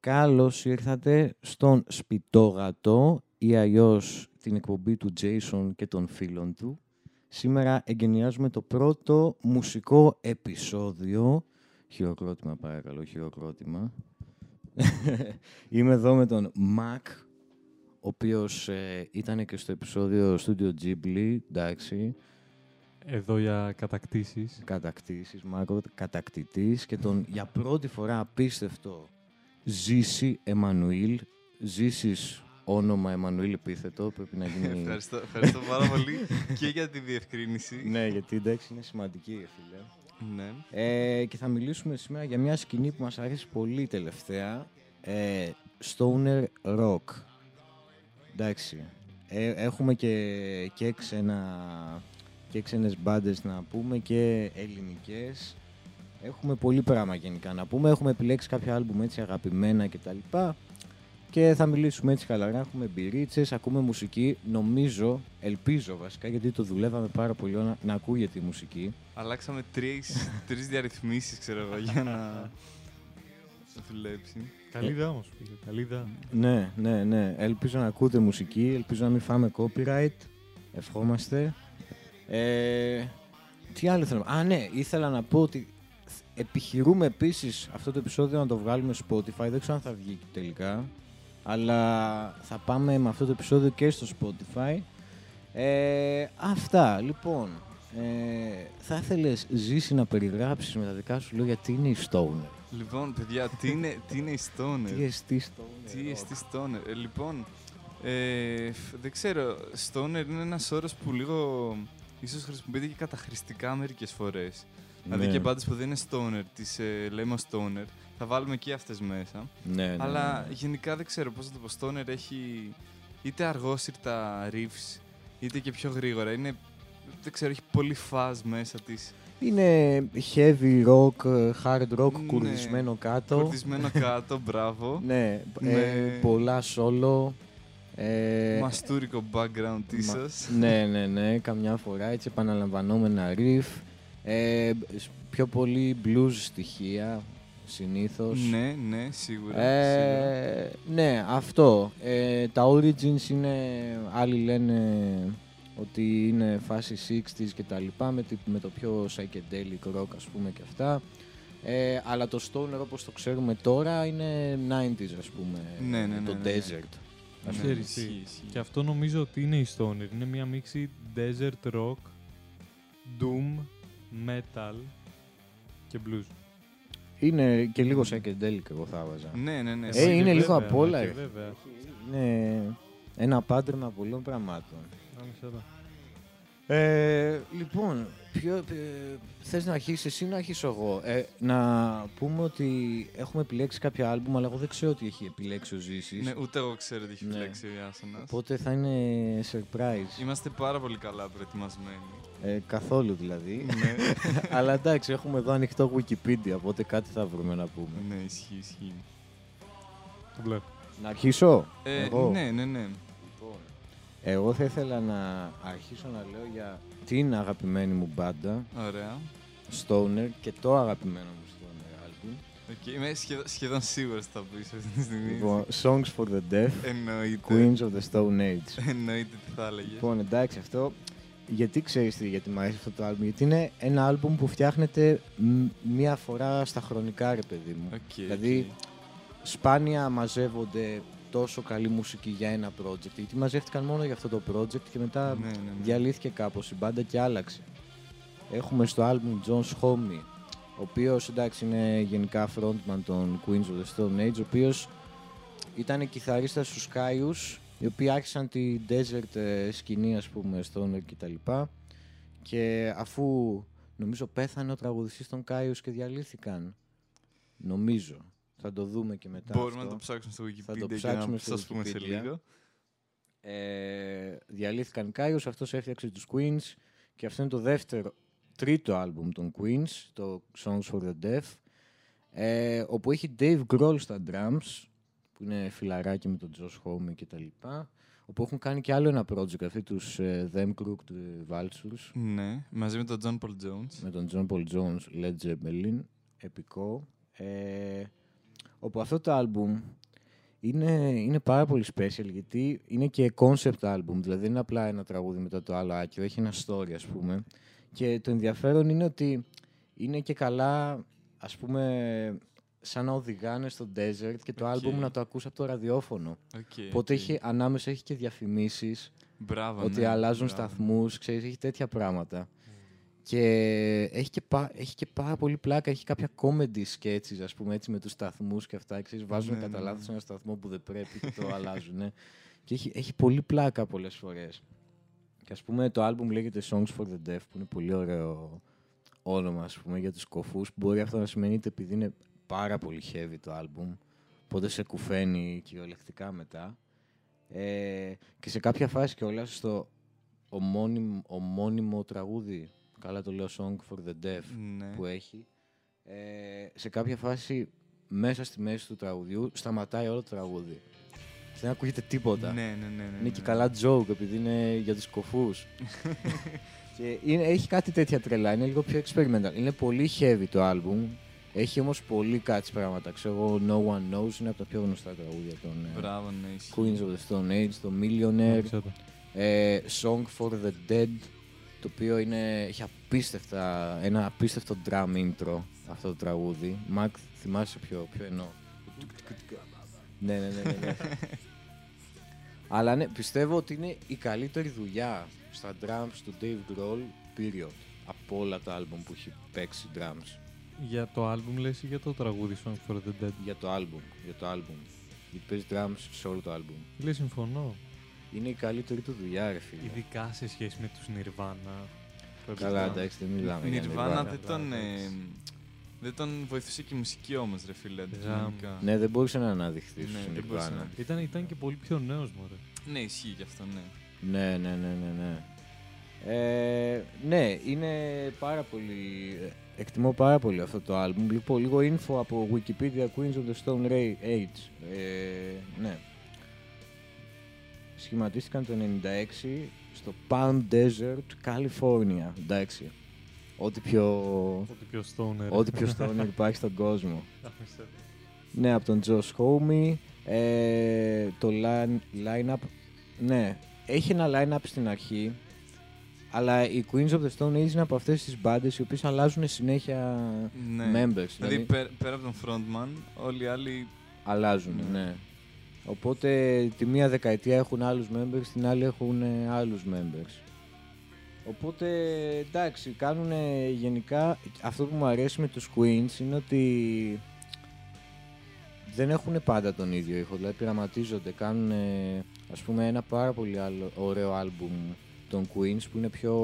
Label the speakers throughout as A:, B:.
A: Καλώς ήρθατε στον Σπιτόγατο ή αλλιώς την εκπομπή του Jason και των φίλων του. Σήμερα εγκαινιάζουμε το πρώτο μουσικό επεισόδιο. Χειροκρότημα παρακαλώ, χειροκρότημα. Είμαι εδώ με τον Μακ, ο οποίος ε, ήταν και στο επεισόδιο Studio Ghibli, εντάξει,
B: Εδώ για κατακτήσεις.
A: κατακτήσεις, Μάκο, κατακτητής και τον για πρώτη φορά απίστευτο Ζήση Εμμανουήλ. Ζήσης όνομα Εμμανουήλ επίθετο, πρέπει να γίνει...
C: Ευχαριστώ, ευχαριστώ πάρα πολύ και για τη διευκρίνηση.
A: ναι, γιατί εντάξει είναι σημαντική ρε φίλε.
C: ναι.
A: Ε, και θα μιλήσουμε σήμερα για μια σκηνή που μας αρέσει πολύ τελευταία. Ε, Stoner Rock. Εντάξει. Ε, έχουμε και, και, ξένα, και ξένες μπάντες να πούμε και ελληνικές. Έχουμε πολύ πράγμα γενικά να πούμε. Έχουμε επιλέξει κάποια άλμπουμ έτσι αγαπημένα κτλ. Και θα μιλήσουμε έτσι χαλαρά. Έχουμε μπυρίτσες, ακούμε μουσική. Νομίζω, ελπίζω βασικά, γιατί το δουλεύαμε πάρα πολύ να, να ακούγεται η μουσική.
C: Αλλάξαμε τρεις, τρεις διαρρυθμίσεις, ξέρω εγώ, για να δουλέψει.
B: Καλή ιδέα όμως πήγε. Καλή ιδέα.
A: Ναι, ναι, ναι. Ελπίζω να ακούτε μουσική, ελπίζω να μην φάμε copyright. Ευχόμαστε. Ε, τι άλλο θέλω να... Α, ναι, ήθελα να πω ότι επιχειρούμε επίσης αυτό το επεισόδιο να το βγάλουμε Spotify. Δεν ξέρω αν θα βγει τελικά. Αλλά θα πάμε με αυτό το επεισόδιο και στο Spotify. Ε, αυτά, λοιπόν. Ε, θα ήθελες ζήσει να περιγράψεις με τα δικά σου λόγια τι είναι η Stoner.
C: Λοιπόν, παιδιά, τι είναι, τι είναι η
A: Τι
C: Stoner.
A: εστί Stoner.
C: Ναι. τι εστί Stoner. Ε, λοιπόν, ε, φ- δεν ξέρω, Stoner είναι ένας όρος που λίγο ίσως χρησιμοποιείται και καταχρηστικά μερικές φορές. Δηλαδή
A: Ναι.
C: και πάντες που δεν είναι Stoner, τις ε, λέμε ως Stoner, θα βάλουμε και αυτές μέσα.
A: Ναι, ναι, ναι,
C: Αλλά
A: ναι.
C: γενικά δεν ξέρω πώς να το πω. Stoner έχει είτε αργόσυρτα riffs, είτε και πιο γρήγορα. Είναι, δεν ξέρω, έχει πολύ fuzz μέσα της.
A: Είναι heavy rock, ε, hard rock,
C: Ναι.
A: κουρδισμένο κάτω.
C: Φορτισμένο κάτω, μπράβο.
A: Ναι, ε,
C: Ναι.
A: πολλά solo. Ε,
C: Μαστούρικο background
A: μα-
C: ίσως.
A: Ναι, ναι, ναι, καμιά φορά έτσι επαναλαμβανόμενα riff. Ε, σ- πιο πολύ blues στοιχεία συνήθως.
C: Ναι, ναι, σίγουρα. σίγουρα.
A: Ε, ναι, αυτό. Ε, τα origins είναι, άλλοι λένε ότι είναι φάση 60s και τα λοιπά με, τη- με το πιο psychedelic rock ας πούμε και αυτά. Ε, αλλά το stoner όπως το ξέρουμε τώρα είναι 90s ας πούμε,
C: Ναι, ναι, ναι,
A: το
C: ναι, ναι.
A: desert.
C: Ναι,
A: Ας
B: Ναι,
A: πούμε.
B: Ξέρεις τι.
C: ισχύει, ισχύει.
B: Και αυτό νομίζω ότι είναι η Stoner. Είναι μια μίξη desert rock, doom, metal και blues.
A: Είναι και λίγο psychedelic εγώ θα βάζα.
C: Ναι, ναι, ναι.
A: Ε,
C: σίγουρα.
A: είναι
B: και
A: λίγο
B: βέβαια,
A: απ' όλα, ε.
B: και
A: ρε.
B: βέβαια.
A: Είναι ένα πάντρεμα πολλών πραγμάτων.
B: Να μισό εδώ.
A: Ε, λοιπόν, ποιο, ε, θες να αρχίσεις εσύ ή να αρχίσω εγώ. Ε, να πούμε ότι έχουμε επιλέξει κάποια άλμπουμ, αλλά εγώ δεν ξέρω τι έχει επιλέξει ο Ζήσης.
C: Ναι, ούτε εγώ ξέρω τι έχει
A: Ναι.
C: φλέξει ο Ιάσονας.
A: Οπότε θα είναι surprise.
C: Είμαστε πάρα πολύ καλά προετοιμασμένοι.
A: Ε, καθόλου δηλαδή.
C: ναι,
A: αλλά εντάξει, έχουμε εδώ ανοιχτό Wikipedia, οπότε κάτι θα βρούμε να πούμε.
C: ναι, ισχύει, ισχύει.
B: Το μπλε.
A: Να αρχίσω.
C: Ε,
A: εγώ.
C: ναι, ναι, ναι.
A: Εγώ θα ήθελα να αρχίσω να λέω για την αγαπημένη μου μπάντα,
C: Ωραία.
A: Stoner, και το αγαπημένο μου Stoner άλμπουμ.
C: Okay, είμαι σχεδόν, σχεδόν σίγουρος ότι θα πεις αυτή τη στιγμή.
A: Λοιπόν, Songs for the Deaf,
C: Ναι. Εννοείται.
A: Queens of the Stone Age.
C: Εννοείται τι θα έλεγες.
A: Λοιπόν, εντάξει, αυτό. Γιατί ξέρεις τι, γιατί μου αρέσει αυτό το άλμπουμ. Γιατί είναι ένα άλμπουμ που φτιάχνεται μ, μία φορά στα χρονικά, ρε παιδί μου.
C: Οκ,
A: δηλαδή,
C: οκ.
A: Σπάνια μαζεύονται τόσο καλή μουσική για ένα project. Γιατί μαζεύτηκαν μόνο για αυτό το project και μετά
C: Ναι, ναι, ναι.
A: διαλύθηκε κάπως η μπάντα και άλλαξε. Έχουμε στο άλμπουμ John's Homie, ο οποίος εντάξει είναι γενικά frontman των Queens of the Stone Age, ο οποίος ήταν κιθαρίστας στους Skyus, οι οποίοι άρχισαν τη desert ε, σκηνή ας πούμε, Stoner και τα λοιπά. Και αφού νομίζω πέθανε ο τραγουδιστής των Skyus και διαλύθηκαν. Νομίζω. Θα το δούμε και μετά
C: Μπορούμε να
A: αυτό.
C: το ψάξουμε στο Wikipedia
A: το
C: και
A: ψάξουμε
C: να
A: στο
C: σας πούμε σε
A: Wikipedia.
C: λίγο.
A: Ε, διαλύθηκαν Κάιος, αυτός έφτιαξε τους Queens και αυτό είναι το δεύτερο, τρίτο άλμπουμ των Queens, το Songs for the Deaf, ε, όπου έχει Dave Grohl στα drums, που είναι φιλαράκι με τον Josh Homme και τα λοιπά, όπου έχουν κάνει και άλλο ένα project, αυτοί τους ε, Them Crooked Vultures,
C: Ναι, μαζί με τον John Paul Jones.
A: με τον John Paul Jones, Led Zeppelin, επικό. Ε, Όπου αυτό το album είναι, είναι πάρα πολύ special γιατί είναι και concept album. Δηλαδή δεν είναι απλά ένα τραγούδι μετά το άλλο άκυρο, έχει ένα story ας πούμε. Και το ενδιαφέρον είναι ότι είναι και καλά ας πούμε σαν να οδηγάνε στο desert και το
C: Οκ.
A: album να το ακούς από το ραδιόφωνο.
C: Okay,
A: Οπότε έχει, ανάμεσα έχει και διαφημίσεις
C: Μπράβο,
A: ότι
C: ναι,
A: αλλάζουν
C: μπράβο. Mm.
A: σταθμούς, ξέρεις, έχει τέτοια πράγματα. Και έχει και, πα- έχει και πάρα πολύ πλάκα, έχει κάποια comedy sketches, ας πούμε, έτσι, με τους σταθμούς και αυτά, ξέρεις, βάζουν
C: Ναι,
A: κατά
C: ναι.
A: λάθος ένα σταθμό που δεν πρέπει και το αλλάζουν. Και έχει, έχει πολύ πλάκα πολλές φορές. Και ας πούμε το album λέγεται Songs for the Deaf, που είναι πολύ ωραίο όνομα, ας πούμε, για τους κοφούς. Μπορεί αυτό να σημαίνει είτε επειδή είναι πάρα πολύ heavy το album, οπότε σε κουφαίνει κυριολεκτικά μετά. Ε, και σε κάποια φάση κιόλας στο ομώνυμο, ομώνυμο τραγούδι, καλά το λέω Song for the Deaf,
C: Ναι.
A: που έχει, ε, σε κάποια φάση μέσα στη μέση του τραγουδιού σταματάει όλο το τραγούδι. Και Δεν ακούγεται τίποτα.
C: Ναι, ναι, ναι, ναι, ναι,
A: Είναι και
C: ναι.
A: καλά joke επειδή είναι για τους κοφούς. και είναι, έχει κάτι τέτοια τρελά, είναι λίγο πιο experimental. Είναι πολύ heavy το album, έχει όμως πολύ κάτι πράγματα. Ξέρω εγώ, No One Knows είναι από τα πιο γνωστά τραγούδια των ε,
C: Μπράβο, ναι. ισχύει.
A: Queens of the Stone Age, το Millionaire,
B: Άκουσα το.
A: ε, Song for the Dead, το οποίο είναι, έχει απίστευτα, ένα απίστευτο drum intro αυτό το τραγούδι. Μακ, θυμάσαι ποιο, ποιο εννοώ. ναι, ναι, ναι, ναι. ναι. Αλλά ναι, πιστεύω ότι είναι η καλύτερη δουλειά στα drums του Dave Grohl, period. Από όλα τα άλμπουμ που έχει παίξει drums.
B: Για το άλμπουμ λες ή για το τραγούδι Song for the Dead.
A: Για το άλμπουμ, για το άλμπουμ. Γιατί παίζει drums σε όλο το άλμπουμ.
B: Λέει συμφωνώ.
A: Είναι η καλύτερη του δουλειά, ρε φίλε.
B: Ειδικά σε σχέση με τους Nirvana.
A: Καλά, εντάξει, δεν μιλάμε για
C: Nirvana
A: Nirvana.
C: δεν τον... ε,
B: εντάξει.
C: Δεν τον βοηθούσε και η μουσική όμως, ρε φίλε, αντικειμενικά.
A: Ναι, δεν μπορούσε να αναδειχθείς
C: Ναι,
A: στους
C: δεν μπορούσε να
A: Nirvana.
B: Ήταν, ήταν και πολύ πιο νέος μωρέ.
C: Ναι, ισχύει γι' αυτό, ναι.
A: Ναι, ναι, ναι, ναι, ναι. Ε, ναι, είναι πάρα πολύ... ε, Εκτιμώ πάρα πολύ αυτό το άλμπουμ. Λοιπόν, λίγο info από Wikipedia Queens of the Stone Ra- Age. Ε, ναι. Σχηματίστηκαν το 96 στο Palm Desert, California. Εντάξει. Ό,τι πιο...
B: Ό,τι πιο stoner.
A: Ό,τι πιο στόνερ υπάρχει στον κόσμο. Ναι, από τον Josh Homey. Ε, το line- line-up. Ναι, έχει ένα line-up στην αρχή. Αλλά οι Queens of the Stone Age είναι από αυτές τις μπάντες οι οποίες αλλάζουν συνέχεια
C: Ναι.
A: members.
C: Δηλαδή,
A: Δηλαδή,
C: πέρα, πέρα από τον frontman, όλοι οι άλλοι...
A: αλλάζουν,
C: Ναι.
A: ναι. Οπότε τη μία δεκαετία έχουν άλλους members, την άλλη έχουν ε, άλλους members. Οπότε εντάξει, κάνουν γενικά. Αυτό που μου αρέσει με τους Queens είναι ότι δεν έχουν πάντα τον ίδιο ήχο. Δηλαδή πειραματίζονται, κάνουν ε, ας πούμε ένα πάρα πολύ άλλο, ωραίο άλμπουμ των Queens που είναι πιο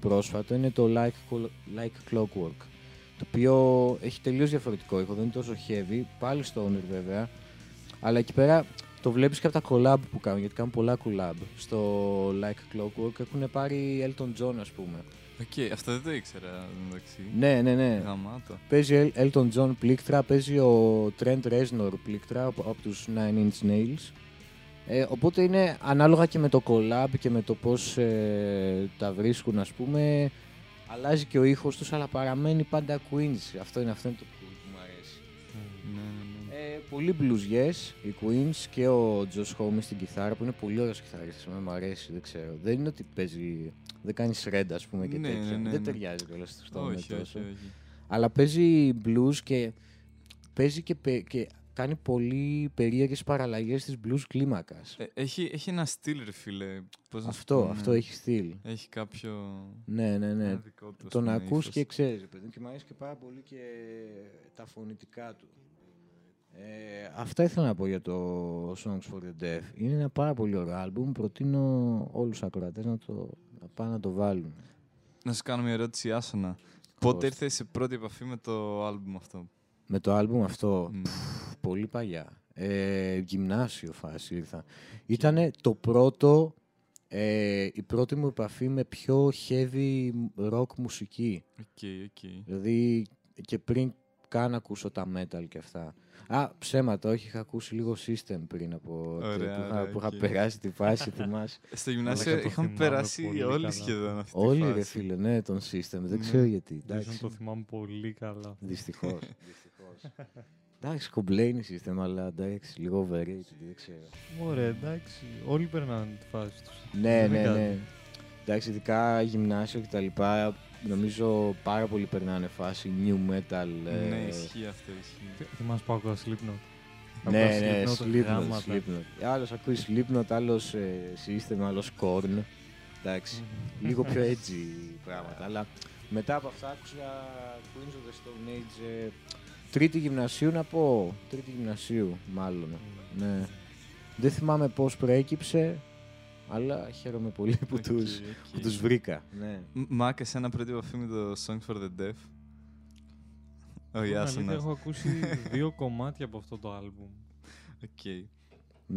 A: πρόσφατο. Είναι το Like, Col- like Clockwork. Το οποίο έχει τελείως διαφορετικό ήχο, δεν είναι τόσο heavy. Πάλι στο Owner βέβαια. Αλλά εκεί πέρα το βλέπεις και από τα collab που κάνουν, γιατί κάνουν πολλά collab. Στο Like Clockwork έχουν πάρει Elton John ας πούμε.
C: Οκ, αυτό δεν το ήξερα, εντάξει.
A: Ναι, ναι, ναι.
C: Γαμάτο.
A: Παίζει El- Elton John πλήκτρα, παίζει ο Trent Reznor πλήκτρα από, από τους Nine Inch Nails. Ε, οπότε είναι ανάλογα και με το collab και με το πώς ε, τα βρίσκουν ας πούμε. Αλλάζει και ο ήχος τους αλλά παραμένει πάντα Queens. Αυτό είναι, αυτό είναι το cool που μου αρέσει.
C: Ναι, ναι, ναι.
A: Ε, πολύ μπλουζιές οι Queens και ο Josh Homme στην κιθάρα που είναι πολύ ωραίος κιθαρίστας, εμένα μου αρέσει, δεν ξέρω. Δεν είναι ότι παίζει, δεν κάνει shred ας πούμε και
C: Ναι,
A: τέτοια,
C: ναι, ναι,
A: δεν
C: ναι.
A: ταιριάζει κιόλας στο με
C: όχι, όχι,
A: τόσο.
C: όχι.
A: Αλλά παίζει blues και παίζει και, πε- και κάνει πολύ περίεργες παραλλαγές της blues κλίμακας.
C: Ε, έχει, έχει ένα στυλ, ρε φίλε. Πώς να σου
A: αυτό,
C: πω, ναι.
A: αυτό έχει στυλ.
C: Έχει κάποιο...
A: Ναι, ναι, ναι.
C: ένα δικό του, ας
A: Τον
C: πούμε,
A: ακούς
C: ύφος.
A: και ξέρεις, ρε παιδί μου, και μου αρέσει και πάρα πολύ και τα φωνητικά του. Ε, αυτά ήθελα να πω για το Songs for the Deaf. Είναι ένα πάρα πολύ ωραίο άλμπουμ. Προτείνω όλους τους ακροατές να το να πάνε να το βάλουν.
C: Να σου κάνω μια ερώτηση, Άσονα. Πότε
A: Πώς.
C: ήρθες σε πρώτη επαφή με το άλμπουμ αυτό. Ναι.
A: Με το άλμπουμ αυτό,
C: Μμ.
A: πολύ παλιά. Ε, γυμνάσιο φάση ήρθα. Ήτανε το πρώτο, ε, η πρώτη μου επαφή με πιο heavy rock μουσική.
C: Οκ, οκ.
A: Δηλαδή και πριν καν ακούσω τα metal και αυτά. Α, ψέματα, όχι, είχα ακούσει λίγο system πριν από...
C: Ωραία,
A: που, είχα,
C: ωραία,
A: που είχα
C: οκ.
A: περάσει τη φάση, θυμάσαι.
C: Στο
B: Αλλά
C: γυμνάσιο
B: και το
C: είχαν
B: θυμάμαι
C: περάσει
B: πολύ
C: όλοι
B: καλά.
C: σχεδόν αυτή τη
A: Όλοι
C: φάση.
A: ρε φίλε, ναι, τον system, δεν
C: Ναι.
A: ξέρω γιατί.
B: Δεν
A: Εντάξει.
B: το θυμάμαι πολύ καλά.
A: Δυστυχώς. Εντάξει, κομπλέινι σύστημα, αλλά εντάξει, λίγο overrated, δεν ξέρω.
B: Ωραία, εντάξει. Όλοι περνάνε τη φάση τους.
A: Ναι,
B: Δεν
A: ναι,
B: κάνει.
A: ναι. Εντάξει, ειδικά γυμνάσιο και τα λοιπά, νομίζω πάρα πολύ περνάνε φάση new metal. ε,
C: Ναι, ισχύει αυτό, ισχύει.
B: Θυμάσαι που άκουγα Slipknot.
A: ναι,
B: Άκουγα
A: ναι,
B: Slipknot,
A: Slipknot,
B: γράμματα.
A: Slipknot. Άλλος ακούει Slipknot, άλλος ε, σύστημα, άλλος Korn. Εντάξει, λίγο πιο έτσι πράγματα. Αλλά μετά από αυτά άκουσα Queens of the Stone Age, ε, τρίτη γυμνασίου να πω, τρίτη γυμνασίου μάλλον. Ναι. Δεν θυμάμαι πώς προέκυψε, αλλά χαίρομαι πολύ που
C: Οκ,
A: τους,
C: οκ.
A: που τους βρήκα. Ναι.
C: Μ- Μάκα, εσένα πρέπει να φύγει το Song for the Deaf.
B: Στην
C: Ο
B: αλήθεια,
C: Ιάσονας.
B: Έχω ακούσει δύο κομμάτια από αυτό το άλμπουμ.
C: Οκ.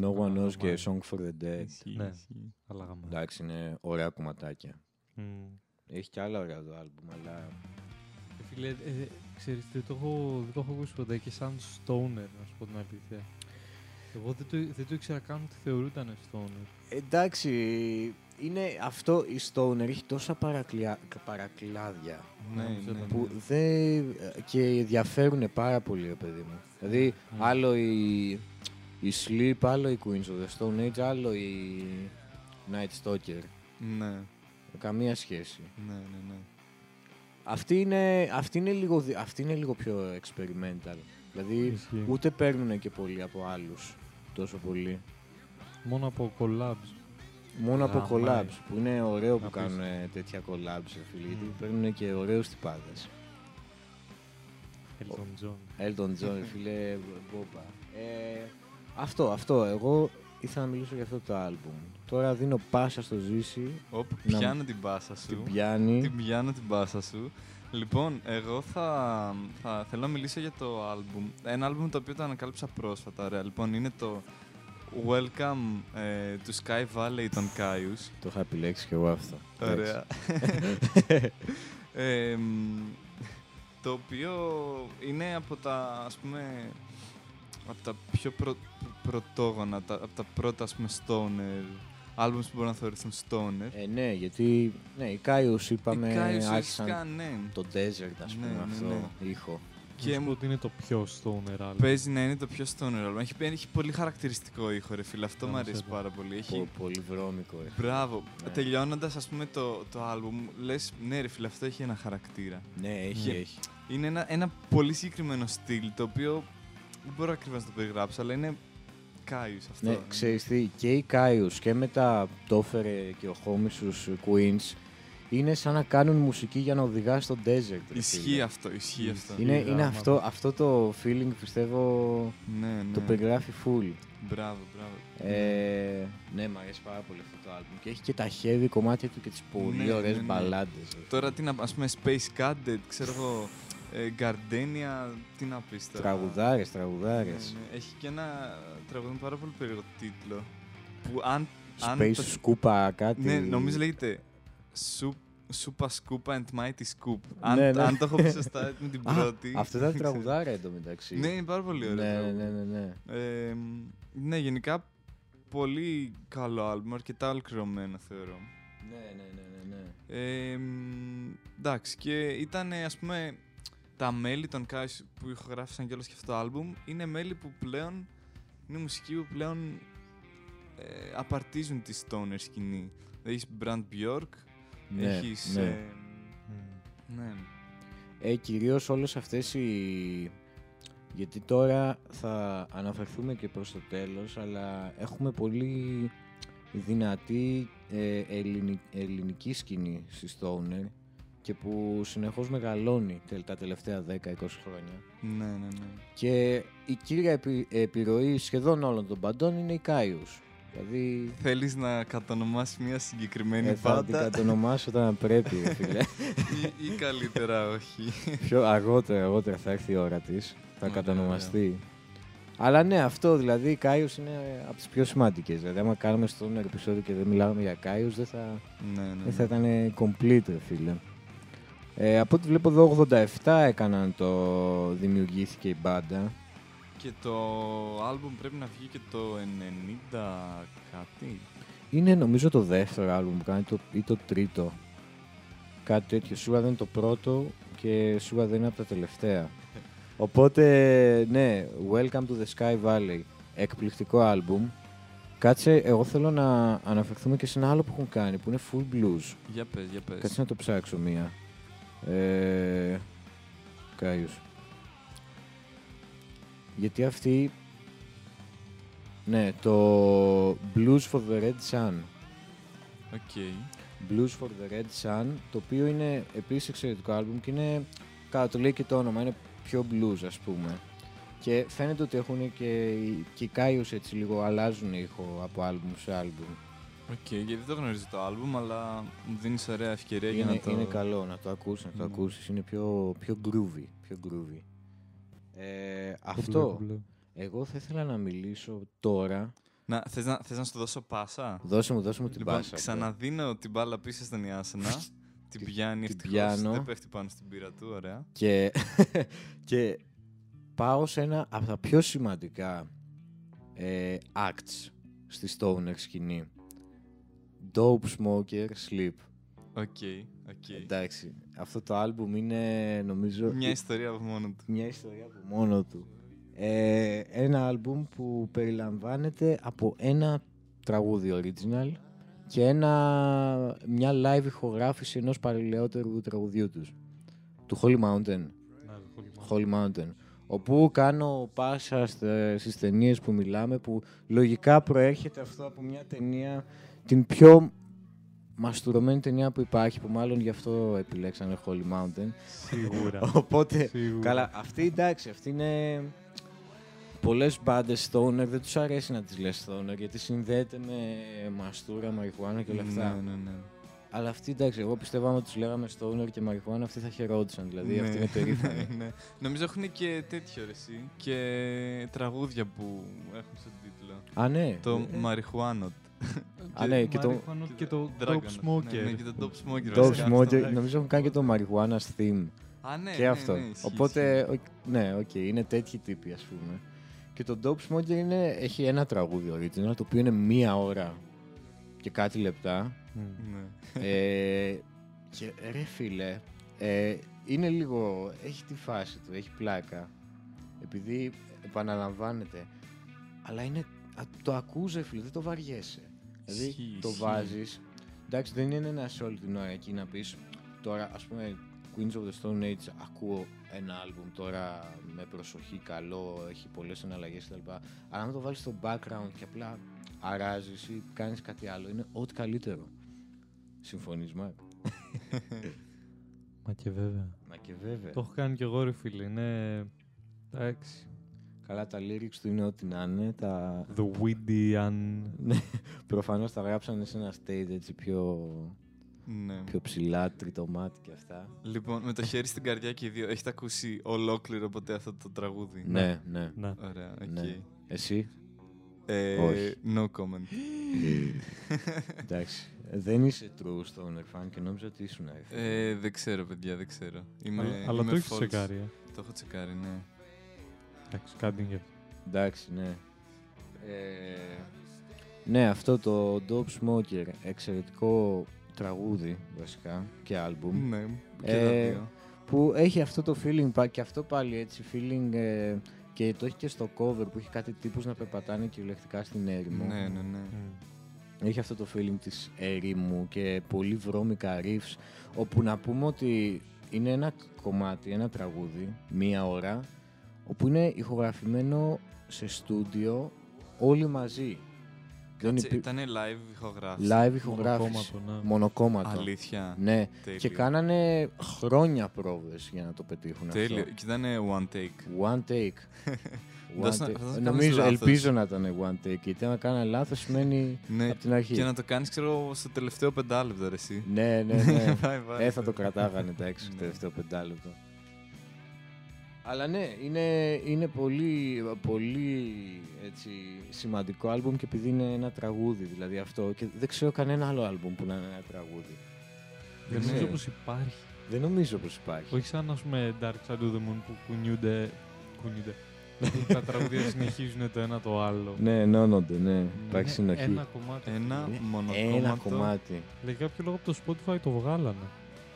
A: No One Knows
B: Παράνομα.
A: και Song for the Dead.
C: Ισχύει,
B: Ναι.
C: ισχύει.
B: Αλλά γαμάει.
A: Εντάξει, είναι ωραία κομματάκια.
B: Μμμ.
A: Έχει και άλλα ωραία το άλμπουμ, αλλά...
B: Ε, Φίλε, ε, ξέρεις, δεν το, έχω, δεν το έχω ακούσει ποτέ και σαν stoner, να σου πω την αλήθεια. Εγώ δεν το, δεν το ήξερα καν ότι θεωρούταν stoner.
A: Εντάξει, είναι αυτό η Stoner έχει τόσα παρακλιά- παρακλάδια
C: Ναι,
B: Νομίζω
C: ναι,
B: το-
A: που δεν... και διαφέρουν πάρα πολύ, ρε παιδί μου. Δηλαδή,
B: Μμμ.
A: άλλο η... η Sleep, άλλο η Queens of the Stone Age, άλλο η Night Stalker.
C: ναι,
A: Καμία σχέση.
C: ναι, ναι, ναι.
A: Αυτή είναι, αυτή είναι, λίγο, δι- αυτή είναι λίγο πιο experimental. Δηλαδή,
B: Ισχύει.
A: ούτε παίρνουν και πολύ από άλλους τόσο πολύ.
B: Μόνο από collabs.
A: Μόνο από
B: Γαμάει.
A: collabs, που είναι ωραίο που
B: Απίστευτο.
A: κάνουν ε, τέτοια collabs, ρε φίλε, γιατί
B: Μμμ.
A: παίρνουν και ωραίους τυπάδες.
B: Elton John.
A: Elton John, ρε φίλε, μπόμπα. Ε, αυτό, αυτό. Εγώ ήθελα να μιλήσω για αυτό το άλμπουμ. Τώρα δίνω πάσα στο Ζήση,
C: Οπ,
A: Να-
C: πιάνω την πάσα
A: την
C: σου.
A: πιάνει.
C: Την πιάνω την πάσα σου. Λοιπόν, εγώ θα, θα θέλω να μιλήσω για το άλμπουμ. Ένα άλμπουμ το οποίο το ανακάλυψα πρόσφατα, ρε. Λοιπόν, είναι το Welcome ε, to Sky Valley των Κάιους.
A: Το είχα επιλέξει κι εγώ αυτό.
C: Ωραία. Ε, μ, το οποίο είναι από τα, ας πούμε, από τα πιο πρω, πρωτόγωνα, τα, από τα πρώτα, ας πούμε, stoner, albums που μπορούν να θεωρηθούν stoner.
A: Ε, ναι, γιατί ναι, οι Κάιους
C: Οι
A: είπαμε
C: Κάιους
A: άρχισαν
C: ουσιαστικά, ναι.
A: το desert, ας πούμε,
C: Ναι, ναι,
A: αυτό
C: ναι.
A: ήχο.
B: Και
C: Και
B: μου
C: μου
B: ότι είναι το πιο stoner album.
C: παίζει να είναι το πιο stoner album. Έχει, έχει πολύ χαρακτηριστικό ήχο, ρε φίλε. Αυτό
B: Να
C: μου
B: μας
C: αρέσει
B: έδω.
C: πάρα πολύ. Έχει
A: Πο- Ναι, πολύ βρώμικο. ε.
C: Μπράβο.
A: Ναι.
C: Τελειώνοντας, ας πούμε, το, το album, λες, ναι ρε φίλε, αυτό έχει ένα χαρακτήρα.
A: Ναι, έχει,
C: Και-
A: έχει.
C: Είναι ένα, ένα πολύ συγκεκριμένο στυλ, το οποίο δεν μπορώ ακριβώς να το περιγράψω, αλλά είναι κάιους αυτό.
A: Ναι, ξέρεις τι, και οι Κάιους και μετά το έφερε και ο Χόμις τους Queens είναι σαν να κάνουν μουσική για να οδηγάς στο desert. ρε
C: Ισχύει
A: φίλε.
C: αυτό, ισχύει αυτό.
B: Ισχύει.
A: Είναι,
B: Γάμα.
A: είναι αυτό, αυτό το feeling πιστεύω
C: Ναι, ναι.
A: το περιγράφει full.
C: Μπράβο, μπράβο.
A: Ε, ναι, μου αρέσει πάρα πολύ αυτό το album. Και έχει και τα heavy κομμάτια του και τις πολύ
C: Ναι,
A: ωραίες
C: ναι, ναι.
A: μπαλάντες. ρε.
C: Τώρα τι να ας πούμε, Space Cadet, ξέρω εγώ, ε, Gardenia, τι να πεις τώρα.
A: Τραγουδάρες,
C: Ναι,
A: τραγουδάρες.
C: ναι. Έχει και ένα τραγούδι με πάρα πολύ περίεργο τίτλο, που αν... αν
A: Space
C: το-
A: σκούπα κάτι.
C: Ναι, νομίζω λέγεται Σούπα Σκούπα and Mighty Scoop. Αν,
A: Ναι, ναι.
C: αν το έχω πει σωστά με την
A: Α,
C: πρώτη.
A: Αυτό ήταν τραγουδάρα εντωμεταξύ.
C: Ναι, είναι πάρα πολύ ωραίο.
A: ναι,
C: τραγούδι.
A: ναι, ναι, ναι.
C: Ε, μ, ναι, γενικά πολύ καλό άλμπουμ, αρκετά ολοκληρωμένο θεωρώ.
A: Ναι, ναι, ναι, ναι, ναι.
C: Ε, μ, εντάξει, και ήταν ας πούμε τα μέλη των Κάις που ηχογράφησαν κιόλας και αυτό το άλμπουμ είναι μέλη που πλέον είναι μουσική που πλέον ε, απαρτίζουν τη stoner σκηνή. Δηλαδή έχεις Brand Bjork,
A: Ναι,
C: έχεις...
A: ναι.
C: ε,
B: Μμμ.
C: ναι.
A: Ε, κυρίως όλες αυτές οι... Γιατί τώρα θα αναφερθούμε και προς το τέλος, αλλά έχουμε πολύ δυνατή ε, ελληνι- ελληνική σκηνή στη Stoner και που συνεχώς μεγαλώνει τε- τα τελευταία 10-20 χρόνια.
C: ναι, ναι, ναι.
A: Και η κύρια επι- επιρροή σχεδόν όλων των παντών είναι η Κάιους. Δηλαδή,
C: Θέλεις να κατονομάσεις μια συγκεκριμένη
A: ε, θα την
C: πάντα
A: κατονομάσω όταν πρέπει, ρε φίλε.
C: ή, ή καλύτερα όχι.
A: Πιο αργότερα, αργότερα θα έρθει η ώρα της. Θα
C: Ωραία, ναι,
A: κατανομαστεί. Αλλά ναι, αυτό δηλαδή η Κάιους είναι από τις πιο σημαντικές. Δηλαδή, άμα κάνουμε στον επεισόδιο και δεν μιλάμε για Κάιους, δεν θα,
C: ναι, ναι,
A: δεν θα
C: ναι.
A: ήταν complete, ρε φίλε. Ε, από ό,τι βλέπω εδώ, 87 έκαναν το. δημιουργήθηκε η μπάντα.
C: Και το άλμπουμ πρέπει να βγει και το 90 κάτι.
A: Είναι νομίζω το δεύτερο άλμπουμ που κάνει το, ή το τρίτο. Κάτι τέτοιο. Σίγουρα δεν είναι το πρώτο και σίγουρα δεν είναι από τα τελευταία. Οπότε, ναι, Welcome to the Sky Valley. Εκπληκτικό άλμπουμ. Κάτσε, εγώ θέλω να αναφερθούμε και σε ένα άλλο που έχουν κάνει, που είναι Full Blues.
C: Για πες, για πες.
A: Κάτσε να το ψάξω μία. Ε, Κάιος. Γιατί αυτή... Ναι, το Blues for the Red Sun.
C: Οκ.
A: Blues for the Red Sun, το οποίο είναι επίσης εξαιρετικό άλμπουμ και είναι, κατά το λέει και το όνομα, είναι πιο blues ας πούμε. Και φαίνεται ότι έχουν και, και οι Κάιος έτσι λίγο αλλάζουν ήχο από άλμπουμ σε άλμπουμ.
C: Οκ, γιατί δεν το γνωρίζω το άλμπουμ, αλλά μου δίνεις ωραία ευκαιρία Ε, για
A: Είναι,
C: να το.
A: είναι καλό να το ακούσεις, να το
C: Ναι.
A: ακούσεις. Είναι πιο, πιο groovy. Πιο groovy. Ε, αυτό. Εγώ θα ήθελα να μιλήσω τώρα.
C: Να, θες, να, θες να σου δώσω πάσα.
A: Δώσε μου, δώσε μου την
C: λοιπόν,
A: πάσα.
C: ξαναδίνω την μπάλα πίσω στον Ιάσενα. την πιάνει
A: την
C: ευτυχώς,
A: πιάνω.
C: Δεν πέφτει πάνω στην πύρα του, ωραία.
A: Και, και πάω σε ένα από τα πιο σημαντικά ε, acts στη stoner σκηνή. Dope Smoker Sleep.
C: Οκ, οκ.
A: Εντάξει, αυτό το άλμπουμ είναι νομίζω...
C: Μια ιστορία από μόνο του.
A: μια ιστορία από μόνο του. Ε, ένα άλμπουμ που περιλαμβάνεται από ένα τραγούδι original και ένα, μια live ηχογράφηση ενός παρελαιότερου τραγουδιού τους. Του Holy Mountain. Holy Mountain. Όπου κάνω πάσα στε- στις ταινίες που μιλάμε που λογικά προέρχεται αυτό από μια ταινία την πιο μαστουρωμένη ταινία που υπάρχει που μάλλον γι' αυτό επιλέξανε Holy Mountain.
B: Σίγουρα.
A: Οπότε
B: Σίγουρα.
A: Καλά, αυτή εντάξει, αυτή είναι. Πολλές μπάντες stoner δεν τους αρέσει να τις λες stoner γιατί συνδέεται με μαστούρα, μαριχουάνα και όλα αυτά.
C: Ναι, ναι, ναι.
A: Αλλά αυτή εντάξει, εγώ πιστεύω άμα τους λέγαμε stoner και μαριχουάνα, αυτοί θα χαιρόντουσαν. Δηλαδή
C: Ναι.
A: αυτοί είναι περήφανοι.
C: Ναι, ναι. Νομίζω έχουν και τέτοιο ρε εσύ, και τραγούδια που έχουν στον τίτλο.
A: Α, ναι.
C: Το
A: Ε,
C: Marijuana.
A: Α, ναι, και το-
B: Marijuana Και το Drop
C: Dragon. Ναι, ναι, και
B: Smoker.
C: το Dope Smoker.
A: Το
C: βασικά, αυτό. ναι.
A: Smoker, νομίζω έχουν κάνει και το Marijuana theme.
C: Α, ναι,
A: και
C: ναι,
A: αυτό.
C: ναι, ισχύει,
A: Οπότε, ο- ναι, οκ, είναι τέτοιοι τύποι, ας πούμε. Και το Dope Smoker είναι, έχει ένα τραγούδι original, το οποίο είναι μία ώρα και κάτι λεπτά.
B: Μμ.
C: ισχύει. Ναι.
A: Ε, και ρε φίλε, ε, είναι λίγο, έχει τη φάση του, έχει πλάκα. Επειδή επαναλαμβάνεται. Αλλά είναι, α, το ακούς ρε φίλε, δεν το βαριέσαι. Δηλαδή
C: Ισχύει,
A: το
C: ισχύει.
A: βάζεις. Εντάξει δεν είναι ένα σε όλη την ώρα εκεί να πεις τώρα ας πούμε Queens of the Stone Age ακούω ένα άλμπουμ τώρα με προσοχή καλό, έχει πολλές αναλλαγές κτλ. Αλλά αν το βάλεις στο background και απλά αράζεις ή κάνεις κάτι άλλο είναι ό,τι καλύτερο. Συμφωνείς Μακ.
B: Μα και βέβαια.
A: Μα και
C: Ε.
A: βέβαια.
B: Το έχω κάνει κι εγώ, ρε φίλε. Είναι. Εντάξει.
A: Καλά τα lyrics του είναι ό,τι να είναι. Τα...
B: The Windian.
A: Προφανώς τα γράψανε σε ένα stage έτσι πιο,
C: Ναι.
A: πιο ψηλά, τρίτο μάτι και αυτά.
C: Λοιπόν, με το χέρι στην καρδιά και οι δύο. Έχετε ακούσει ολόκληρο ποτέ αυτό το τραγούδι.
A: Ναι, ναι.
B: Να.
C: Ωραία, οκ.
A: Ναι. Εσύ.
C: Ε,
A: Όχι.
C: No comment.
A: Εντάξει. Δεν είσαι true stoner fan και νόμιζα ότι ήσουν ρε φίλε.
C: Ε, δεν ξέρω, παιδιά, δεν ξέρω. Είμαι,
B: Αλλά- Αλλά
C: είμαι
B: το έχεις
C: false.
B: τσεκάρει. ε.
C: Το έχω τσεκάρει, ναι.
B: Εντάξει, κάτι είναι γι' αυτό.
A: Εντάξει, ναι. Ε, ναι, αυτό το Dope Smoker, εξαιρετικό τραγούδι βασικά και άλμπουμ.
C: Ναι, και
A: Ε,
C: τα δύο.
A: που έχει αυτό το feeling πα- και αυτό πάλι έτσι feeling ε, και το έχει και στο cover που έχει κάτι τύπους να περπατάνε κυριολεκτικά στην έρημο.
C: Ναι, ναι, ναι.
A: Έχει αυτό το feeling της έρημου και πολύ βρώμικα riffs όπου να πούμε ότι είναι ένα κομμάτι, ένα τραγούδι, μία ώρα όπου είναι ηχογραφημένο σε στούντιο όλοι μαζί. Δεν
C: Κάτσε,
A: υπή-
C: Ήτανε live ηχογράφηση.
A: Live
B: Μονοκόμματο,
A: ηχογράφηση.
B: να.
A: Μονοκόμματο.
C: ναι. Αλήθεια.
A: Ναι.
C: Τέλειο.
A: Και κάνανε χρόνια πρόβες για να το πετύχουν αυτό.
C: Τέλειο. Και ήταν one take.
A: One take. One
C: Δώσε να-
A: take.
C: θα το
A: Νομίζω,
C: κάνεις λάθος.
A: ελπίζω να ήταν one take. Γιατί αν κάνα λάθος σημαίνει
C: Ναι.
A: από την αρχή.
C: Και να το κάνεις, ξέρω, στο τελευταίο πεντάλεπτο, ρε εσύ.
A: Ναι, ναι, ναι.
C: Πάει, πάει.
A: ε, θα το κρατάγανε τα έξω
C: Ναι.
A: τελευταίο πεντάλεπτο. Αλλά ναι, είναι, είναι πολύ, πολύ έτσι, σημαντικό άλμπουμ και επειδή είναι ένα τραγούδι δηλαδή αυτό και δεν ξέρω κανένα άλλο άλμπουμ που να είναι ένα τραγούδι.
C: Ναι.
B: Δεν
A: ξέρω.
B: νομίζω πως υπάρχει.
A: Δεν νομίζω πως υπάρχει.
B: Όχι σαν, ας πούμε, Dark Side of the Moon που κουνιούνται... Κουνιούνται. Που τα τραγούδια συνεχίζουν το ένα το άλλο.
A: Ναι, ενώνονται, ναι. Υπάρχει
B: Είναι
A: συνοχή.
B: Ένα κομμάτι.
C: Ένα
A: Ε, Ένα
C: μονοκόμματο.
A: κομμάτι.
B: Για κάποιο λόγο από το Spotify το βγάλανε.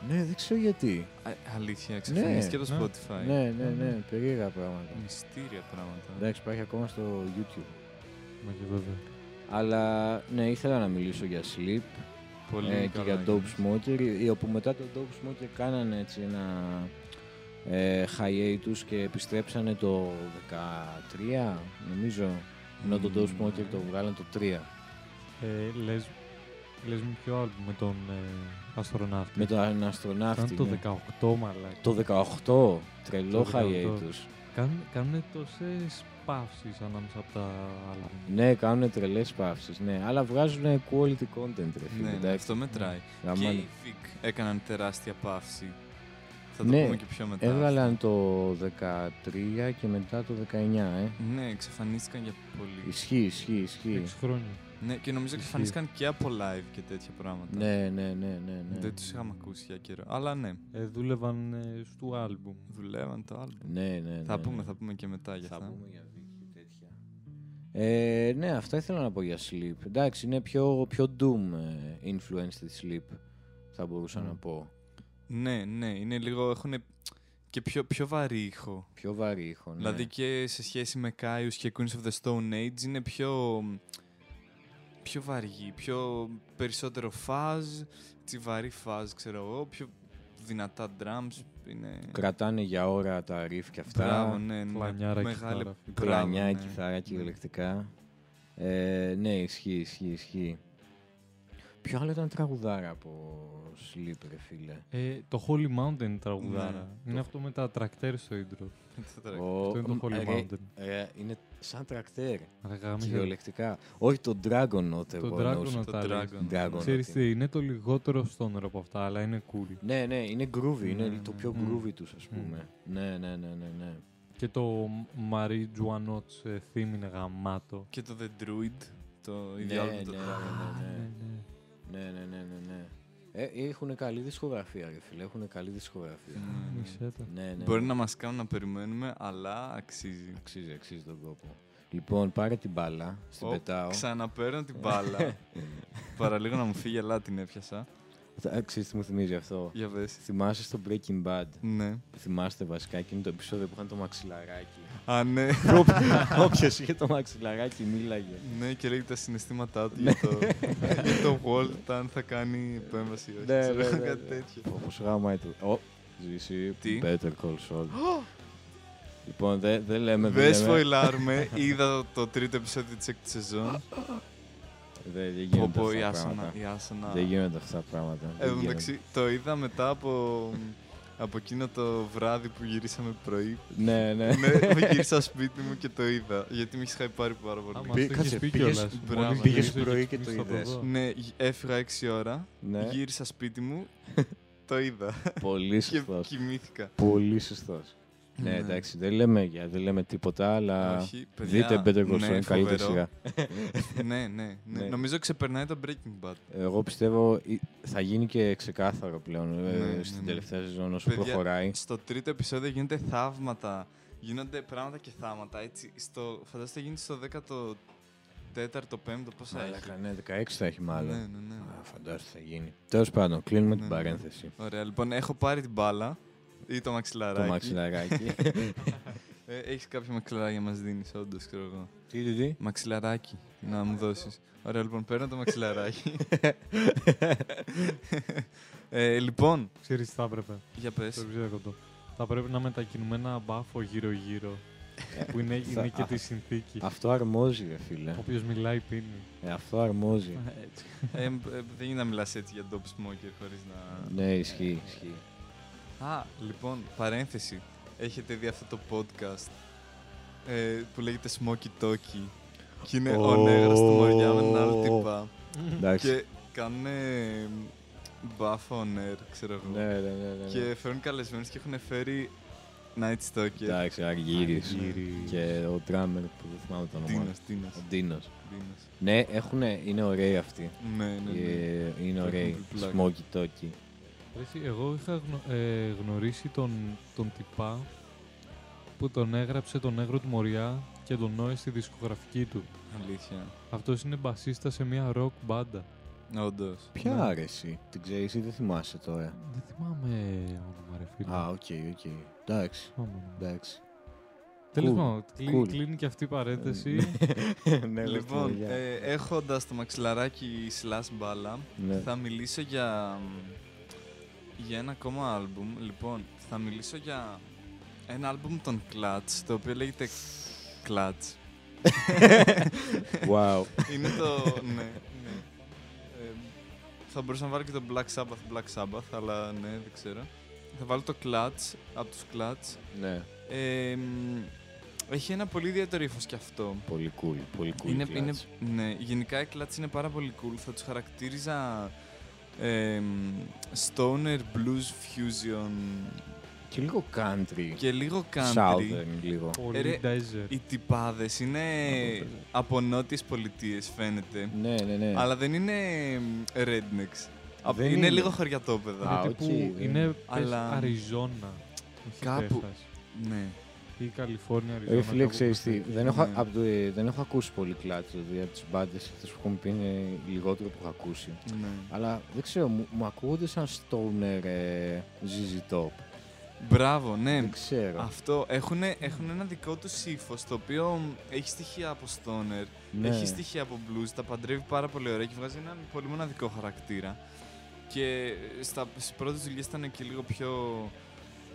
A: Ναι, δεν ξέρω γιατί.
C: Α, αλήθεια, εξαφανίστηκε
A: Ναι,
C: το
B: ναι.
C: Spotify.
A: Ναι, ναι, ναι, περίεργα πράγματα.
C: Μυστήρια πράγματα.
A: Εντάξει, υπάρχει ακόμα στο YouTube.
B: Μα και βέβαια.
A: Αλλά ναι, ήθελα να μιλήσω για Sleep
C: Πολύ
A: ε, και
C: καλά
A: για
C: έκανες.
A: Dope Smoker, οι- οι- όπου μετά το Dope Smoker κάνανε έτσι ένα ε, hiatus και επιστρέψανε το 13, νομίζω. Ενώ το Dope
C: Μμμ.
A: Smoker το βγάλανε το 3.
B: Ε, λες, λες μου ποιο άλμπου με τον ε, αστροναύτη.
A: Με τον αστροναύτη.
B: Ήταν το
A: ναι.
B: 18 μαλάκα.
A: το 18, τρελό
B: Το 18.
A: hiatus.
B: Κάνουν, τόσες παύσεις ανάμεσα από τα άλλα.
A: Ναι, κάνουν τρελές παύσεις, ναι. Αλλά βγάζουν quality content, ρε φίλε.
C: Ναι, ναι,
A: εντάξει.
C: αυτό μετράει. Και
A: Γαμάνε.
C: οι Vic έκαναν τεράστια παύση. Θα το
A: Ναι,
C: πούμε και πιο μετά.
A: Έβγαλαν το 13 και μετά το 19, ε.
C: Ναι, εξαφανίστηκαν για πολύ.
A: Ισχύει, ισχύει, ισχύει.
B: 6 χρόνια.
C: Ναι, και νομίζω
B: Ισχύει.
C: εξαφανίστηκαν και από live και τέτοια πράγματα.
A: Ναι, ναι, ναι, ναι. ναι.
C: Δεν τους είχαμε ακούσει για καιρό. Αλλά ναι,
B: Ε, δούλευαν ε, στο άλμπουμ.
C: δουλεύαν το album.
A: Ναι, ναι, ναι,
C: Θα
A: ναι.
C: πούμε, θα πούμε και μετά για
A: Θα
C: αυτά.
A: πούμε για Βίκυ τέτοια. Ε, ναι, αυτά ήθελα να πω για Sleep. Εντάξει, είναι πιο, πιο Doom ε, influenced Sleep, θα μπορούσα
B: Mm.
A: να πω.
C: Ναι, ναι, είναι λίγο. Έχουν και πιο, πιο βαρύ ήχο.
A: Πιο βαρύ ήχο, ναι.
C: Δηλαδή και σε σχέση με Κάιους και Queens of the Stone Age είναι πιο, πιο βαριή, πιο περισσότερο φαζ, τσι βαρύ φαζ ξέρω εγώ, πιο δυνατά drums, είναι...
A: Κρατάνε για ώρα τα riff και αυτά.
C: Μπράβο,
A: Ε,
C: ναι, ναι.
B: Πλανιάρα
C: μεγάλη-
B: κιθάρα.
C: μπράβο,
A: Πλανιά,
C: ναι.
A: κιθάρα
C: Ναι.
A: κυριολεκτικά. Ε, ναι, ισχύει, ισχύει, ισχύει. Ποιο άλλο ήταν τραγουδάρα από Sleep, ρε φίλε.
B: Ε, το Holy Mountain τραγουδάρα.
C: Ναι,
B: είναι
C: το-
B: αυτό με τα τρακτέρ στο intro.
C: Το τραγούδι.
A: Ο- ε,
B: αυτό είναι το Holy
A: ρε,
B: Mountain.
A: ρε, είναι σαν τρακτέρ,
B: Ρε, γάμισε.
A: κυριολεκτικά. Όχι το Dragon Note,
B: Το
A: εγώ
B: Dragon
A: εννοούσα.
B: Note.
C: Το
B: τα λέει.
C: Dragon.
A: Dragon.
B: Ξέρεις τι, είναι το λιγότερο στόνερο από αυτά, αλλά είναι cool.
A: Ναι, ναι, είναι groovy, είναι
C: Ναι,
A: το
C: ναι.
A: πιο
B: Μμ.
A: groovy τους, ας
B: Μμ.
A: πούμε. Ναι, ναι, ναι, ναι, ναι.
B: Και το Marie Juanot's ε, theme είναι γαμάτο.
C: Και το The Druid, το
A: Ναι,
C: ίδιο album, το
A: ναι,
C: Dragon.
A: ναι, ναι.
B: ναι.
A: Ναι, ναι, ναι, ναι, ναι. Ε, έχουν καλή δισκογραφία, ρε φίλε, έχουν καλή δισκογραφία.
B: Mm.
C: Ναι, ναι.
B: Μισέ τα.
A: Ναι, ναι.
C: Μπορεί να μας κάνουν να περιμένουμε, αλλά αξίζει.
A: Αξίζει, αξίζει τον κόπο. Λοιπόν, πάρε την μπάλα, στην
C: Ω,
A: πετάω.
C: Ξαναπαίρνω
A: Ναι.
C: την μπάλα. Παραλίγο να μου φύγει, αλλά την έπιασα.
A: Αξίζει τι μου θυμίζει αυτό.
C: Για πες.
A: Θυμάσαι στο Breaking Bad.
C: Ναι.
A: Θυμάστε βασικά εκείνο το επεισόδιο που είχαν το μαξιλαράκι.
C: Α, ναι.
A: Όποιος είχε το μαξιλαράκι μίλαγε.
C: Ναι, και λέει τα συναισθήματά του για το, για το Walt, αν θα κάνει επέμβαση ή όχι.
A: Ναι,
C: ξέρω,
A: ναι, ναι,
C: κάτι
A: ναι.
C: τέτοιο.
A: Όπως γάμα του. Ω, ζήσει.
C: Τι?
A: Better Call Saul. Λοιπόν, δεν δεν λέμε. δεν
C: Δεν
A: λέμε.
C: σποϊλάρουμε, είδα το τρίτο επεισόδιο της έκτη σεζόν.
A: Δεν δεν
C: Πω
A: γίνονται
C: πω, η
A: αυτά
C: Άσανα.
A: πράγματα.
C: η Άσανα.
A: Δεν γίνονται αυτά πράγματα.
C: Εν
A: Δεν
C: τω
A: γίνονται.
C: μεταξύ, το είδα μετά από, από εκείνο το βράδυ που γυρίσαμε πρωί.
A: Ναι, ναι.
C: ναι, με γύρισα σπίτι μου και το είδα. Γιατί με είχε χάει πάρει πάρα
B: Άμα
C: πολύ.
A: Πή-
B: αυτό
A: κάτσε,
B: είχες πει
A: πήγες-
B: κιόλας.
C: μπράβο,
B: Μόλις
C: πήγες
B: γυρίσω
A: πρωί
B: έχεις
A: και
B: πει
A: το
B: στο
A: είδες.
B: δω.
C: Ναι, έφυγα 6 ώρα,
A: Ναι,
C: γύρισα σπίτι μου, το είδα
A: πολύ
C: και
A: σωστός.
C: κοιμήθηκα.
A: Πολύ σωστός. Ναι,
C: Ναι.
A: εντάξει, δεν λέμε, για- δεν λέμε τίποτα, αλλά.
C: Όχι, παιδιά,
A: Δείτε Better Call
C: ναι,
A: Saul, καλύτερη
C: φοβερό.
A: σειρά.
C: ναι, ναι, ναι.
A: Ναι.
C: Νομίζω ξεπερνάει το Breaking Bad.
A: Εγώ πιστεύω ε, θα γίνει και ξεκάθαρο πλέον ε,
C: Ναι, ναι,
A: στην
C: ναι.
A: τελευταία σεζόν όσο
C: Παιδιά,
A: προχωράει.
C: Στο τρίτο επεισόδιο γίνονται θαύματα. Γίνονται πράγματα και θάματα. Έτσι, στο, φαντάζομαι θα γίνει στο 14ο, 5ο, πόσα
A: Μαλάκα, ναι, 16 θα έχει
C: έχει.
A: μάλλον.
C: Ναι, ναι, ναι.
A: Α, φαντάζομαι θα γίνει. Τέλος πάντων, κλείνουμε
C: Ναι,
A: την
C: ναι.
A: παρένθεση.
C: Ωραία, λοιπόν, έχω πάρει την μπάλα ή το
A: Το
C: μαξιλαράκι.
A: μαξιλαράκι.
C: Ε, έχεις κάποιο μαξιλαράκι να μας δίνεις, όντως, ξέρω εγώ.
A: Τι, τι, τι.
C: Μαξιλαράκι, να μου δώσεις. Ωραία, λοιπόν, παίρνω το μαξιλαράκι. ε, λοιπόν,
B: Ξέρεις τι θα έπρεπε.
C: για
B: Το
C: πες.
B: ξέρω εγώ το. Θα πρέπει να μετακινούμε ένα μπάφο γύρω-γύρω.
A: Ε,
B: που είναι, είναι και τη συνθήκη.
A: Αυτό αρμόζει, ρε φίλε.
B: Όποιο μιλάει πίνει.
A: Ε, αυτό αρμόζει.
C: ε, ε, δεν γίνεται να μιλάς έτσι για dope smoker χωρίς να...
A: ναι, ισχύει. ισχύει.
C: Α, λοιπόν, παρένθεση. Έχετε δει αυτό το podcast ε, που λέγεται Smoky Talky. Και είναι ο
A: Ω.
C: νέγρος του Μωριά με έναν άλλο τύπα.
A: Εντάξει.
C: Και κάνουν μπάφα on air, ξέρω εγώ.
A: Ναι, ναι, ναι. ναι, ναι.
C: Και φέρνουν καλεσμένους και έχουν φέρει Night Stalker.
A: Εντάξει, Αργύρης.
B: Αργύρης.
A: Και ο drummer που δεν θυμάμαι το όνομά του.
C: Τίνος, Τίνος,
A: Ο Ντίνος.
C: Τίνος.
A: Ναι, έχουνε, είναι ωραίοι αυτοί.
C: Ναι, ναι, ναι.
A: Ε, Είναι
C: Το
A: ωραίοι.
C: έχουν πλάκα.
A: Smoky Toki.
B: Εσύ, εγώ είχα γνω- ε, γνωρίσει τον, τον τυπά που τον έγραψε τον έγρο του Μωριά και τον νόησε στη δισκογραφική του.
C: Αλήθεια.
B: Αυτός είναι μπασίστας σε μια rock μπάντα.
C: Όντως.
A: Ποια
B: Ναι.
A: άρεση, την ξέρεις ή δεν θυμάσαι τώρα.
B: Δεν θυμάμαι όνομα, ρε
C: Ναι.
B: φίλε.
A: Α, οκ, οκ. Εντάξει,
B: Θυμάμαι όνομα.
A: εντάξει.
B: Τέλος
A: Cool.
B: πάντων, κλείνει-
A: Cool. Ε,
B: κλείνει και αυτή η παρένθεση.
A: ναι,
C: Λοιπόν,
A: λεπτομεριά.
C: ε, έχοντας το μαξιλαράκι slash μπάλα,
A: Ναι.
C: θα μιλήσω για, για ένα ακόμα άλμπουμ. Λοιπόν, θα μιλήσω για ένα άλμπουμ των Clutch, το οποίο λέγεται Clutch.
A: Wow.
C: Είναι το. ναι, ναι. Ε, θα μπορούσα να βάλω και το Black Sabbath, Black Sabbath, αλλά ναι, δεν ξέρω. Θα βάλω το Clutch, από τους Clutch.
A: ναι,
C: Ε, μ, έχει ένα πολύ ιδιαίτερο ύφος κι αυτό.
A: πολύ cool, πολύ cool.
C: είναι,
A: clutch.
C: είναι, ναι, γενικά οι Clutch είναι πάρα πολύ cool. Θα τους χαρακτήριζα ε, μ, stoner, blues, fusion
A: Και λίγο country.
C: και λίγο country.
A: Southern λίγο.
B: Πολύ
C: ρε,
B: ντέζερ.
C: Οι τυπάδες είναι
A: Από το-
C: από νότιες πολιτείες φαίνεται.
A: Ναι, ναι, ναι.
C: Αλλά δεν είναι μ, rednecks. Απ-
A: Δεν
C: είναι,
A: είναι.
C: λίγο
A: Α,
C: χωριατόπεδα.
A: οκ,
B: Είναι τύπου,
A: δεν-
B: είναι πες,
C: Αλλά-
B: Αριζόνα. όχι
C: Κάπου. Ε,
B: Τέξας.
C: Ναι.
B: Ή Καλιφόρνια, Αριζόνα.
A: Ρε φίλε,
B: κάπου
A: ξέρεις τι,
B: εκεί.
A: δεν έχω,
C: Ναι.
A: απ' το- ε, δεν έχω ακούσει πολύ κλάτ, δηλαδή από τις μπάντες αυτές που έχουν πει είναι λιγότερο που έχω ακούσει.
C: ναι.
A: Αλλά δεν ξέρω, μου, μου ακούγονται σαν stoner ε, ZZ Top.
C: Μπράβο, ναι.
A: δεν ξέρω.
C: Αυτό. Έχουν, έχουν ένα δικό τους ύφος το οποίο έχει στοιχεία από stoner,
A: ναι.
C: έχει στοιχεία από blues, τα παντρεύει πάρα πολύ ωραία και βγάζει έναν πολύ μοναδικό χαρακτήρα. Και ε, στα, στις πρώτες δουλειές ήταν και λίγο πιο,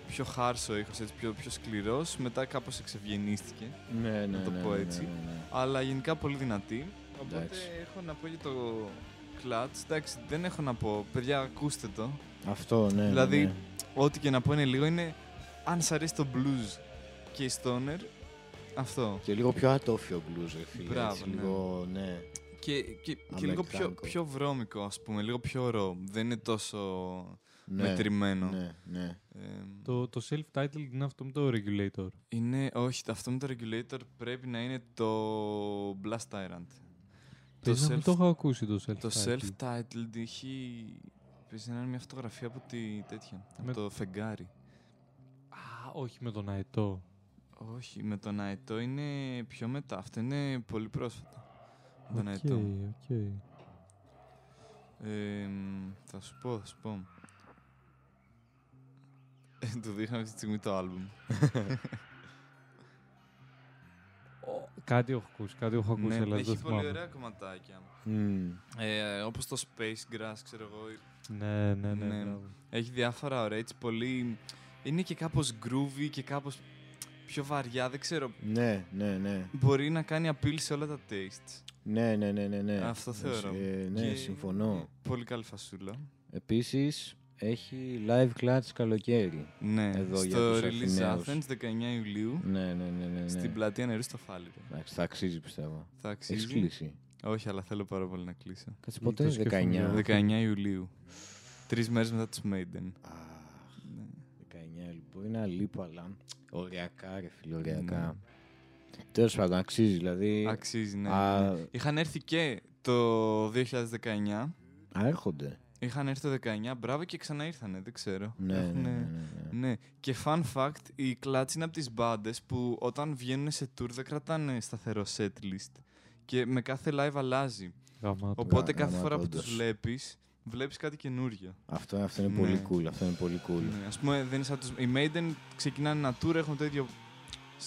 C: πιο χάρσο ο ήχος, έτσι, πιο, πιο σκληρός. Μετά κάπως εξευγενίστηκε.
A: ναι, ναι,
C: να το
A: ναι,
C: πω
A: ναι,
C: έτσι.
A: Ναι, ναι.
C: αλλά γενικά πολύ δυνατή. Οπότε
A: Εντάξει.
C: έχω να πω για το Clutch. Εντάξει, δεν έχω να πω. Παιδιά, ακούστε το.
A: Αυτό, ναι. ναι,
C: Δηλαδή,
A: ναι.
C: Ό,τι και να πω είναι λίγο είναι αν σ' αρέσει το blues και η stoner, αυτό.
A: Και λίγο πιο ατόφιο blues, ρε φίλε.
C: Μπράβο,
A: έτσι,
C: ναι.
A: Λίγο, ναι.
C: Και, και, και λίγο πιο,
A: Αμερικάνικο.
C: πιο βρώμικο, ας πούμε, λίγο πιο ρο. Δεν είναι τόσο
A: ναι.
C: μετρημένο.
A: Ναι, ναι.
C: Ε,
B: Το, το self-titled είναι αυτό με το regulator.
C: Είναι, όχι, αυτό με το regulator πρέπει να είναι το Blast Tyrant.
B: Το
C: self-
B: self... Το έχω ακούσει το self-titled.
C: Το self-titled έχει. Παίζει να είναι μια φωτογραφία από τη τέτοια.
B: Με-
C: Από το φεγγάρι.
B: Α, όχι με τον αετό.
C: Όχι, με τον Αετό είναι πιο μετά. Αυτό είναι πολύ πρόσφατα. Με
B: Οκ,
C: τον Αετό.
B: οκ.
C: Ε, μ, θα σου πω, θα σου πω. Ε, το δείχνω αυτή τη στιγμή το άλμπουμ.
B: Ο, Κάτι έχω ακούσει, κάτι έχω ακούσει, αλλά δεν το
C: Ναι, έχει πολύ
B: θυμάμαι.
C: ωραία κομματάκια.
A: Μμμ.
C: Ε, όπως το Space Grass, ξέρω εγώ.
B: Ναι, ναι, ναι.
C: Ναι.
B: μπράβο.
C: Έχει διάφορα ωραία, έτσι πολύ... Είναι και κάπως groovy και κάπως πιο βαριά, δεν ξέρω.
A: Ναι, ναι, ναι.
C: Μπορεί να κάνει απειλή σε όλα τα tastes.
A: Ναι, ναι, ναι, ναι, ναι.
C: Αυτό θεωρώ.
A: Ε, ναι,
C: Και-
A: συμφωνώ.
C: Πολύ καλή φασούλα.
A: Επίσης, έχει live clutch καλοκαίρι.
C: Ναι,
A: Εδώ για
C: στο
A: τους
C: Release
A: Αθηναίους.
C: Athens 19 Ιουλίου
A: Ναι, ναι, ναι, ναι. ναι.
C: στην πλατεία νερού στο Φάληρο.
A: Εντάξει, θα αξίζει πιστεύω.
C: Θα
A: Έχεις
C: αξίζει.
A: κλείσει.
C: Όχι, αλλά θέλω πάρα πολύ να κλείσω.
A: Κάτσε
B: Λίγο
A: ποτέ
B: το σκεφτόμουν.
A: 19.
C: 19 Ιουλίου. Τρεις μέρες μετά τους Maiden.
A: Αχ,
C: Ναι.
A: 19 λοιπόν. Είναι αλίπα, αλλά ωριακά, ρε φίλε, ωριακά. Τέλος πάντων, αξίζει, δηλαδή.
C: Αξίζει, ναι.
A: α,
C: Είχαν έρθει και το 2019.
A: α, έρχονται.
C: Είχαν έρθει το 19, μπράβο και ξανά ήρθανε, δεν ξέρω.
A: Ναι, ναι,
C: Έχουνε-
A: ναι. ναι, ναι.
C: Ναι. Και fun fact, οι Clutch είναι από τις μπάντες που όταν βγαίνουν σε tour δεν κρατάνε σταθερό set list και με κάθε live αλλάζει.
B: Γαμάτο.
C: Οπότε
A: γαμάτο,
C: κάθε φορά που
A: όντως.
C: τους βλέπεις, βλέπεις κάτι καινούριο.
A: Αυτό, αυτό είναι
C: Ναι.
A: πολύ cool. Αυτό είναι πολύ cool.
C: Ναι, ας πούμε, δεν είναι σαν τους... οι Maiden ξεκινάνε ένα tour, έχουν το ίδιο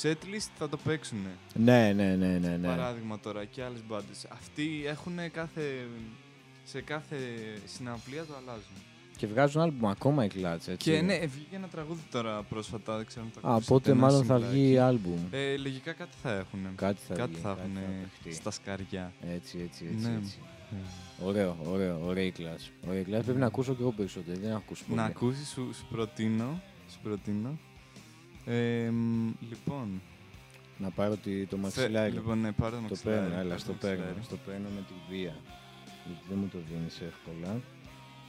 C: setlist, θα το παίξουν.
A: Ναι, ναι, ναι, ναι. ναι.
C: Παράδειγμα τώρα και άλλες μπάντες. Αυτοί έχουν κάθε... σε κάθε συναυλία το αλλάζουν.
A: Και βγάζουν άλμπουμ ακόμα οι Clutch, έτσι.
C: Και ναι, βγήκε ένα τραγούδι τώρα πρόσφατα, δεν ξέρω αν το
A: Α,
C: ακούσατε,
A: οπότε
C: ένα
A: μάλλον θα
C: singlάκι.
A: βγει άλμπουμ.
C: Ε, λογικά κάτι θα έχουν.
A: Κάτι θα
C: κάτι
A: βγει,
C: θα έχουν
A: παιχτεί.
C: στα σκαριά.
A: Έτσι, έτσι, έτσι.
C: Ναι.
A: έτσι. Ωραίο, ωραίο, ωραία η κλάση. Ωραία η κλάση. Πρέπει να ακούσω και εγώ περισσότερο. Δεν έχω ακούσει πολύ.
C: Να ακούσεις, σου, σου προτείνω. Σου προτείνω. Ε, μ, λοιπόν,
A: Να πάρω τη, το μαξιλάρι.
C: θε- λοιπόν, ναι, πάρε το
A: το
C: μαξιλάρι.
A: παίρνω,
C: πάρε
A: έλα,
C: το
A: στο
C: μαξιλάρι.
A: παίρνω. Στο παίρνω με τη βία. Γιατί δεν μου το δίνεις εύκολα.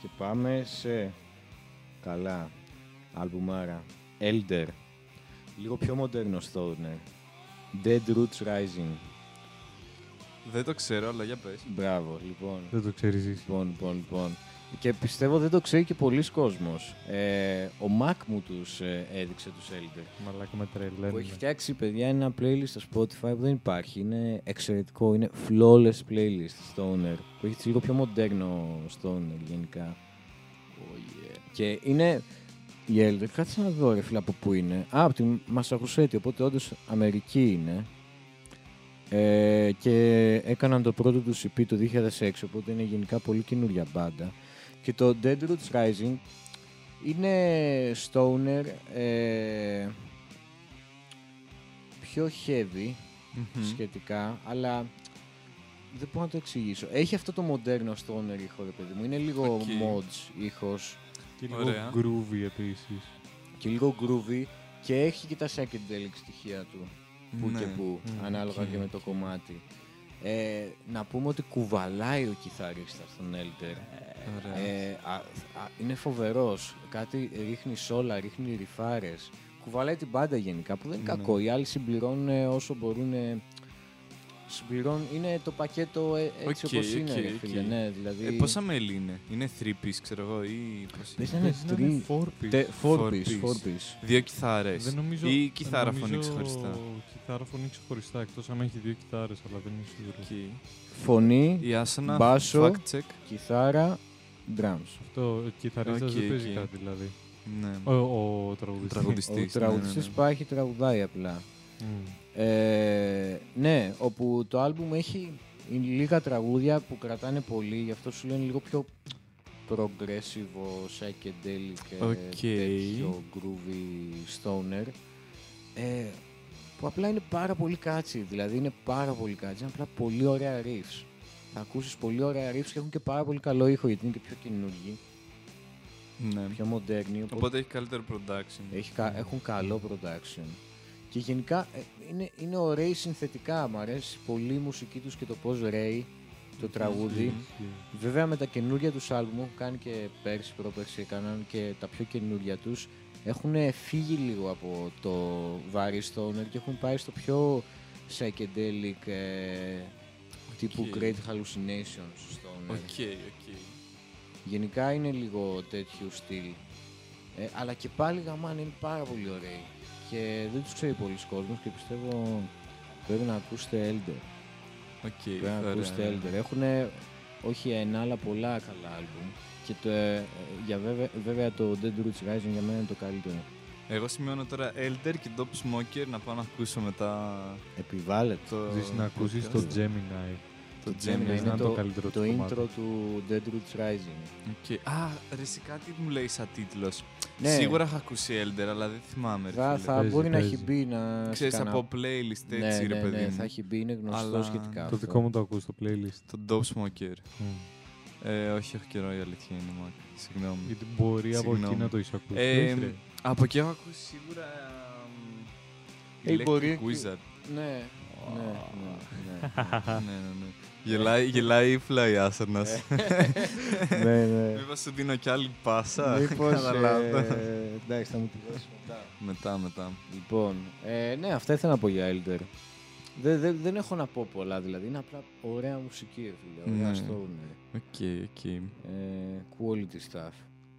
A: Και πάμε σε... Καλά. Αλμπουμάρα. Elder. Λίγο πιο μοντέρνο stoner. Dead Roots Rising.
C: Δεν το ξέρω, αλλά για πες.
A: Μπράβο, λοιπόν.
B: Δεν το ξέρεις εσύ.
A: Λοιπόν, λοιπόν, λοιπόν. και πιστεύω δεν το ξέρει και πολλοί κόσμος. Ε, ο Mac μου τους ε, έδειξε τους Elder.
B: Μαλάκα με
A: Που έχει
B: τρελαίνουν.
A: φτιάξει, παιδιά, ένα playlist στο Spotify που δεν υπάρχει. Είναι εξαιρετικό. Είναι flawless playlist Stoner. Που έχει έτσι λίγο πιο μοντέρνο Stoner γενικά. Και είναι. Η Elder, κάτσε να δω ρε φίλε από πού είναι. Α, από τη Μασαχουσέτη, οπότε όντως Αμερική είναι. Ε, και έκαναν το πρώτο τους EP το 2006, οπότε είναι γενικά πολύ καινούρια μπάντα. Και το Dead Roots Rising είναι stoner, ε, πιο heavy
C: Μμμ.
A: σχετικά, αλλά δεν μπορώ να το εξηγήσω. Έχει αυτό το μοντέρνο stoner ήχο, ρε παιδί μου. Είναι λίγο
C: Οκ.
A: mods ήχος
B: Και λίγο
C: Ωραία.
B: groovy επίσης.
A: και λίγο groovy και έχει και τα psychedelic στοιχεία του που
C: Ναι.
A: και που,
B: Μμ,
A: ανάλογα και με το κομμάτι. Ε, να πούμε ότι κουβαλάει ο κιθαρίστας στον Elder.
C: Ωραία.
A: Ε, α, α, είναι φοβερός. Κάτι ρίχνει σόλα, ρίχνει ριφάρες. Κουβαλάει την πάντα γενικά που δεν είναι
C: Ναι.
A: κακό. Οι άλλοι συμπληρώνουν ε, όσο μπορούν. ε, Συμπληρώνουν. Είναι το πακέτο ε, έτσι
C: Οκ,
A: όπως είναι,
C: οκ,
A: ρε
C: οκ.
A: φίλε. Ναι, δηλαδή...
C: Ε, πόσα μέλη είναι, είναι 3-piece ξέρω εγώ ή πώς
A: Δεν
C: είναι.
A: είναι
B: Πες να
A: τρι...
B: four-piece.
A: τε- four
C: Four
A: piece,
C: piece.
A: four piece.
C: Δύο κιθάρες
B: Δεν νομίζω.
C: ή κιθάρα φωνή
B: νομίζω
C: ξεχωριστά.
B: Κιθάρα φωνή ξεχωριστά. Εκτός αν έχει δύο κιθάρες, αλλά δεν είμαι σίγουρο.
C: Οκ.
A: Φωνή,
C: Η Άσανα,
A: Μπάσο.
C: fact check.
A: κιθάρα, drums.
B: Αυτό ο κιθαρίστας
C: Οκ,
B: δεν παίζει
C: οκ.
B: κάτι δηλαδή.
C: Ναι.
B: Ο, ο, τραγουδιστής.
A: Ο
C: Τραγουδιστής. ναι, ναι, ναι.
A: τραγουδιστής πάει και τραγουδάει απλά.
B: Μμμ.
A: Ε, ναι, όπου το άλμπουμ έχει λίγα τραγούδια που κρατάνε πολύ, γι' αυτό σου λένε λίγο πιο progressive, psychedelic, ε,
C: Οκ.
A: τέτοιο groovy stoner. Ε, που απλά είναι πάρα πολύ κάτσι, δηλαδή είναι πάρα πολύ κάτσι, είναι απλά πολύ ωραία riffs. Θα ακούσεις πολύ ωραία riffs και έχουν και πάρα πολύ καλό ήχο γιατί είναι και πιο καινούργιοι,
C: Ναι.
A: πιο μοντέρνοι, οπότε
C: Οπότε έχει καλύτερο production.
A: έχει, κα- έχουν καλό production. Και γενικά ε, είναι, είναι ωραίοι συνθετικά. Μ' αρέσει πολύ η μουσική τους και το πώς ρέει το τραγούδι. Βέβαια με τα καινούργια τους άλμπουμ έχουν κάνει και πέρσι, πρόπερσι έκαναν και τα πιο καινούργια τους έχουν φύγει λίγο από το βάρη stoner και έχουν πάει στο πιο psychedelic ε, τύπου
C: Οκ.
A: great hallucinations stoner.
C: Οκ, οκ.
A: Γενικά είναι λίγο τέτοιου στυλ. Ε, αλλά και πάλι γαμάνε είναι πάρα πολύ ωραίοι. Και δεν τους ξέρει πολλοί κόσμος και πιστεύω πρέπει να ακούσετε Elder.
C: Οκ,
A: Πρέπει να
C: ωραία.
A: ακούσετε Elder. Έχουν όχι ένα αλλά πολλά καλά άλμπουμ. Και το, ε, ε, για βέβαια, βέβαια το Dead Roots Rising για μένα είναι το καλύτερο.
C: Εγώ σημειώνω τώρα Elder και Dope Smoker να πάω να ακούσω μετά
A: Επιβάλλεται.
C: το.
B: Ζεις να ακούσεις
C: podcast. Ναι,
B: το Gemini.
C: Το
A: Gemini
C: Gemini.
A: είναι
B: είναι
A: το-
B: το καλύτερο
A: Το
B: του κομμάτι.
A: intro του Dead Roots Rising.
C: Οκ. Α, ρε, εσύ κάτι μου λέει σαν τίτλος.
A: Ναι.
C: Σίγουρα είχα ακούσει Elder, αλλά δεν θυμάμαι. Ρε,
A: Θα,
C: φίλε.
A: θα
B: Παίζει,
A: μπορεί να
B: παίζει.
A: έχει μπει να. σε
C: Ξέρεις
A: κανένα-
C: από playlist
A: ναι, ναι,
C: έτσι ρε παιδί
A: ναι,
C: μου.
A: θα έχει μπει, είναι γνωστό
C: Αλλά
A: σχετικά.
B: Το
A: αυτό.
B: δικό μου το ακούς στο playlist.
C: Το Dope Smoker.
B: Μμμ.
C: Ε, όχι, έχω καιρό η αλήθεια είναι, Μακ. Συγγνώμη.
B: Γιατί μπορεί από εκεί
C: Συγγνώμη.
B: να το είσαι ακούσει.
C: Ε,
B: Λες, ρε.
C: από εκεί έχω ακούσει σίγουρα.
A: Ε,
C: Electric
A: μπορεί και-
C: Wizard.
A: Ναι, ναι, ναι, ναι.
C: ναι, ναι, ναι. Γελάει, γελάει η φλάι άσερνα.
A: Ε. ναι, ναι.
C: Μήπως σου δίνω κι άλλη
A: Ε,
C: πάσα.
A: Μήπως,
C: Καταλάβω.
A: ε, εντάξει, θα μου τη δώσεις μετά.
C: Μετά, μετά.
A: Λοιπόν, ε, ναι, αυτά ήθελα να πω για Elder. Δε, δε, δεν έχω να πω πολλά, δηλαδή. Είναι απλά ωραία μουσική, ρε φίλε. Ωραία
C: Ναι.
A: stoner.
C: Οκ, οκ.
A: Ε, quality stuff.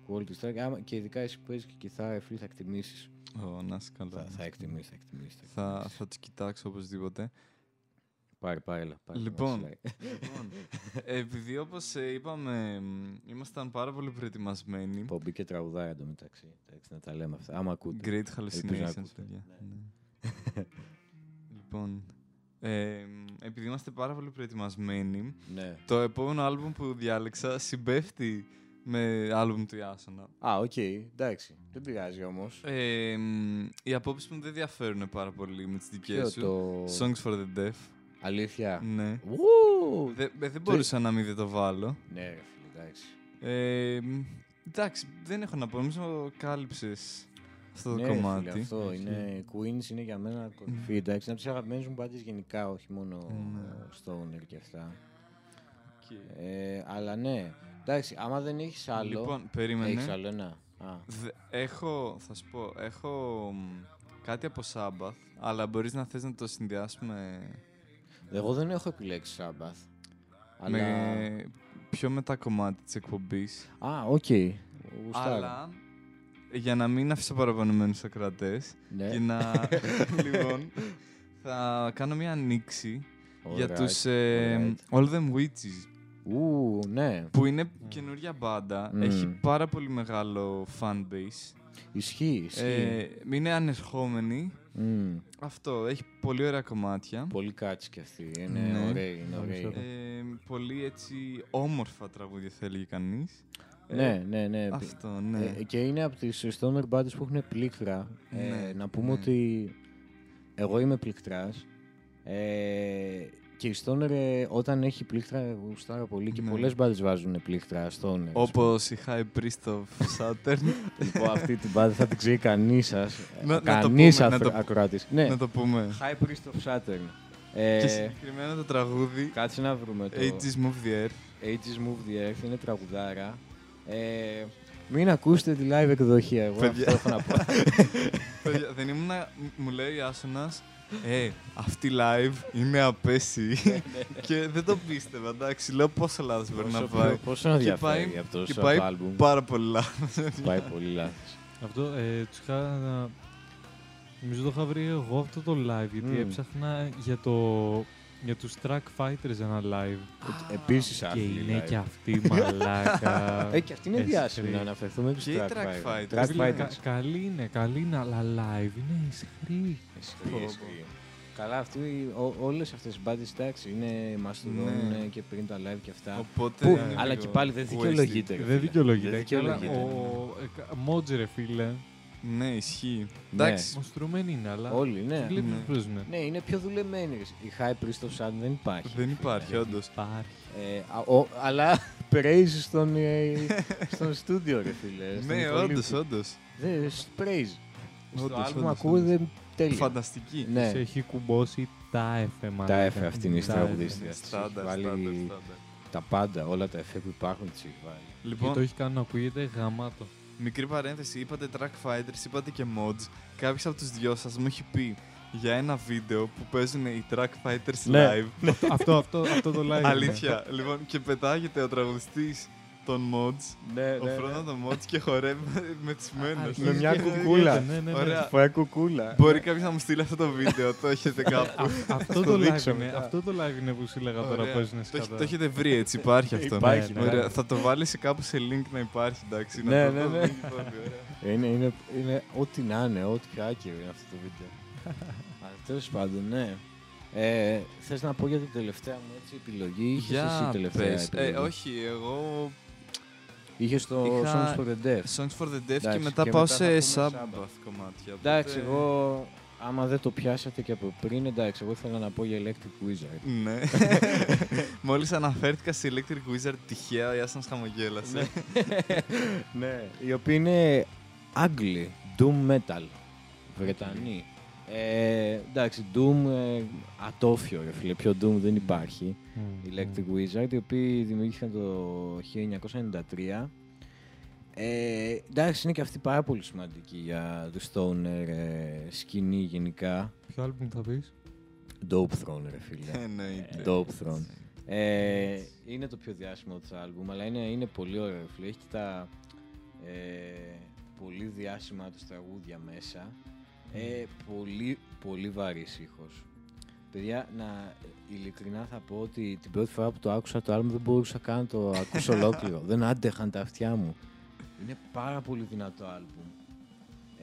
A: Quality stuff. Άμα, και ειδικά εσύ που παίζεις και κιθάρα, ρε φίλε, θα εκτιμήσεις.
C: Ω, να είσαι
A: Θα,
C: καλά.
A: θα εκτιμήσεις, θα εκτιμήσεις. Θα,
C: Θα,
A: εκτιμήσεις.
C: θα τις κοιτάξω οπωσδήποτε.
A: Πάρε, πάρε, έλα, πάρε.
C: Λοιπόν.
A: να σε λέει.
C: λοιπόν, επειδή όπως είπαμε, μ, ήμασταν πάρα πολύ προετοιμασμένοι.
A: Πω, μπήκε τραγουδάρα εντωμεταξύ. Εντάξει, να τα λέμε αυτά. Άμα ακούτε.
C: Great
A: Ελπίζω να
C: hallucinations,
A: ακούτε.
C: παιδιά. Ναι. λοιπόν, ε, μ, επειδή είμαστε πάρα πολύ προετοιμασμένοι,
A: Ναι.
C: το επόμενο άλμπουμ που διάλεξα συμπέφτει με άλμπουμ του Ιάσονα.
A: Α, οκ, εντάξει. Δεν πειράζει όμως.
C: Ε, μ, οι απόψεις μου δεν διαφέρουν πάρα πολύ με τις δικές
A: Ποιο
C: σου.
A: το...
C: Songs for the Deaf.
A: Αλήθεια.
C: Ναι.
A: Ου!
C: Δε- ε, δεν μπορούσα να μην δεν το βάλω.
A: Ναι, ρε φίλε, εντάξει.
C: Ε, μ, εντάξει, δεν έχω να πω. Νομίζω κάλυψες αυτό το
A: ναι, ρε
C: κομμάτι. Ναι.
A: Φίλε, αυτό
B: Εντάξει.
A: είναι. Queens είναι για μένα κορυφή. Εντάξει, είναι από τι αγαπημένε μου πάντε γενικά, όχι μόνο Stoner και αυτά.
C: Οκ.
A: Ε, αλλά ναι, εντάξει, άμα δεν έχεις άλλο.
C: Λοιπόν,
A: έχει
C: περίμενε.
A: άλλο ένα. Α,
C: Δε- έχω, θα σου πω, έχω μ, κάτι από Sabbath, αλλά μπορείς να θες να το συνδυάσουμε...
A: εγώ δεν έχω επιλέξει Sabbath. Αλλά...
C: Με πιο μετά κομμάτι της εκπομπής.
A: Α, οκ. Γουστάρω.
C: Αλλά για να μην αφήσω παραπονεμένους ακροατέ
A: Ναι.
C: και να. λοιπόν, θα κάνω μια ανοίξη για
A: Alright.
C: τους ε, All Them Witches
A: Ου, ναι.
C: που είναι καινούρια μπάντα,
A: Mm.
C: έχει πάρα πολύ μεγάλο fan base.
A: Ισχύει, ισχύει.
C: Ε, είναι ανερχόμενη.
A: Μμ.
C: Αυτό, έχει πολύ ωραία κομμάτια.
A: Πολύ κάτσι κι αυτή. Είναι
C: Ναι.
A: ωραίοι, είναι ωραίοι.
B: Νομίζω.
C: Ε, πολύ έτσι όμορφα τραγούδια θα έλεγε κανείς. Ε,
A: ναι, ναι, ναι.
C: Αυτό, ναι.
A: Ε, και είναι από τις stoner bands που έχουν πλήκτρα. Ε,
C: Ναι,
A: να πούμε
C: ναι.
A: ότι εγώ είμαι πλήκτρας. Ε, και η stoner ε, όταν έχει πλήκτρα εγώ γουστάρω πολύ και
C: Ναι.
A: πολλές bands βάζουν πλήκτρα stoner.
C: Όπως η High Priest of Saturn,
A: Λοιπόν, αυτή την μπάντα θα την ξέρει κανείς σας. Ε,
C: Να- να το
A: κανείς
C: πούμε, να
A: αθρο-
C: το-
A: ακροάτης. Ναι,
C: να το πούμε.
A: High Priest of Saturn.
C: Και
A: Ε,
C: συγκεκριμένα το τραγούδι
A: κάτσε να βρούμε το...
C: Ages Move the Earth.
A: Ages Move the Earth, είναι τραγουδάρα. Ε, μην ακούσετε τη live εκδοχή, εγώ
C: Παιδιά.
A: αυτό έχω να πω.
C: Παιδιά, Δεν ήμουν, μου λέει η Άσονας, ε, αυτή live είναι απέση.
A: Ναι,
C: και δεν το πίστευα, εντάξει, λέω πόσο λάθος μπορεί να
A: Πόσο-
C: πάει.
A: Πόσο να
C: Και
A: διαφέρει
C: πάει-
A: αυτό
C: και
A: το
C: πάει
A: άλμπουμ.
C: Πάρα πολύ λάθος.
A: Πάει πολύ λάθος.
B: Αυτό ε, τους είχα... να- Νομίζω το είχα βρει εγώ αυτό το live, γιατί
A: Μμμ.
B: έψαχνα για, το, για τους track fighters ένα live.
A: Επίσης
B: και
A: άθλη
B: είναι
A: live.
B: και αυτή η μαλάκα.
A: Ε, και αυτή είναι
B: Εσύ
A: διάσημη
B: κρύβει.
A: να αναφερθούμε στους
C: Και οι
A: Track
C: Track
A: Fighters.
C: Fighters.
A: Track
C: Φίλε,
A: Fighters.
B: Κα- καλή είναι, καλή είναι, αλλά live είναι ισχρή.
A: Ισχύει, ισχύει. Καλά, αυτοί, ο- όλες αυτές οι μπάντες, εντάξει, είναι μαστοδόν
C: Ναι.
A: ε, και πριν τα live και αυτά.
C: Οπότε.
A: Που,
C: είναι
A: Ναι. αλλά
C: λίγο
A: και πάλι δεν
C: wasted.
A: δικαιολογείται. ρε
B: Ε, Δεν
A: φίλε.
B: δικαιολογείται.
A: Δεν
B: και άλλα-
A: δικαιολογείται.
B: Ο ε, κα- Μότζε, ρε φίλε.
C: Ναι, ισχύει.
A: Ναι.
C: Εντάξει.
B: Μοστρούμενοι είναι, αλλά.
A: Όλοι, ναι.
B: τους κλείνουν,
C: Ναι.
B: τους βρίσκουνε.
A: Ναι, είναι πιο δουλεμένοι. Η High Priest of Sun δεν υπάρχει.
C: Δεν
A: Ναι.
C: υπάρχει, όντως.
B: Υπάρχει.
A: Ε, α, ο- αλλά praise στον, ε, στον στούντιο, ρε φίλε. στον
C: Ναι,
A: υπολείπτη.
C: όντως, όντως.
A: Δε, σ- praise. Στο
C: Όντως,
A: άλμπουμ
C: όντως,
A: ακούγεται τέλεια.
C: Φανταστική. Ναι,
A: Ναι.
B: Σε έχει κουμπώσει τα εφέ, μάλλον.
A: Τα εφέ αυτή είναι η
B: Τα
A: τραγουδίστρια.
B: εφέ.
A: Της
C: Στάνταρ,
A: έχει
C: στάνταρ,
A: βάλει-
C: στάνταρ.
A: Τα πάντα, όλα τα εφέ που υπάρχουν της έχει βάλει.
B: Και το
C: Λοιπόν,
B: έχει κάνει να ακούγεται γαμάτο.
C: μικρή παρένθεση. Είπατε Track Fighters, είπατε και Mods. Κάποιος από τους δυο σας μου έχει πει για ένα βίντεο που παίζουν οι Track Fighters
A: Ναι.
C: live.
B: αυτό, αυτό, αυτό το live.
C: Αλήθεια. Λοιπόν, και πετάγεται ο τραγουδιστής των Mods,
A: Ναι,
C: ο Φρόνα των Mods και χορεύει με- με του μένου.
A: Με μια κουκούλα.
B: Ναι, ναι, ναι.
C: Ωραία.
A: Φοράει κουκούλα.
C: Μπορεί κάποιος να μου στείλει αυτό το βίντεο, το έχετε κάπου.
B: Αυτό
A: το
B: το, live
A: δείξω
B: είναι,
A: μετά.
B: αυτό το live είναι που σου έλεγα τώρα
C: Ωραία.
B: παίζουν
C: Το, έχ-
B: σκατά.
C: το έχετε βρει έτσι, υπάρχει αυτό.
A: Υπάρχει,
B: ναι,
C: Ωραία,
B: ναι.
C: θα το βάλεις σε κάπου σε link να υπάρχει, εντάξει.
A: Ναι,
C: να το
A: ναι,
C: το
A: ναι.
C: link το όλοι, ωραία.
A: Είναι, είναι, είναι ό,τι να είναι, ό,τι πιο άκυρο είναι αυτό το βίντεο. Αλλά τέλος πάντων, ναι. Ε, θες να πω για την τελευταία μου έτσι, επιλογή, είχες εσύ τελευταία
C: πες.
A: επιλογή.
C: Ε, όχι, εγώ.
A: Είχες το
C: Είχα-
A: Songs for the Deaf.
C: Songs for the Deaf
A: Εντάξει,
C: και μετά
A: και
C: πάω
A: μετά θα
C: σε
A: πούμε
C: Sabbath
A: Sabbath.
C: κομμάτια.
A: Εντάξει,
C: οπότε-
A: εγώ άμα δεν το πιάσατε και από πριν, εντάξει, εγώ ήθελα να πω για Electric Wizard.
C: Ναι. Μόλις αναφέρθηκα σε Electric Wizard τυχαία, η Άσανς χαμογέλασε.
A: ναι, οι οποίοι είναι Άγγλοι, Doom Metal, Βρετανοί. Ε, εντάξει, Doom ε, ατόφιο, ρε φίλε, πιο Doom δεν υπάρχει.
B: Μμμ.
A: Electric Wizard, οι οποίοι δημιουργήθηκαν το 1993. Ε, εντάξει, είναι και αυτή πάρα πολύ σημαντική για το stoner ε, σκηνή γενικά.
B: Ποιο album θα πεις?
A: Dope Throne, ρε φίλε.
C: Ε, Εννοείται.
A: Dope Throne. Ε, είναι το πιο διάσημο του άλμπουμ, αλλά είναι, είναι πολύ ωραίο. ρε φίλε. Έχει και τα ε, πολύ διάσημα τους τραγούδια μέσα. Ε, πολύ, πολύ βαρύς ήχος. Παιδιά, να, ειλικρινά θα πω ότι την πρώτη φορά που το άκουσα το άλμπουμ δεν μπορούσα καν να το ακούσω ολόκληρο. δεν άντεχαν τα αυτιά μου. Είναι πάρα πολύ δυνατό άλμπουμ.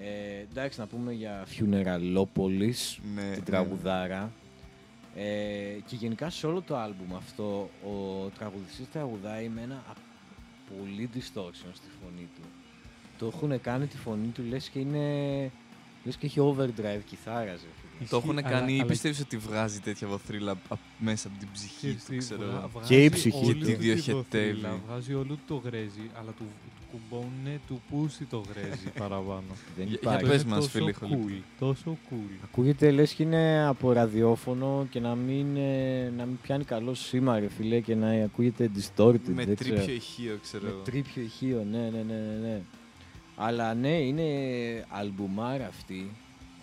A: Ε, εντάξει, να πούμε για Funeralopolis
C: Ναι,
A: την
C: ναι.
A: τραγουδάρα. Ε, και γενικά σε όλο το άλμπουμ αυτό ο τραγουδιστής τραγουδάει με ένα α- πολύ distortion στη φωνή του. Το έχουν κάνει τη φωνή του λες και είναι... Λες και έχει overdrive κιθάρας. ρε φίλε.
B: Ισχύει,
C: Το έχουν
B: αλλά-
C: κάνει,
B: αλλά-
C: πιστεύεις ότι βγάζει τέτοια βοθρίλα απ- μέσα από την ψυχή
B: Ξέρεις
C: του,
B: τι,
C: ξέρω
B: βγα-
C: εγώ.
B: βγάζει
A: Και η
B: όλη
A: ψυχή
B: του
A: του.
B: την
C: διοχετεύει.
B: βοθρίλα, Βγάζει όλο του το γρέζι, αλλά του, του κουμπώνουν του πούστη το γρέζι παραπάνω.
A: Δεν
C: για-
A: υπάρχει.
C: για πες.
B: Είναι
C: μας,
B: τόσο
C: φίλε,
B: cool,
C: Χολύπτη.
B: Τόσο cool.
A: Ακούγεται λες και είναι από ραδιόφωνο και να μην, ε, να μην πιάνει καλό σήμα ρε φίλε και να ακούγεται distorted.
C: Με
A: δεν ξέρω.
C: τρίπιο ηχείο, ξέρω
A: Με
C: εγώ.
A: τρίπιο ηχείο, ναι, ναι, ναι, ναι, ναι. Αλλά ναι, είναι αλμπουμάρα αυτή.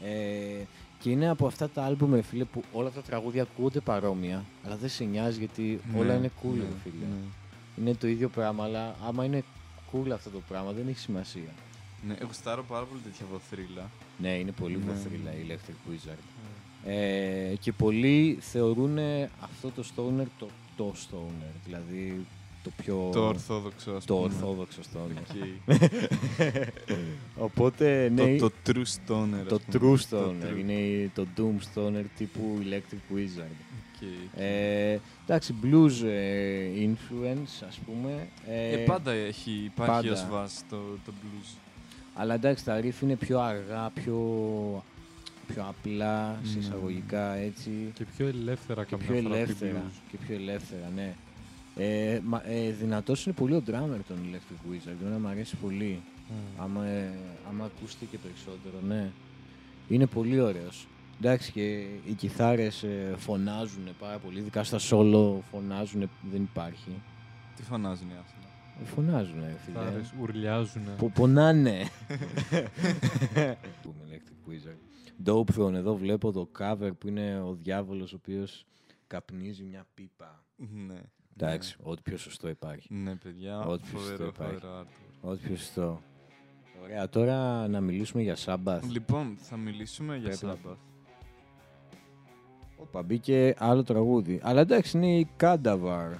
A: Ε, Και είναι από αυτά τα άλμπουμ, ρε φίλε, που όλα τα τραγούδια ακούγονται παρόμοια, αλλά δεν σε νοιάζει γιατί
C: Ναι,
A: όλα είναι cool,
C: ναι,
A: ρε φίλε.
C: ναι.
A: Είναι το ίδιο πράγμα, αλλά άμα είναι cool αυτό το πράγμα, δεν έχει σημασία.
C: Ναι, εγώ στάρω πάρα πολύ τέτοια βοθρίλα.
A: Ναι, είναι πολύ
C: Ναι.
A: βοθρίλα η Electric Wizard. Ε, και πολλοί θεωρούν αυτό το stoner το, το stoner, δηλαδή το πιο...
C: Το ορθόδοξο, ας
A: το
C: πούμε.
A: ορθόδοξο stoner.
C: Οκ.
A: Οπότε, ναι,
C: Το, το true stoner. ας
A: το
C: πούμε.
A: true
C: Το
A: stoner,
C: true.
A: είναι η- το doom stoner τύπου Electric Wizard.
C: Οκ.
A: Ε, εντάξει, blues ε, influence, ας πούμε.
C: Ε, πάντα έχει, υπάρχει
A: πάντα.
C: ως βάση το, το blues.
A: Αλλά εντάξει, τα riff είναι πιο αργά, πιο, πιο απλά, σε
C: Ναι.
A: εισαγωγικά έτσι.
B: Και πιο ελεύθερα
A: Και
B: καμιά
A: πιο
B: φορά από την
A: ελεύθερα.
B: blues.
A: Και πιο ελεύθερα, ναι. Ε, μα, ε, δυνατός είναι πολύ ο drummer των Electric Wizard, εμένα μου αρέσει πολύ. Άμα, ε, άμα ακούσετε και περισσότερο, ναι. Είναι πολύ ωραίος. Εντάξει και οι κιθάρες ε, φωνάζουν πάρα πολύ, ειδικά στα solo φωνάζουν, δεν υπάρχει.
C: Τι φωνάζουν οι άθλοι.
A: Ε, Φωνάζουν, ρε φίλε.
B: Κιθάρες ουρλιάζουν.
A: Που πονάνε. Πούμε Electric Wizard. Dope Throne, εδώ βλέπω το cover που είναι ο διάβολος ο οποίος καπνίζει μια πίπα.
C: Ναι.
A: Εντάξει, ό,τι πιο σωστό υπάρχει.
C: Ναι, παιδιά.
A: Ό,τι πιο
C: φοβερό,
A: σωστό υπάρχει.
C: φοβερό artwork.
A: Ό,τι πιο σωστό. Ωραία, τώρα να μιλήσουμε για Sabbath.
C: Λοιπόν, θα μιλήσουμε για
A: Πρέπει να
C: Σάμπαθ.
A: Όπα, μπήκε άλλο τραγούδι. Αλλά εντάξει, είναι η Κάνταβαρ.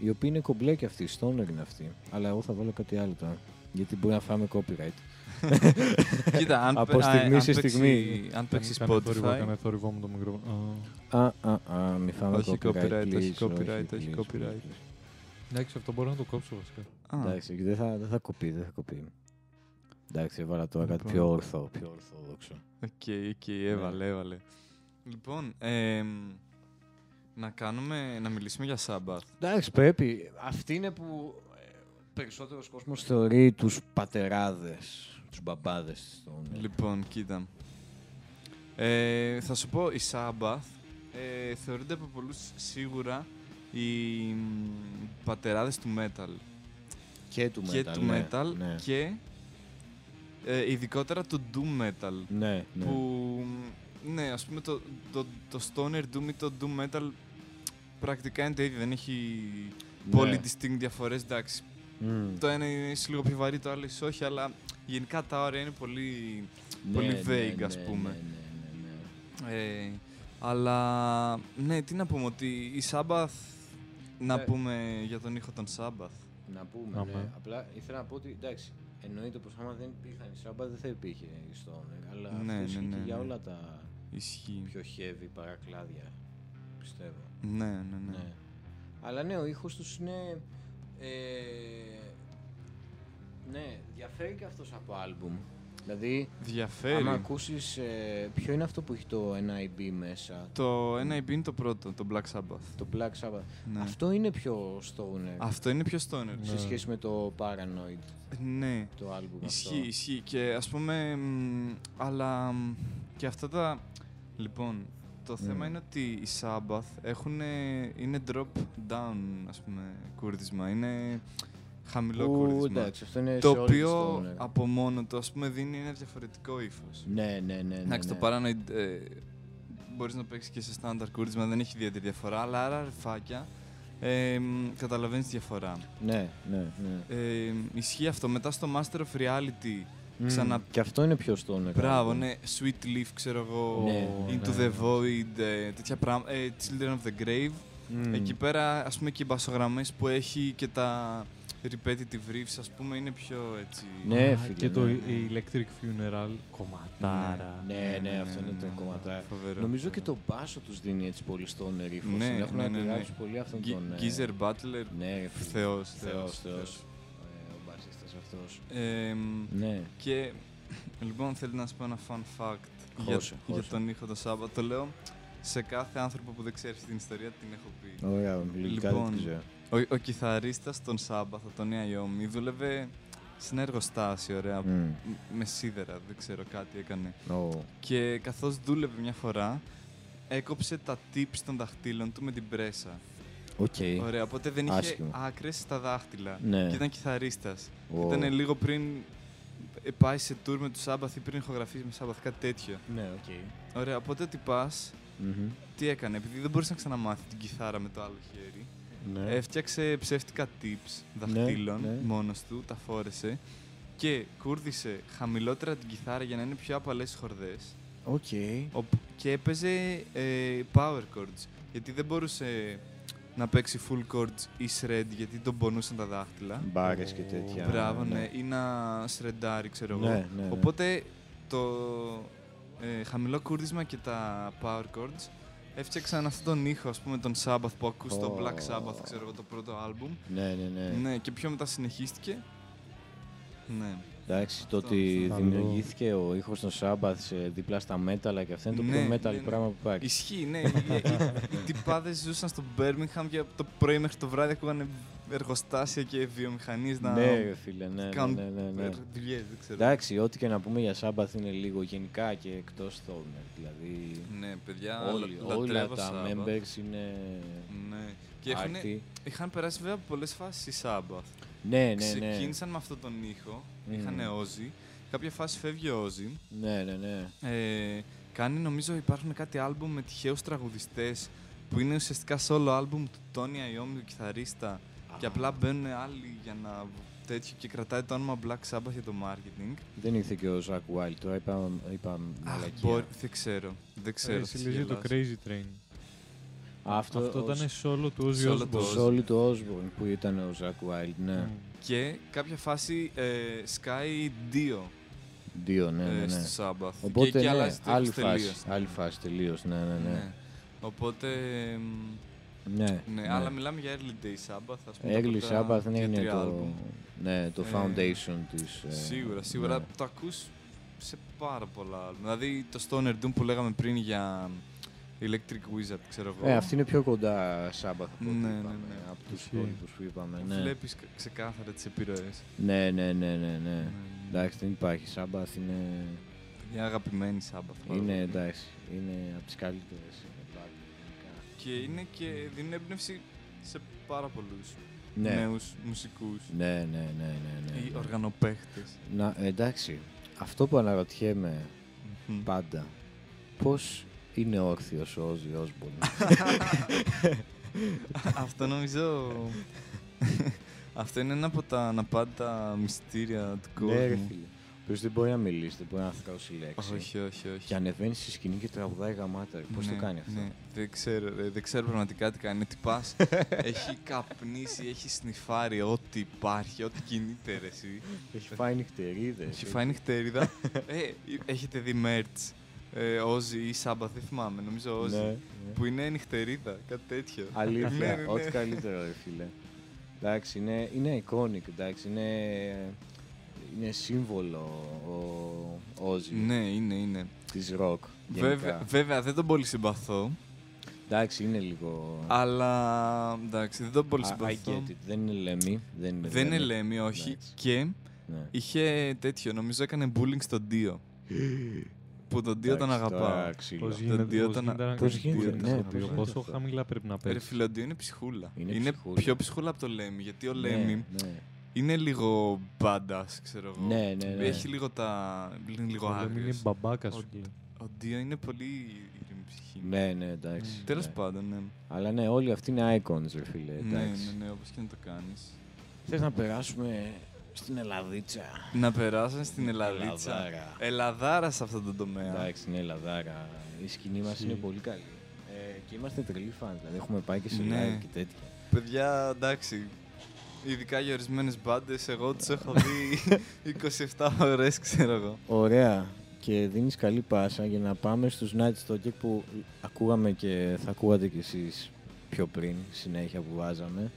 A: Η οποία είναι κομπλέ και αυτή, stoner είναι αυτή. Αλλά εγώ θα βάλω κάτι άλλο τώρα. Γιατί μπορεί να φάμε copyright.
C: Κοίτα, αν,
A: Από
C: α,
A: στιγμή
C: αν
A: σε
C: παίξει-
A: στιγμή.
C: Αν παίξει
B: Κάνε θόρυβο,
C: Spotify.
B: Κάνε θόρυβο μου το μικρόφωνο. Α.
A: Α, α, α, μη φάμε
C: Όχι
A: copyright.
C: copyright,
A: please,
C: όχι copyright,
A: please,
C: όχι
A: please,
C: copyright.
A: please.
B: Εντάξει, αυτό μπορώ να το κόψω βασικά.
C: Α,
A: Εντάξει, δεν θα, δεν θα κοπεί, δεν θα κοπεί. Εντάξει, έβαλα τώρα κάτι
C: Λοιπόν.
A: πιο όρθο, πιο ορθόδοξο.
C: Οκ, οκ,
A: Ναι.
C: έβαλε, έβαλε. Λοιπόν, εμ, να κάνουμε, να μιλήσουμε για Σάμπαθ.
A: Εντάξει, πρέπει. Αυτή είναι που ε, περισσότερος κόσμος θεωρεί τους πατεράδες, τους μπαμπάδες των...
C: Λοιπόν, κοίτα. Ε, θα σου πω, η Σάμπαθ ε, θεωρείται από πολλούς σίγουρα οι μ, πατεράδες του metal.
A: και του metal.
C: και του
A: ναι,
C: metal
A: Ναι,
C: και ε, ειδικότερα του doom metal.
A: ναι. ναι.
C: Που, μ, ναι, ας πούμε το, το, το stoner doom ή το doom metal πρακτικά είναι το ίδιο, δεν έχει
A: Ναι.
C: πολύ distinct διαφορές, εντάξει.
A: Μμμ.
C: Το ένα είναι ίσως λίγο πιο βαρύ, το άλλο ίσως όχι, αλλά γενικά τα όρια είναι πολύ πολύ vague, ας πούμε.
A: Ναι, ναι, ναι, ναι.
C: Ε, αλλά ναι, τι να πούμε, ότι η Σάμπαθ. Να
A: Ναι.
C: πούμε για τον ήχο των Σάμπαθ.
A: Να πούμε,
B: Άμα.
A: ναι. Απλά ήθελα να πω ότι εντάξει, εννοείται πως άμα δεν υπήρχαν οι Σάμπα δεν θα υπήρχε η Stoner, αλλά
C: Ναι,
A: αυτό
C: ναι,
A: ισχύει
C: ναι,
A: και για
C: ναι.
A: όλα τα
C: Ισχύει.
A: πιο heavy παρακλάδια, πιστεύω.
C: Ναι, ναι, ναι.
A: Ναι. Αλλά ναι, ο ήχος τους είναι... Ε, ναι, διαφέρει και αυτός από άλμπουμ. Δηλαδή,
C: Διαφέρει.
A: άμα ακούσεις ε, ποιο είναι αυτό που έχει το NIB μέσα,
C: Το NIB είναι το πρώτο, το Black Sabbath.
A: το Black Sabbath,
C: Ναι.
A: αυτό είναι πιο stoner
C: Αυτό είναι πιο stoner.
A: σε
B: Ναι.
A: σχέση με το Paranoid,
C: Ναι.
A: το άλμπουμ αυτό.
C: Ισχύει, ισχύει. Και ας πούμε. μ, Αλλά. μ, Και αυτά τα. Λοιπόν, το θέμα
A: Mm.
C: είναι ότι οι Sabbath έχουν. είναι drop down, ας πούμε, κούρδισμα. Είναι χαμηλό
A: Που,
C: κούρδισμα.
A: εντάξει, αυτό είναι
C: Το
A: σε όλους
C: οποίο
A: stoner.
C: από μόνο του, ας πούμε, δίνει ένα διαφορετικό ύφος.
A: Ναι, ναι, ναι. ναι,
C: Εντάξει,
A: ναι.
C: το Paranoid ε, μπορείς να παίξεις και σε στάνταρ κούρδισμα, δεν έχει ιδιαίτερη διαφορά, αλλά άρα ρηφάκια ε, καταλαβαίνεις τη διαφορά.
A: Ναι, ναι, ναι.
C: Ε, ισχύει αυτό. Μετά στο Master of Reality, ξανα-
A: ναι. Μμμ, Και αυτό είναι πιο stoner.
C: μπράβο,
A: άλμπουμ.
C: ναι, Sweet Leaf, ξέρω εγώ,
A: Ναι.
C: Into
B: ναι.
C: the Void, ε, τέτοια πράγματα, ε, Children of the Grave.
A: Μμμ.
C: Εκεί πέρα, ας πούμε, και οι μπασογραμμές που έχει και τα repetitive riffs, ας πούμε, είναι πιο έτσι...
A: Ναι,
B: Α,
A: φίλε,
B: Και το
A: ναι,
B: η-
A: ναι.
B: η Electric Funeral. Ε, Κομματάρα.
A: Ναι, ναι, αυτό είναι το κομματάρι.
C: Φοβερό,
A: Νομίζω και
C: φοβερό.
A: το μπάσο τους δίνει έτσι πολύ stoner ύφος.
C: Ναι,
A: Έχουν
C: ναι, ναι, ναι.
A: επηρεάσει πολύ αυτόν
C: Γκι-
A: τον... ε,
C: Γκίζερ Μπάτλερ,
A: Ναι, ρε φίλε.
C: θεός,
A: Θεός,
C: θεός,
A: θεός. Ε, Ο μπασίστας αυτός.
C: Ε, μ,
A: Ναι.
C: και λοιπόν θέλετε να σας πω ένα fun fact για,
A: Χώσε,
C: για
A: χώσε.
C: τον ήχο το Σάββατο. Το λέω σε κάθε άνθρωπο που δεν ξέρει την ιστορία την έχω πει.
A: Ωραία, λογικά δεν
C: Λοιπόν,
A: ξέρω.
C: Ο, ο κιθαρίστας των Σάμπαθο, τον Νέα Ιώμη, δούλευε σε ένα εργοστάσιο, ωραία,
A: Μμ.
C: με σίδερα, δεν ξέρω κάτι έκανε.
A: Ω.
C: Και καθώς δούλευε μια φορά, έκοψε τα tips των δαχτύλων του με την πρέσα.
A: Οκ.
C: Ωραία, οπότε δεν είχε
A: Άσχημο.
C: άκρες στα δάχτυλα.
A: Ε, Ναι.
C: Και ήταν κιθαρίστας.
A: Ω.
C: Ήταν λίγο πριν ε, πάει σε tour με τους Σάμπαθ ή πριν ηχογραφήσει με Σάμπαθ, κάτι τέτοιο.
A: Ναι, οκ. Okay.
C: Ωραία, οπότε τι πα, τι έκανε, επειδή δεν μπορούσε να ξαναμάθεις την κιθάρα με το άλλο χέρι.
A: Ναι.
C: Ε, Έφτιαξε ψεύτικα tips δαχτύλων
A: ναι.
C: μόνος του, τα φόρεσε και κούρδισε χαμηλότερα την κιθάρα για να είναι πιο απαλές οι χορδές
A: Οκ.
C: οπ- και έπαιζε ε, power chords γιατί δεν μπορούσε να παίξει full chords ή shred γιατί τον πονούσαν τα δάχτυλα.
A: Μπάρες και τέτοια.
C: Μπράβο, ναι. Ή να σρεντάρει, ξέρω εγώ.
A: Ναι, ναι, ναι.
C: Οπότε το ε, χαμηλό κούρδισμα και τα power chords έφτιαξαν αυτόν τον ήχο, ας πούμε, τον Sabbath που ακούς στο
A: Ω.
C: Black
A: Oh.
C: Sabbath, ξέρω εγώ, το πρώτο άλμπουμ.
A: Ναι, ναι, ναι.
C: Ναι, και πιο μετά συνεχίστηκε. Ναι.
A: Εντάξει, το
C: Αυτό,
A: ότι
B: αυτό.
A: δημιουργήθηκε ο ήχος των Σάμπαθ σε- δίπλα στα μέταλλα και αυτό είναι το πιο
C: Ναι,
A: metal
C: ναι, ναι.
A: πράγμα που υπάρχει.
C: Ισχύει, ναι. οι, οι, οι τυπάδες ζούσαν στο Birmingham και από το πρωί μέχρι το βράδυ ακούγανε εργοστάσια και βιομηχανίες να
A: Ναι, ρε φίλε, ναι, ναι,
C: κάνουν
A: ναι, ναι, ναι.
C: δουλειές, δεν ξέρω.
A: Εντάξει, ό,τι και να πούμε για Σάμπαθ είναι λίγο γενικά και εκτός Stoner. Δηλαδή,
C: Ναι, παιδιά,
A: όλοι,
C: λα-
A: όλα
C: λατρεύω
A: τα
C: Sabbath.
A: members είναι
C: Ναι. Και έχουνε-
A: άρτιοι.
C: είχαν περάσει βέβαια πολλές φάσεις οι Sabbath.
A: Ναι, ναι, ναι.
C: Ξεκίνησαν με αυτόν τον ήχο,
A: Μμμ.
C: είχαν Όζι. Κάποια φάση φεύγει ο Όζι.
A: Ναι, ναι, ναι.
C: Ε, κάνει νομίζω υπάρχουν κάτι άλμπουμ με τυχαίους τραγουδιστές που είναι ουσιαστικά solo άλμπουμ του Τόνι Αϊόμι, του κιθαρίστα και απλά μπαίνουν άλλοι για να τέτοιο και κρατάει το όνομα Black Sabbath για το marketing.
A: Δεν ήρθε και ο Ζακ Wild, τώρα είπα, είπα
C: Αχ,
A: μαλακία.
C: μπορεί- δεν ξέρω. Δεν ξέρω. θα
B: Συλλογίζει το
C: γελάσω.
B: Crazy Train.
A: Αυτό,
B: Αυτό
A: ο-
B: ήταν solo του Ozzy
C: Solo του
A: Το
C: Osbourne.
B: Osbourne.
A: σόλι του Osborne που ήταν ο Ζακ Wild, ναι.
B: Μμ.
C: Και κάποια φάση ε, σκάει δύο
A: Δύο, ναι, ναι,
C: ε,
A: ναι.
C: στο Sabbath. και
A: Οπότε,
C: εκεί
A: ναι,
C: αλλάζει το
A: άλλη
C: ήχος τελείως.
A: φάση, άλλη φάση τελείως, ναι, ναι, ναι.
C: Ναι. Οπότε, εμ,
A: Ναι,
C: ναι,
A: ναι.
C: αλλά μιλάμε για early day Sabbath. Ας πούμε, τα
A: Early
C: πρώτα
A: Sabbath ναι, είναι
C: δύο-τρία
A: το,
C: άλμπουμ.
A: ναι, το
C: Ε,
A: foundation της... ε,
C: Σίγουρα, σίγουρα
A: ναι.
C: το ακούς σε πάρα πολλά άλμπουμ. Δηλαδή το Stoner Doom που λέγαμε πριν για Electric Wizard, ξέρω εγώ.
A: Ε, αυτή είναι πιο κοντά Sabbath από ό,τι
C: Ναι, ναι,
A: είπαμε,
C: ναι.
A: από τους
B: Ισχύει.
A: υπόλοιπους που είπαμε. Ναι,
C: Βλέπεις κα- ξεκάθαρα τις επιρροές.
A: ναι, ναι, ναι, ναι, ναι.
C: Ναι.
A: Εντάξει, δεν υπάρχει. Sabbath είναι,
C: Μια αγαπημένη Sabbath. πάρα
A: είναι, ναι.
C: πολύ.
A: εντάξει, είναι από τις καλύτερες. band γενικά.
C: Και είναι και δίνουν έμπνευση σε πάρα πολλούς
A: Ναι,
C: νέους μουσικούς
A: ναι, ναι, ναι, ναι, ναι,
C: ή
A: ναι.
C: οργανοπαίχτες.
A: Να, εντάξει, αυτό που αναρωτιέμαι
C: Μμμ.
A: πάντα, πώς είναι όρθιος ο Όζι
C: Ναι,
A: Osbourne.
C: Αυτό νομίζω... Αυτό είναι ένα από τα αναπάντα μυστήρια του
A: Ναι, ρε
C: κόσμου.
A: φίλε. Ο οποίος δεν μπορεί να μιλήσει, δεν μπορεί να θρώσει λέξη.
C: Όχι, όχι, όχι.
A: Και ανεβαίνει στη σκηνή και τραγουδάει γαμάτα. Πώς
C: Ναι,
A: το κάνει αυτό.
C: ναι. Δεν ξέρω, ρε, δεν ξέρω πραγματικά τι κάνει. Τι πας, έχει καπνίσει, έχει σνιφάρει ό,τι υπάρχει, ό,τι κινείται ρε, εσύ.
A: Έχει φάει νυχτερίδες.
C: Έχει φάει νυχτερίδα. ε, έχετε δει merch. Ε, Όζι ή Σάμπα, δεν θυμάμαι, νομίζω Όζι. Που είναι νυχτερίδα, κάτι τέτοιο. Ναι, ναι, ναι.
A: Ναι, Αλήθεια. Ό,τι καλύτερο, ρε φίλε. Εντάξει, είναι, είναι iconic, εντάξει, είναι, είναι σύμβολο ο Όζι
C: Ναι, είναι, είναι.
A: της rock. γενικά.
C: Βέβαια, βέβαια, δεν τον πολύ συμπαθώ,
A: Εντάξει, είναι λίγο...
C: αλλά εντάξει, δεν τον πολύ
A: I- I
C: συμπαθώ.
A: get it. Δεν είναι λέμι. Δεν είναι,
C: Δεν είναι
A: Lemmy.
C: Λέμι, όχι.
A: Εντάξει.
C: Και
A: Ναι.
C: είχε τέτοιο, νομίζω έκανε bullying στον Ντίο. που τον Ντίο τον
A: Εντάξει,
C: αγαπάω.
A: τώρα ξύλο.
B: Πώς γίνεται
C: δύο
B: πώς
C: ήταν-
B: γίνεται να
A: πώς
B: κάνεις
A: γίνεται,
B: δύο
A: ναι,
B: τέτοια
A: πώς
B: δύο,
A: γίνεται
B: Πόσο
A: αυτό.
B: χαμηλά πρέπει να
C: Ρε
B: παίξει.
C: φίλε, ο Ντίο είναι ψυχούλα.
A: Είναι ψυχούλα.
C: πιο ψυχούλα από το Λέμι, γιατί ο
A: Ναι,
C: Λέμι
A: ναι.
C: είναι λίγο badass, ξέρω εγώ.
A: Ναι, ναι, ναι.
C: Έχει λίγο τα... είναι λίγο
B: Ο Λέμι είναι
C: άγριος.
B: μπαμπάκα
C: Ο-
B: σου. φίλε.
C: Ο Ντίο είναι πολύ ήρεμη ψυχή.
A: Ναι, ναι, εντάξει.
B: Μμ.
C: Τέλος
A: ναι.
C: πάντων, ναι.
A: Αλλά ναι, όλοι αυτοί είναι icons, ρε φίλε.
C: Ναι,
A: Εντάξει.
C: ναι, ναι, όπως και να το κάνεις.
A: Θες να περάσουμε στην Ελλαδίτσα.
C: Να περάσουμε στην Ελλαδίτσα.
A: Ελλαδάρα.
C: Ελαδάρα σε αυτόν τον τομέα.
A: Εντάξει, είναι Ελλαδάρα. Η σκηνή μας
B: Ισχύει.
A: είναι πολύ καλή. Ε, και είμαστε τρελοί φαν, δηλαδή έχουμε πάει και σε
C: Ναι.
A: live και τέτοια.
C: Παιδιά, εντάξει. Ειδικά για ορισμένες μπάντες, εγώ τους έχω δει 27 ώρες, ξέρω εγώ.
A: Ωραία. Και δίνεις καλή πάσα για να πάμε στους Night Stalker που ακούγαμε και θα ακούγατε κι εσείς πιο πριν, συνέχεια που βάζαμε.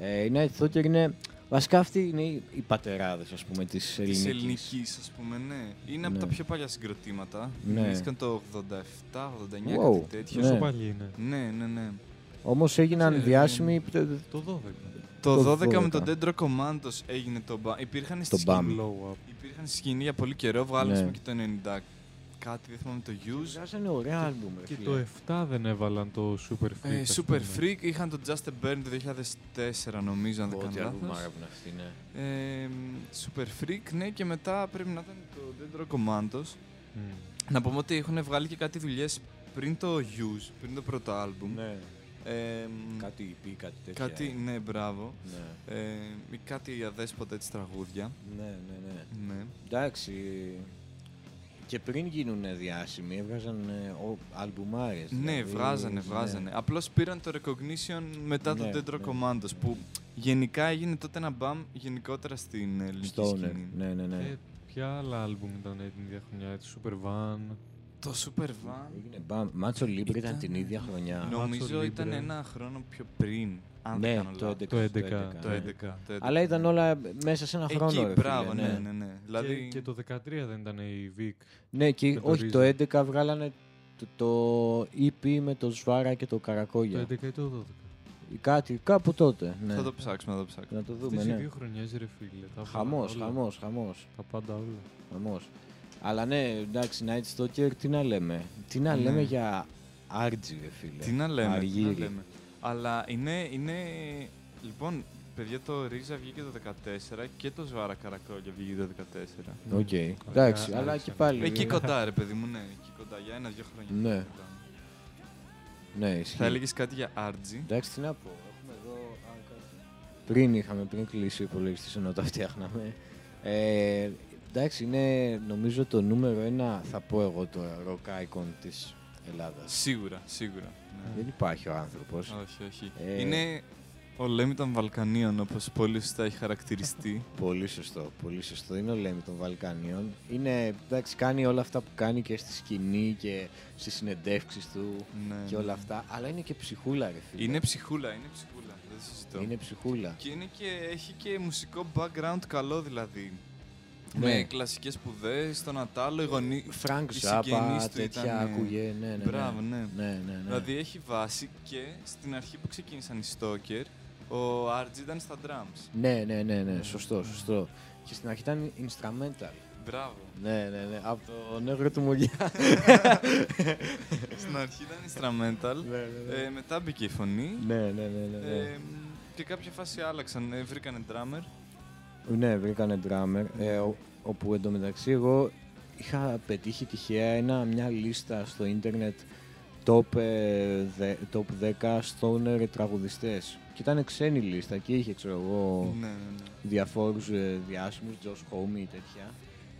A: Ε, οι Night Stalker είναι, βασικά αυτοί είναι οι οι πατεράδες ας πούμε της ελληνικής.
C: Της ελληνικής, ας πούμε, ναι. Είναι από
A: Ναι.
C: τα πιο παλιά συγκροτήματα.
A: Ναι.
C: Μιλήθηκαν το 87-89,
A: Wow.
C: κάτι τέτοιο.
B: Πόσο
A: Ναι.
B: παλιοί είναι.
C: Ναι, ναι, ναι.
A: Όμως έγιναν
C: Ξέρετε,
A: διάσημοι
B: Το 12.
A: Το
C: Το 12 με
A: 12.
C: τον Dendro Commandos έγινε το μπαμ. Υπήρχαν στη
A: Το μπαμ.
C: σκηνή.
B: Blow up.
C: Υπήρχαν στη σκηνή για πολύ καιρό, βγάλαμε
A: Ναι.
C: ας πούμε, και το κάτι, δεν θυμάμαι το Use.
A: Βγάζανε ωραία άλμπουμ, ρε
B: Και
A: φίλε.
B: το 7 δεν έβαλαν το Super Freak.
C: Ε,
B: ας
C: Super
B: πούμε.
A: ναι.
C: Freak είχαν το Just a Burn το 2004 νομίζω αν δεν
A: Ό,τι
C: κάνω
A: άλμπουμ
C: λάθος.
A: άραβουν αυτή, ναι.
C: Ε, Super Freak, ναι και μετά πρέπει να ήταν το Dead Rock Commandos.
B: Μμ.
C: Να πούμε ότι έχουν βγάλει και κάτι δουλειές πριν το Use, πριν το πρώτο άλμπουμ.
A: Ναι,
C: Ε,
A: κάτι EP, κάτι τέτοια. ε.
C: κάτι, ναι μπράβο.
A: Ναι,
C: Ε, ή κάτι αδέσποτα έτσι τραγούδια.
A: ναι, ναι. ναι.
C: Ναι.
A: Εντάξει. Και πριν γίνουν διάσημοι, έβγαζαν ε, ο- αλμπουμάρες.
C: Ναι,
A: δηλαδή,
C: βγάζανε,
A: ναι.
C: βγάζανε. Απλώς πήραν το recognition μετά
A: Ναι,
C: το Dead Rock
A: ναι.
C: Commandos που γενικά έγινε τότε ένα μπαμ γενικότερα στην ελληνική
A: Stoner.
C: σκηνή.
A: Ναι, ναι, ναι.
B: Ε, ποια άλλα άλμπουμ ήταν την ίδια χρονιά, τη Super Van.
C: Το Super Van
A: Έγινε μπαμ. Μάτσο Λίμπρε ήταν
C: Ήταν-
A: την ίδια χρονιά.
B: Νο-
C: νομίζω
B: Libre.
C: ήταν ένα χρόνο πιο πριν, αν δεν
A: Ναι,
C: κάνω
A: το ναι.
C: λάθος.
A: 11.
B: Το 11,
C: Το 11. το 11.
A: Αλλά ήταν όλα μέσα σε ένα
C: Εκεί,
A: χρόνο. ρε φίλε,
C: μπράβο, ναι, ναι, ναι. Δηλαδή,
B: Και, και το 13 δεν ήταν η Vic.
A: Ναι, και
B: Και το
A: όχι,
B: Reason.
A: το 11 βγάλανε το, το EP με το Σβάρα και το Καρακόγια.
B: Το 11 ή το 12.
A: Κάτι, κάπου τότε. Ναι.
C: θα το ψάξουμε, θα το ψάξουμε.
A: Να το δούμε,
B: Αυτές οι
A: ναι.
B: δύο χρονιές ρε φίλε. τα
A: Χαμός,
B: έβαλαν όλα,
A: χαμός, χαμός,
B: Τα πάντα όλα.
A: χαμός. Αλλά ναι, εντάξει, Night Stalker, τι να λέμε. Τι να
C: Ναι.
A: λέμε για Άρτζι, ρε φίλε.
C: Τι να λέμε, τι να
A: Ναι. Αργύρι.
C: λέμε. Αλλά είναι, είναι... Λοιπόν, παιδιά, το Ρίζα βγήκε το 14 και το Σβάρα Καρακόλια βγήκε το 14.
A: Οκ. Εντάξει, αλλά και πάλι.
C: Εκεί
A: ε,
C: κοντά, ρε παιδί μου, ναι. Εκεί κοντά, για ένα-δύο χρόνια.
A: Ναι.
C: Κοντά.
A: Ναι, ισχύει. Ναι.
C: Θα έλεγες κάτι για Άρτζι.
A: Εντάξει, τι να πω. Έχουμε εδώ. Α, κάτι. Πριν είχαμε, πριν κλείσει ο υπολογιστής ενώ τα φτιάχναμε. Ε, εντάξει, είναι νομίζω το νούμερο ένα, θα πω εγώ το rock icon της Ελλάδας.
C: Σίγουρα, σίγουρα. Ναι.
A: Δεν υπάρχει ο άνθρωπος.
C: Όχι, όχι.
A: Ε.
C: Είναι ο Λέμι των Βαλκανίων, όπως πολύ σωστά έχει χαρακτηριστεί.
A: Πολύ σωστό, πολύ σωστό. Είναι ο Λέμι των Βαλκανίων. Είναι, εντάξει, κάνει όλα αυτά που κάνει και στη σκηνή και στις συνεντεύξεις του
C: ναι.
A: και όλα αυτά. Αλλά είναι και ψυχούλα, ρε φίλε.
C: Είναι ψυχούλα, είναι ψυχούλα. Δεν συζητώ.
A: Είναι ψυχούλα.
C: Και, είναι και έχει και μουσικό background καλό δηλαδή.
A: Ναι.
C: Με κλασικές σπουδές, τον Ατάλο, οι γονεί.
A: Φρανκ
C: οι
A: Ζάπα,
C: συγγενείς του
A: τέτοια
C: ήταν, ε,
A: άκουγε. Ναι, ναι, ναι.
C: Μπράβο, ναι.
A: Ναι, ναι, ναι.
C: Δηλαδή έχει βάση και στην αρχή που ξεκίνησαν οι Stalker, ο RG ήταν στα drums.
A: Ναι, ναι, ναι, ναι, σωστό, σωστό. Και στην αρχή ήταν instrumental.
C: Μπράβο.
A: Ναι, ναι, ναι, από το νεύρο του Μουλιά.
C: στην αρχή ήταν instrumental,
A: ναι, ναι,
C: ε, μετά μπήκε η φωνή
A: ναι, ναι, ναι, ναι, ναι.
C: ε, και κάποια φάση άλλαξαν, ε, βρήκανε drummer.
A: Ναι, βρήκανε drummer, ε, ο- όπου εντωμεταξύ εγώ είχα πετύχει τυχαία ένα, μια λίστα στο ίντερνετ top, ε, δε- top 10 stoner τραγουδιστές. Και ήταν ξένη λίστα και είχε, ξέρω εγώ,
C: Ναι, ναι, ναι.
A: διαφόρους ε, διάσημους, Josh Homey ή τέτοια.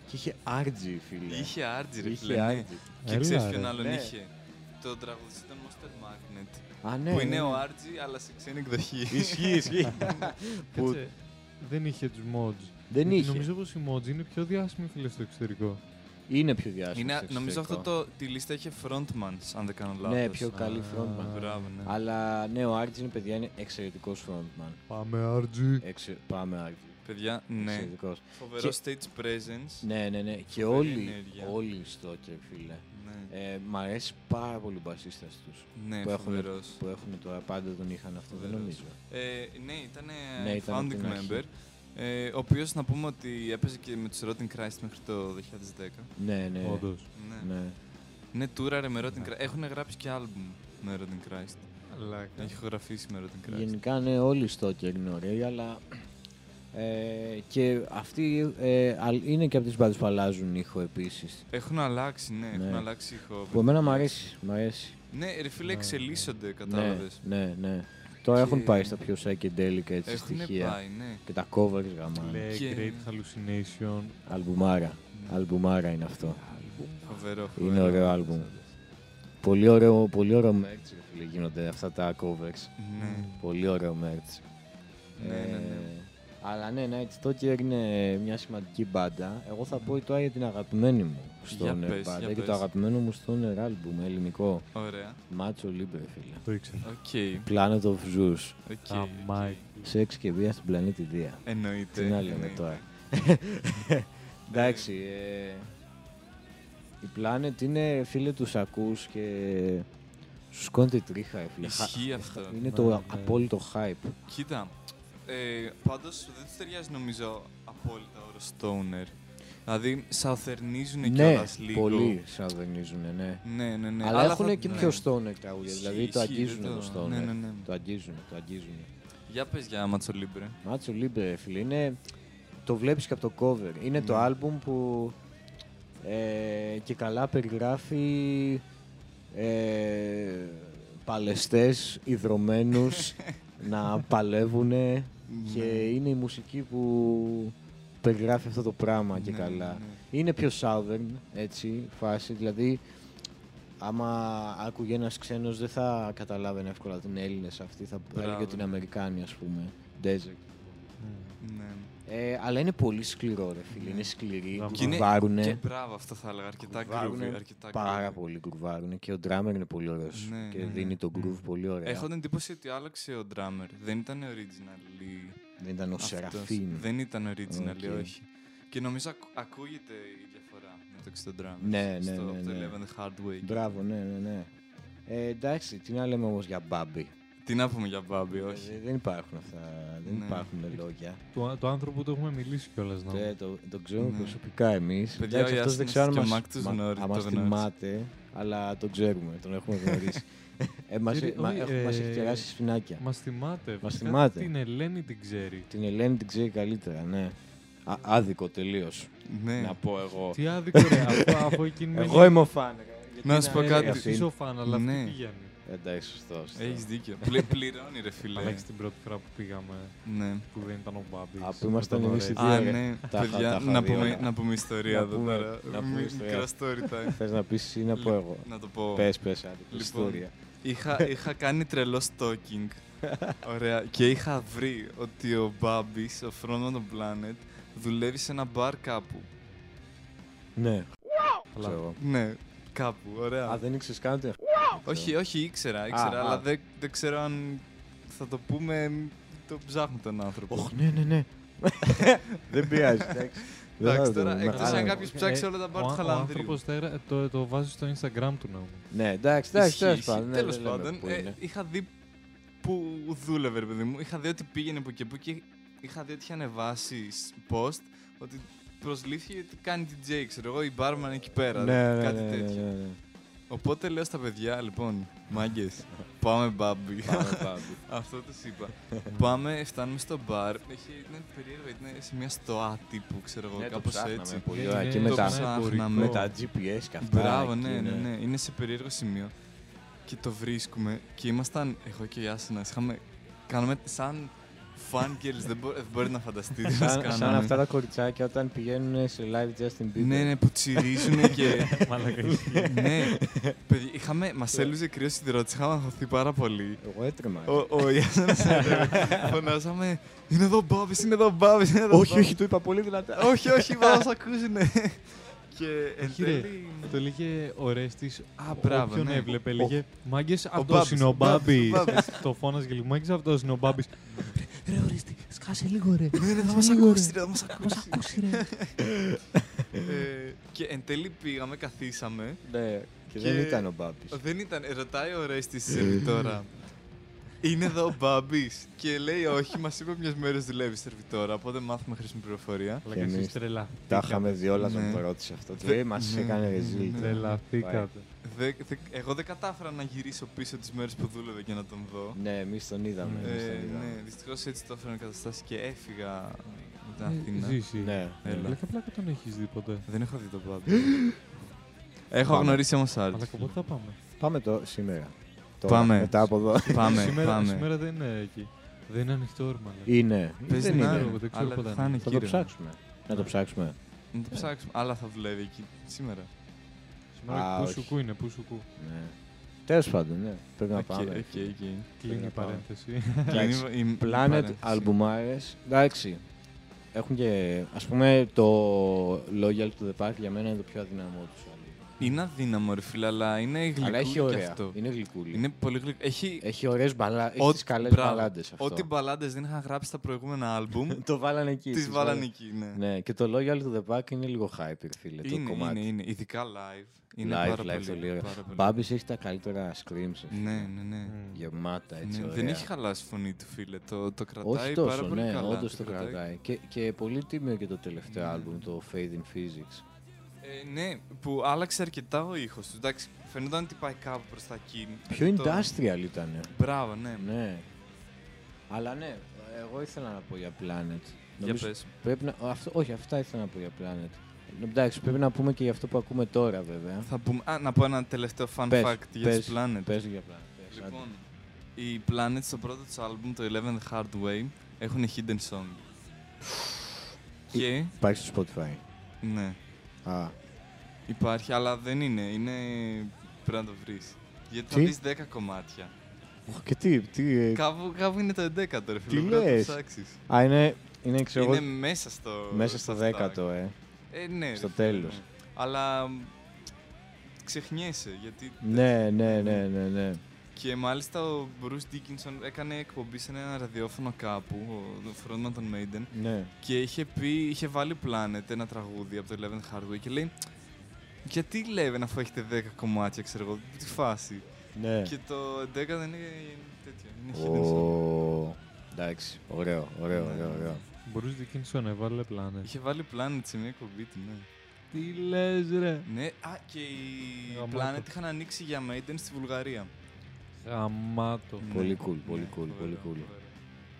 A: Και είχε RG, φίλε.
C: Είχε RG ρε
A: Ναι. Είχε
C: φίλε, ναι.
A: RG.
C: Και
B: Έλα,
C: ξέρεις
B: ρε.
C: ποιον άλλον
A: Ναι.
C: είχε. Τον τραγουδιστή των Monster Magnet,
A: Α, ναι,
C: που
A: ναι,
C: είναι
A: ναι.
C: ο RG αλλά σε ξένη εκδοχή.
A: Ισχύει, ισχύει. που
B: Κάτσε, δεν είχε τους mods.
A: δεν
B: Γιατί
A: είχε.
B: Νομίζω πως οι mods είναι πιο διάσημοι φίλε στο εξωτερικό.
A: Είναι πιο διάσημο.
C: Είναι, νομίζω αυτό το, τη λίστα είχε frontmans, αν δεν κάνω λάθος.
A: Ναι, πιο καλή
B: Α.
A: frontman.
C: Μπράβο, ναι.
A: Αλλά ναι, ο Άρτζ είναι παιδιά, είναι εξαιρετικός frontman.
B: Πάμε RG.
A: Εξε... Πάμε Άρτζ.
C: Παιδιά, ναι.
A: Εξαιρετικός.
C: Φοβερός
A: Και-
C: stage presence.
A: Ναι, ναι, ναι. Και
C: Φοβερή
A: όλοι,
C: ενέργεια.
A: όλοι οι Stalker, φίλε.
C: Ναι.
A: Ε, μ' αρέσει πάρα πολύ ο μπασίστας τους.
C: Ναι,
A: που έχουν-
C: φοβερός.
A: Που έχουν τώρα, πάντα τον είχαν αυτό, δεν
C: Φοβερός.
A: νομίζω.
C: Ε, ναι, ήταν
A: Ναι, ήταν από
C: founding
A: την αρχή.
C: member, ε, ο οποίος να πούμε ότι έπαιζε και με τους Rotten Christ μέχρι το 2010.
A: Ναι, ναι.
B: Όντως.
C: Ναι,
A: Ναι.
C: ναι τούραρε με Rotten Christ. Έχουν γράψει και άλμπουμ με Rotten Christ.
B: Λάκα.
C: Έχει χογραφήσει με Rotten Christ.
A: Ναι. Γενικά, ναι, όλοι οι Stalker είναι ωραίοι, αλλά ε, και αυτοί ε, αλ- είναι και από τις μπάντες που αλλάζουν ήχο επίσης.
C: Έχουν αλλάξει, ναι,
A: Ναι.
C: έχουν αλλάξει ήχο.
A: Που εμένα μου αρέσει, μ' αρέσει.
C: Ναι, ρε φίλε,
B: Ναι,
C: εξελίσσονται,
A: Ναι,
C: κατάλαβες.
A: ναι, ναι. Τώρα
C: Και-
A: έχουν πάει στα πιο psychedelic έτσι
C: Έχουν
A: στοιχεία.
C: πάει, ναι.
A: Και τα covers γαμάνε.
B: Λέει
C: Και-
B: Great Hallucination.
A: Αλμπουμάρα.
C: Ναι.
A: Αλμπουμάρα είναι αυτό.
C: Φοβερό,
A: Είναι
C: φοβερό.
A: ωραίο άλμπουμ. Πολύ ωραίο, πολύ ωραίο merch, ρε φίλε, γίνονται αυτά τα covers.
C: Ναι,
A: Πολύ ωραίο merch.
C: ναι, ναι. ναι.
A: Ε, αλλά ναι, Night Stalker είναι μια σημαντική μπάντα. Εγώ θα πω τώρα για την αγαπημένη μου στο
C: Για πες,
A: μπάντα
C: για
A: και το
C: πες.
A: αγαπημένο μου στο άλμπουμ ελληνικό.
C: Ωραία.
A: Μάτσο Λίμπρε, φίλε.
B: Το ήξερα.
C: Οκ.
A: Planet of Zeus.
C: οκ,
B: Τα
C: οκ.
B: Mike.
A: Σεξ και βία στον πλανήτη Δία.
C: Εννοείται.
A: Τι να λέμε
C: εννοείται.
A: τώρα. Εντάξει. ε, η Planet είναι φίλε του ακούς και σου σκόνη τη τρίχα. ε, Φίλε.
C: Ισχύει
A: Χα-
C: αυτό.
A: Είναι
B: Ναι,
A: το
B: ναι.
A: απόλυτο hype.
C: Κοίτα, ε, πάντως δεν τους ταιριάζει νομίζω απόλυτα ο όρος stoner. Δηλαδή, σαουθερνίζουν ναι,
A: ναι,
C: κιόλας λίγο.
A: πολύ σαβενίζουν, ναι.
C: Ναι, ναι, ναι.
A: Αλλά έχουν
C: θα-
A: και
C: ναι.
A: πιο stoner τραγούδια, δηλαδή
C: Ισχύει,
A: το
C: ισχύει,
A: αγγίζουν
C: δεν
A: το
C: το-
A: stoner.
C: ναι, ναι, ναι.
A: Το αγγίζουν, το αγγίζουν.
C: Για πες για Μάτσο Λίμπρε.
A: Μάτσο Λίμπερ, φίλε, είναι... Το βλέπεις και από το cover. Είναι το
C: Ναι.
A: άλμπουμ που ε, και καλά περιγράφει ε, παλαιστές ιδρωμένους να παλεύουνε
C: Ναι.
A: και είναι η μουσική που περιγράφει αυτό το πράγμα και
C: Ναι,
A: καλά.
C: ναι.
A: Είναι πιο southern, έτσι, φάση. Δηλαδή, άμα άκουγε ένας ξένος, δεν θα καταλάβαινε εύκολα την Έλληνες αυτή. Θα
C: Μπράβο,
A: έλεγε την
C: ναι.
A: Αμερικάνη, ας πούμε. Desert.
C: Ναι.
A: Ε, αλλά είναι πολύ σκληρό, ρε φίλε.
C: Ναι.
A: Είναι σκληρή.
B: Μπράβο.
C: Και είναι-
A: Κουρβάρουνε.
C: Και μπράβο, αυτό θα έλεγα. Αρκετά
A: Κουβάρουνε
C: groovy. Αρκετά
A: Πάρα
C: groovy.
A: πολύ κουρβάρουνε. Και ο drummer είναι πολύ ωραίος.
C: Ναι,
A: και
C: ναι, ναι.
A: δίνει τον groove
B: Μμμ.
A: πολύ ωραία.
C: Έχω την εντύπωση ότι άλλαξε ο drummer. Δεν ήταν original. η-
A: Δεν ήταν ο
C: αυτός.
A: Σεραφίν.
C: Δεν ήταν original,
A: Οκ.
C: όχι. Και νομίζω ακου- ακούγεται η διαφορά μεταξύ των drummers.
A: Ναι, ναι,
C: στο,
A: ναι,
C: από το
A: ναι.
C: 11 Hard Way.
A: Μπράβο, ναι, ναι, ναι. Ε, εντάξει, τι να λέμε όμως για Μπάμπι.
C: Τι να πούμε για Μπάμπι, όχι.
A: Ε, Δεν υπάρχουν αυτά. Δεν
C: Ναι.
A: υπάρχουν λόγια.
B: Το, το άνθρωπο που το έχουμε μιλήσει κιόλας να.
A: Ναι, το, το ξέρουμε
C: Ναι.
A: προσωπικά εμείς.
C: Παιδιά, ο
A: αυτός δεν
C: Ιάσινας
A: ξέρω αν
C: και ο
A: μας-
C: Μάκ τους
A: μα-
C: γνωρι-
A: αν
C: το
A: μας
C: γνώρισε.
A: θυμάται, αλλά τον ξέρουμε, τον έχουμε γνωρίσει. ε, μας,
B: Κύριε,
A: μα,
B: όχι,
A: έχουμε, μας
B: ε,
A: έχει κεράσει σφινάκια.
B: Μας θυμάται.
A: Μας
B: βασικά
A: θυμάται.
B: Την Ελένη την ξέρει.
A: Την Ελένη την ξέρει καλύτερα, ναι. Α, άδικο τελείως.
C: Ναι.
A: Να πω εγώ.
B: Τι άδικο ρε, αφού, αφού εκείνη με
A: Εγώ είμαι ο φαν. ρε. Γιατί
C: Να σου πω
A: είναι
C: κάτι.
A: αυτή.
B: Είσαι ο φαν, αλλά
C: Ναι.
B: αυτή πηγαίνει.
A: Εντάξει, σωστός. σωστός.
C: Έχεις δίκιο. Πλη- πληρώνει, ρε φίλε.
B: Αλλάξει την πρώτη φορά που πήγαμε
C: ναι.
B: που δεν ήταν ο Μπάμπης.
A: Α, που ήμασταν εμείς οι
C: Α,
A: ρε.
C: ναι.
A: Τα είχα- τα
C: Παιδιά,
A: είχα
C: να
A: δει
C: πούμε,
A: όλα.
C: να πούμε ιστορία
A: Να
C: εδώ
A: πούμε-
C: πέρα.
A: να πούμε
C: Μι-
A: ιστορία.
C: Μικρά story time.
A: Θες να πεις ή να πω
C: Λι-
A: εγώ.
C: Να το πω.
A: Πες, πες, άδικο.
C: Λοιπόν.
A: Ιστορία.
C: Είχα, είχα κάνει τρελό stalking. Ωραία. Και είχα βρει ότι ο Μπάμπης, ο frontman του Planet, δουλεύει σε ένα μπαρ κάπου.
A: Ναι.
B: Αλλά-
A: Ξέρω εγώ.
C: Ναι, κάπου. Ωραία.
A: Α, δεν ήξερες καν τι.
C: όχι, όχι, ήξερα,
A: α.
C: ήξερα, αλλά δεν, δεν ξέρω αν θα το πούμε. Το ψάχνω τον άνθρωπο.
A: Οχ, ναι, ναι, ναι. Δεν πειράζει, εντάξει. Δεν θα
C: Εντάξει,
A: το
C: τώρα
A: δούμε.
C: εκτός
A: Άλλα.
C: αν κάποιος ψάξει όλα τα μπαρ του
B: ε, Ο
C: Χαλανδρίου.
B: άνθρωπο το, το βάζει στο Instagram του να μου.
A: Ναι, εντάξει, εντάξει, τέλος
C: Ισχύει, ισχύει.
A: πάντων. ναι,
C: Τέλος
A: δεν λέμε
C: πάντων,
A: που
C: ε,
A: είναι.
C: είχα δει που δούλευε, ρε παιδί μου. Είχα δει ότι πήγαινε που και που και είχα δει ότι είχε ανεβάσει σ- post ότι προσλήφθηκε ότι κάνει DJ, ξέρω εγώ, η barman εκεί πέρα.
A: Ναι, ναι,
C: κάτι
A: ναι, ναι,
C: τέτοιο.
A: ναι, ναι.
C: Οπότε λέω στα παιδιά, λοιπόν, μάγκες, πάμε μπάμπι.
A: Πάμε, πάμε.
C: Αυτό του είπα. πάμε, φτάνουμε στο μπαρ. Έχει, είναι περίεργο, γιατί είναι σε μια στοά τύπου, ξέρω εγώ,
A: Ναι, το
C: κάπως
A: ψάχναμε
C: έτσι.
A: πολύ
B: Ναι,
A: ωραία.
B: ναι,
A: Και
B: το
A: με τα-
B: ψάχναμε.
A: με τα GPS και αυτά.
C: Μπράβο,
A: εκεί,
C: ναι, ναι, ναι. Είναι σε περίεργο σημείο. Και το βρίσκουμε και ήμασταν εγώ και ο Ιάσινας, Είχαμε. Κάναμε σαν fan girls. δεν, μπο- δεν μπορείτε να φανταστείτε. τι μας
A: Σαν, σαν
C: κάναμε.
A: αυτά τα κοριτσάκια όταν πηγαίνουν σε live Justin Bieber.
C: Ναι, ναι, που τσιρίζουν και.
B: Μαλάκα. ισχύει.
C: ναι, παιδιά, είχαμε, μας
A: Ναι.
C: έλουζε κρύο σιδηρότης, είχαμε αγχωθεί πάρα πολύ.
A: Εγώ έτρεμα.
C: Ο, ο Ιάσνας έτρεπε. φωνάζαμε «Είναι εδώ ο Μπάβης, είναι εδώ ο Μπάβης, είναι εδώ ο
A: όχι,
C: Μπάβης».
A: όχι, το είπα πολύ δυνατά.
C: όχι, όχι, μα μας ακούσουνε. και εν
B: Όχι, ρε.
C: τέλει-
B: Το λέγε ο Ρέστη.
C: Α, μπράβο,
B: Όποιον
C: ναι.
B: έβλεπε, λέγε Μάγκε, αυτό
C: Μπάμπης,
B: είναι ο
C: ο Μπάμπης,
B: Μπάμπη.
C: ο Μπάμπης».
B: Το φώναζε λίγο. Μάγκες, αυτός είναι ο Μπάμπη. Ρε, ορίστε, σκάσε λίγο, ρε.
C: Ναι, ναι, θα μας ακούσει, ρε, θα μας ακούσει. Ε, και εν τέλει πήγαμε, καθίσαμε.
A: Ναι, και
C: Και-
A: δεν ήταν ο Μπάμπης.
C: Δεν ήταν, ε, ρωτάει ο Ρέστης τη
B: Ε.
C: σερβιτόρα. Είναι εδώ ο Μπάμπης. και λέει όχι, μας είπε μιας μέρα δουλεύει σερβιτόρα. Οπότε μάθουμε χρήσιμη πληροφορία.
B: Αλλά
A: Και
B: και εσείς
A: εμείς.
B: τρελαθήκατε.
A: Τα είχαμε δει όλα
C: Ναι.
A: όταν το ρώτησε αυτό. Του
C: Δε-
A: λέει, μας
C: ναι,
A: έκανε
C: ναι,
A: ρεζίλ.
C: ναι.
B: Τρελαθήκατε.
C: Δε- δε- εγώ δεν κατάφερα να γυρίσω πίσω τις μέρες που δούλευε και να τον δω.
A: Ναι, εμείς τον είδαμε.
B: Ε,
A: εμείς
C: Ε,
A: τον είδαμε.
C: ναι, δυστυχώς έτσι το έφεραν καταστάσεις και έφυγα από την
B: Ε,
C: Αθήνα.
B: Ζήσει.
A: Ναι, ναι.
C: Έλα.
B: Πλάκα πλάκα τον έχεις δει ποτέ.
C: Δεν έχω δει τον Μπάμπη. Έχω
A: Πάμε.
C: γνωρίσει όμως άλλου.
B: Αλλά πότε θα πάμε.
A: Πάμε το σήμερα. Τώρα,
C: Πάμε.
A: Μετά από εδώ.
C: Πάμε,
B: Ναι, σήμερα,
C: πάμε.
B: σήμερα δεν είναι εκεί. Δεν είναι ανοιχτό όρμα. λέει.
A: Είναι.
C: Πες
A: Δεν
C: την
A: είναι.
B: άλλο.
C: άλλη,
B: δεν ξέρω
C: αλλά
B: πότε
C: θα
B: είναι.
C: είναι
A: Θα το
C: κύριο.
A: ψάξουμε. Να το ψάξουμε.
C: Να το ψάξουμε. Αλλά θα δουλεύει εκεί σήμερα.
B: Σήμερα
A: Α,
B: που
A: όχι.
B: σου κού είναι, που σου κού.
A: Ναι. Τέλος πάντων, ναι. Πρέπει να
C: Οκ,
A: πάμε.
C: οκ, οκ.
B: Κλείνει η
A: να πάμε.
B: παρένθεση.
A: Εντάξει.
C: Κλείνει η- η
A: Planet
C: παρένθεση. ναι.
A: αλμπουμάρες, Εντάξει. Έχουν και. ας πούμε το Loyal to the Park για μένα είναι το πιο αδύναμό τους.
C: Είναι αδύναμο, ρε φίλε, αλλά είναι γλυκούλι
A: Αλλά έχει
C: κι
A: ωραία.
C: αυτό.
A: Είναι γλυκούλη.
C: Είναι πολύ γλυκό. Έχει
A: Έχει ωραίες μπαλά...
C: Ό-
A: Έχει τις καλές
C: μπράβο.
A: μπαλάντες αυτό.
C: ό,τι μπαλάντες δεν είχαν γράψει στα προηγούμενα άλμπουμ,
A: Το βάλανε εκεί.
C: τις
A: τις
C: βάλανε εκεί. Ναι.
A: Ναι, και το Loyal to the Back είναι λίγο hype, ρε φίλε, το
C: είναι,
A: κομμάτι.
C: είναι, είναι, ειδικά live. Είναι
A: live,
C: πάρα
A: live,
C: πολύ.
A: πολύ ωραία.
C: πάρα πολύ.
A: Μπάμπης έχει τα καλύτερα screams. ρε φίλε.
C: Ναι, ναι,
A: Mm.
C: ναι.
B: Μμ.
A: Γεμάτα, έτσι
C: Ναι,
A: ωραία.
C: δεν έχει χαλάσει η φωνή του, φίλε. Το, το κρατάει
A: Όχι
C: πάρα
A: τόσο,
C: πολύ
A: ναι,
C: καλά.
A: όντως το κρατάει. Και, και πολύ τίμιο και το τελευταίο
C: Ναι.
A: άλμπουμ, το Fade in Physics.
C: Ε, ναι, που άλλαξε αρκετά ο ήχος του. Εντάξει, φαινόταν ότι πάει κάπου προς τα εκεί.
A: Πιο
C: Ε, Το-
A: industrial ήταν.
C: Μπράβο, ναι.
A: Ναι. Αλλά ναι, εγώ ήθελα να πω για Planet.
C: Για
A: Νομίζω
C: πες.
A: Πρέπει να... αυτό... Όχι, αυτά ήθελα να πω για Planet. Ε, Εντάξει, πρέπει να πούμε και για αυτό που ακούμε τώρα βέβαια.
C: Θα πούμε... Α, να πω ένα τελευταίο fun
A: Πες,
C: fact για τις
A: πες,
C: Planet.
A: Πες για Planet. Ε, πες,
C: Λοιπόν, οι Planet στο πρώτο τους άλμπουμ, το 11th Hard Way, έχουν hidden song. και,
A: άντε. Υπάρχει στο Spotify.
C: ναι,
A: Α,
C: υπάρχει, αλλά δεν είναι. Είναι, πρέπει να το βρεις. Γιατί θα
A: Τι?
C: δεις 10 κομμάτια.
A: Οχ, και τι, τι, ε,
C: Κάπου, κάπου είναι το 11ο, ρε
A: Τι
C: φίλε, πρέπει να το
A: λες?
C: ψάξεις.
A: Α, είναι, είναι, ξέρω,
C: Είναι
A: εγώ,
C: μέσα στο...
A: μέσα στο
C: αυτά.
A: δέκατο, ε.
C: Ε, ναι, ρε
A: στο
C: φίλε,
A: τέλος.
C: ναι. Αλλά μ, ξεχνιέσαι, γιατί...
A: Ναι, ναι, ναι, ναι, ναι.
C: Και μάλιστα ο Bruce Dickinson έκανε εκπομπή σε ένα ραδιόφωνο κάπου, ο ο frontman των Maiden,
A: ναι.
C: και είχε, πει, είχε βάλει Planet ένα τραγούδι από το 11th Hardware και λέει γιατί λέει αφού έχετε 10 κομμάτια, ξέρω εγώ, τι φάση.
A: ναι.
C: Και το 11 δεν είναι τέτοιο, είναι hidden song.
A: Ω, Εντάξει, ωραίο, ωραίο,
C: Ναι.
A: ωραίο, ωραίο.
B: Μπορείς Dickinson έβαλε πλάνες.
C: Είχε βάλει Planet σε μια εκπομπή του, ναι.
B: Τι λες ρε.
C: Ναι, α, και οι
B: Γαμάτο.
C: Planet είχαν ανοίξει για Maiden στη Βουλγαρία.
B: Γαμάτο.
C: Ναι,
A: Πολύ cool, πολύ cool,
C: φοβερό,
A: πολύ cool.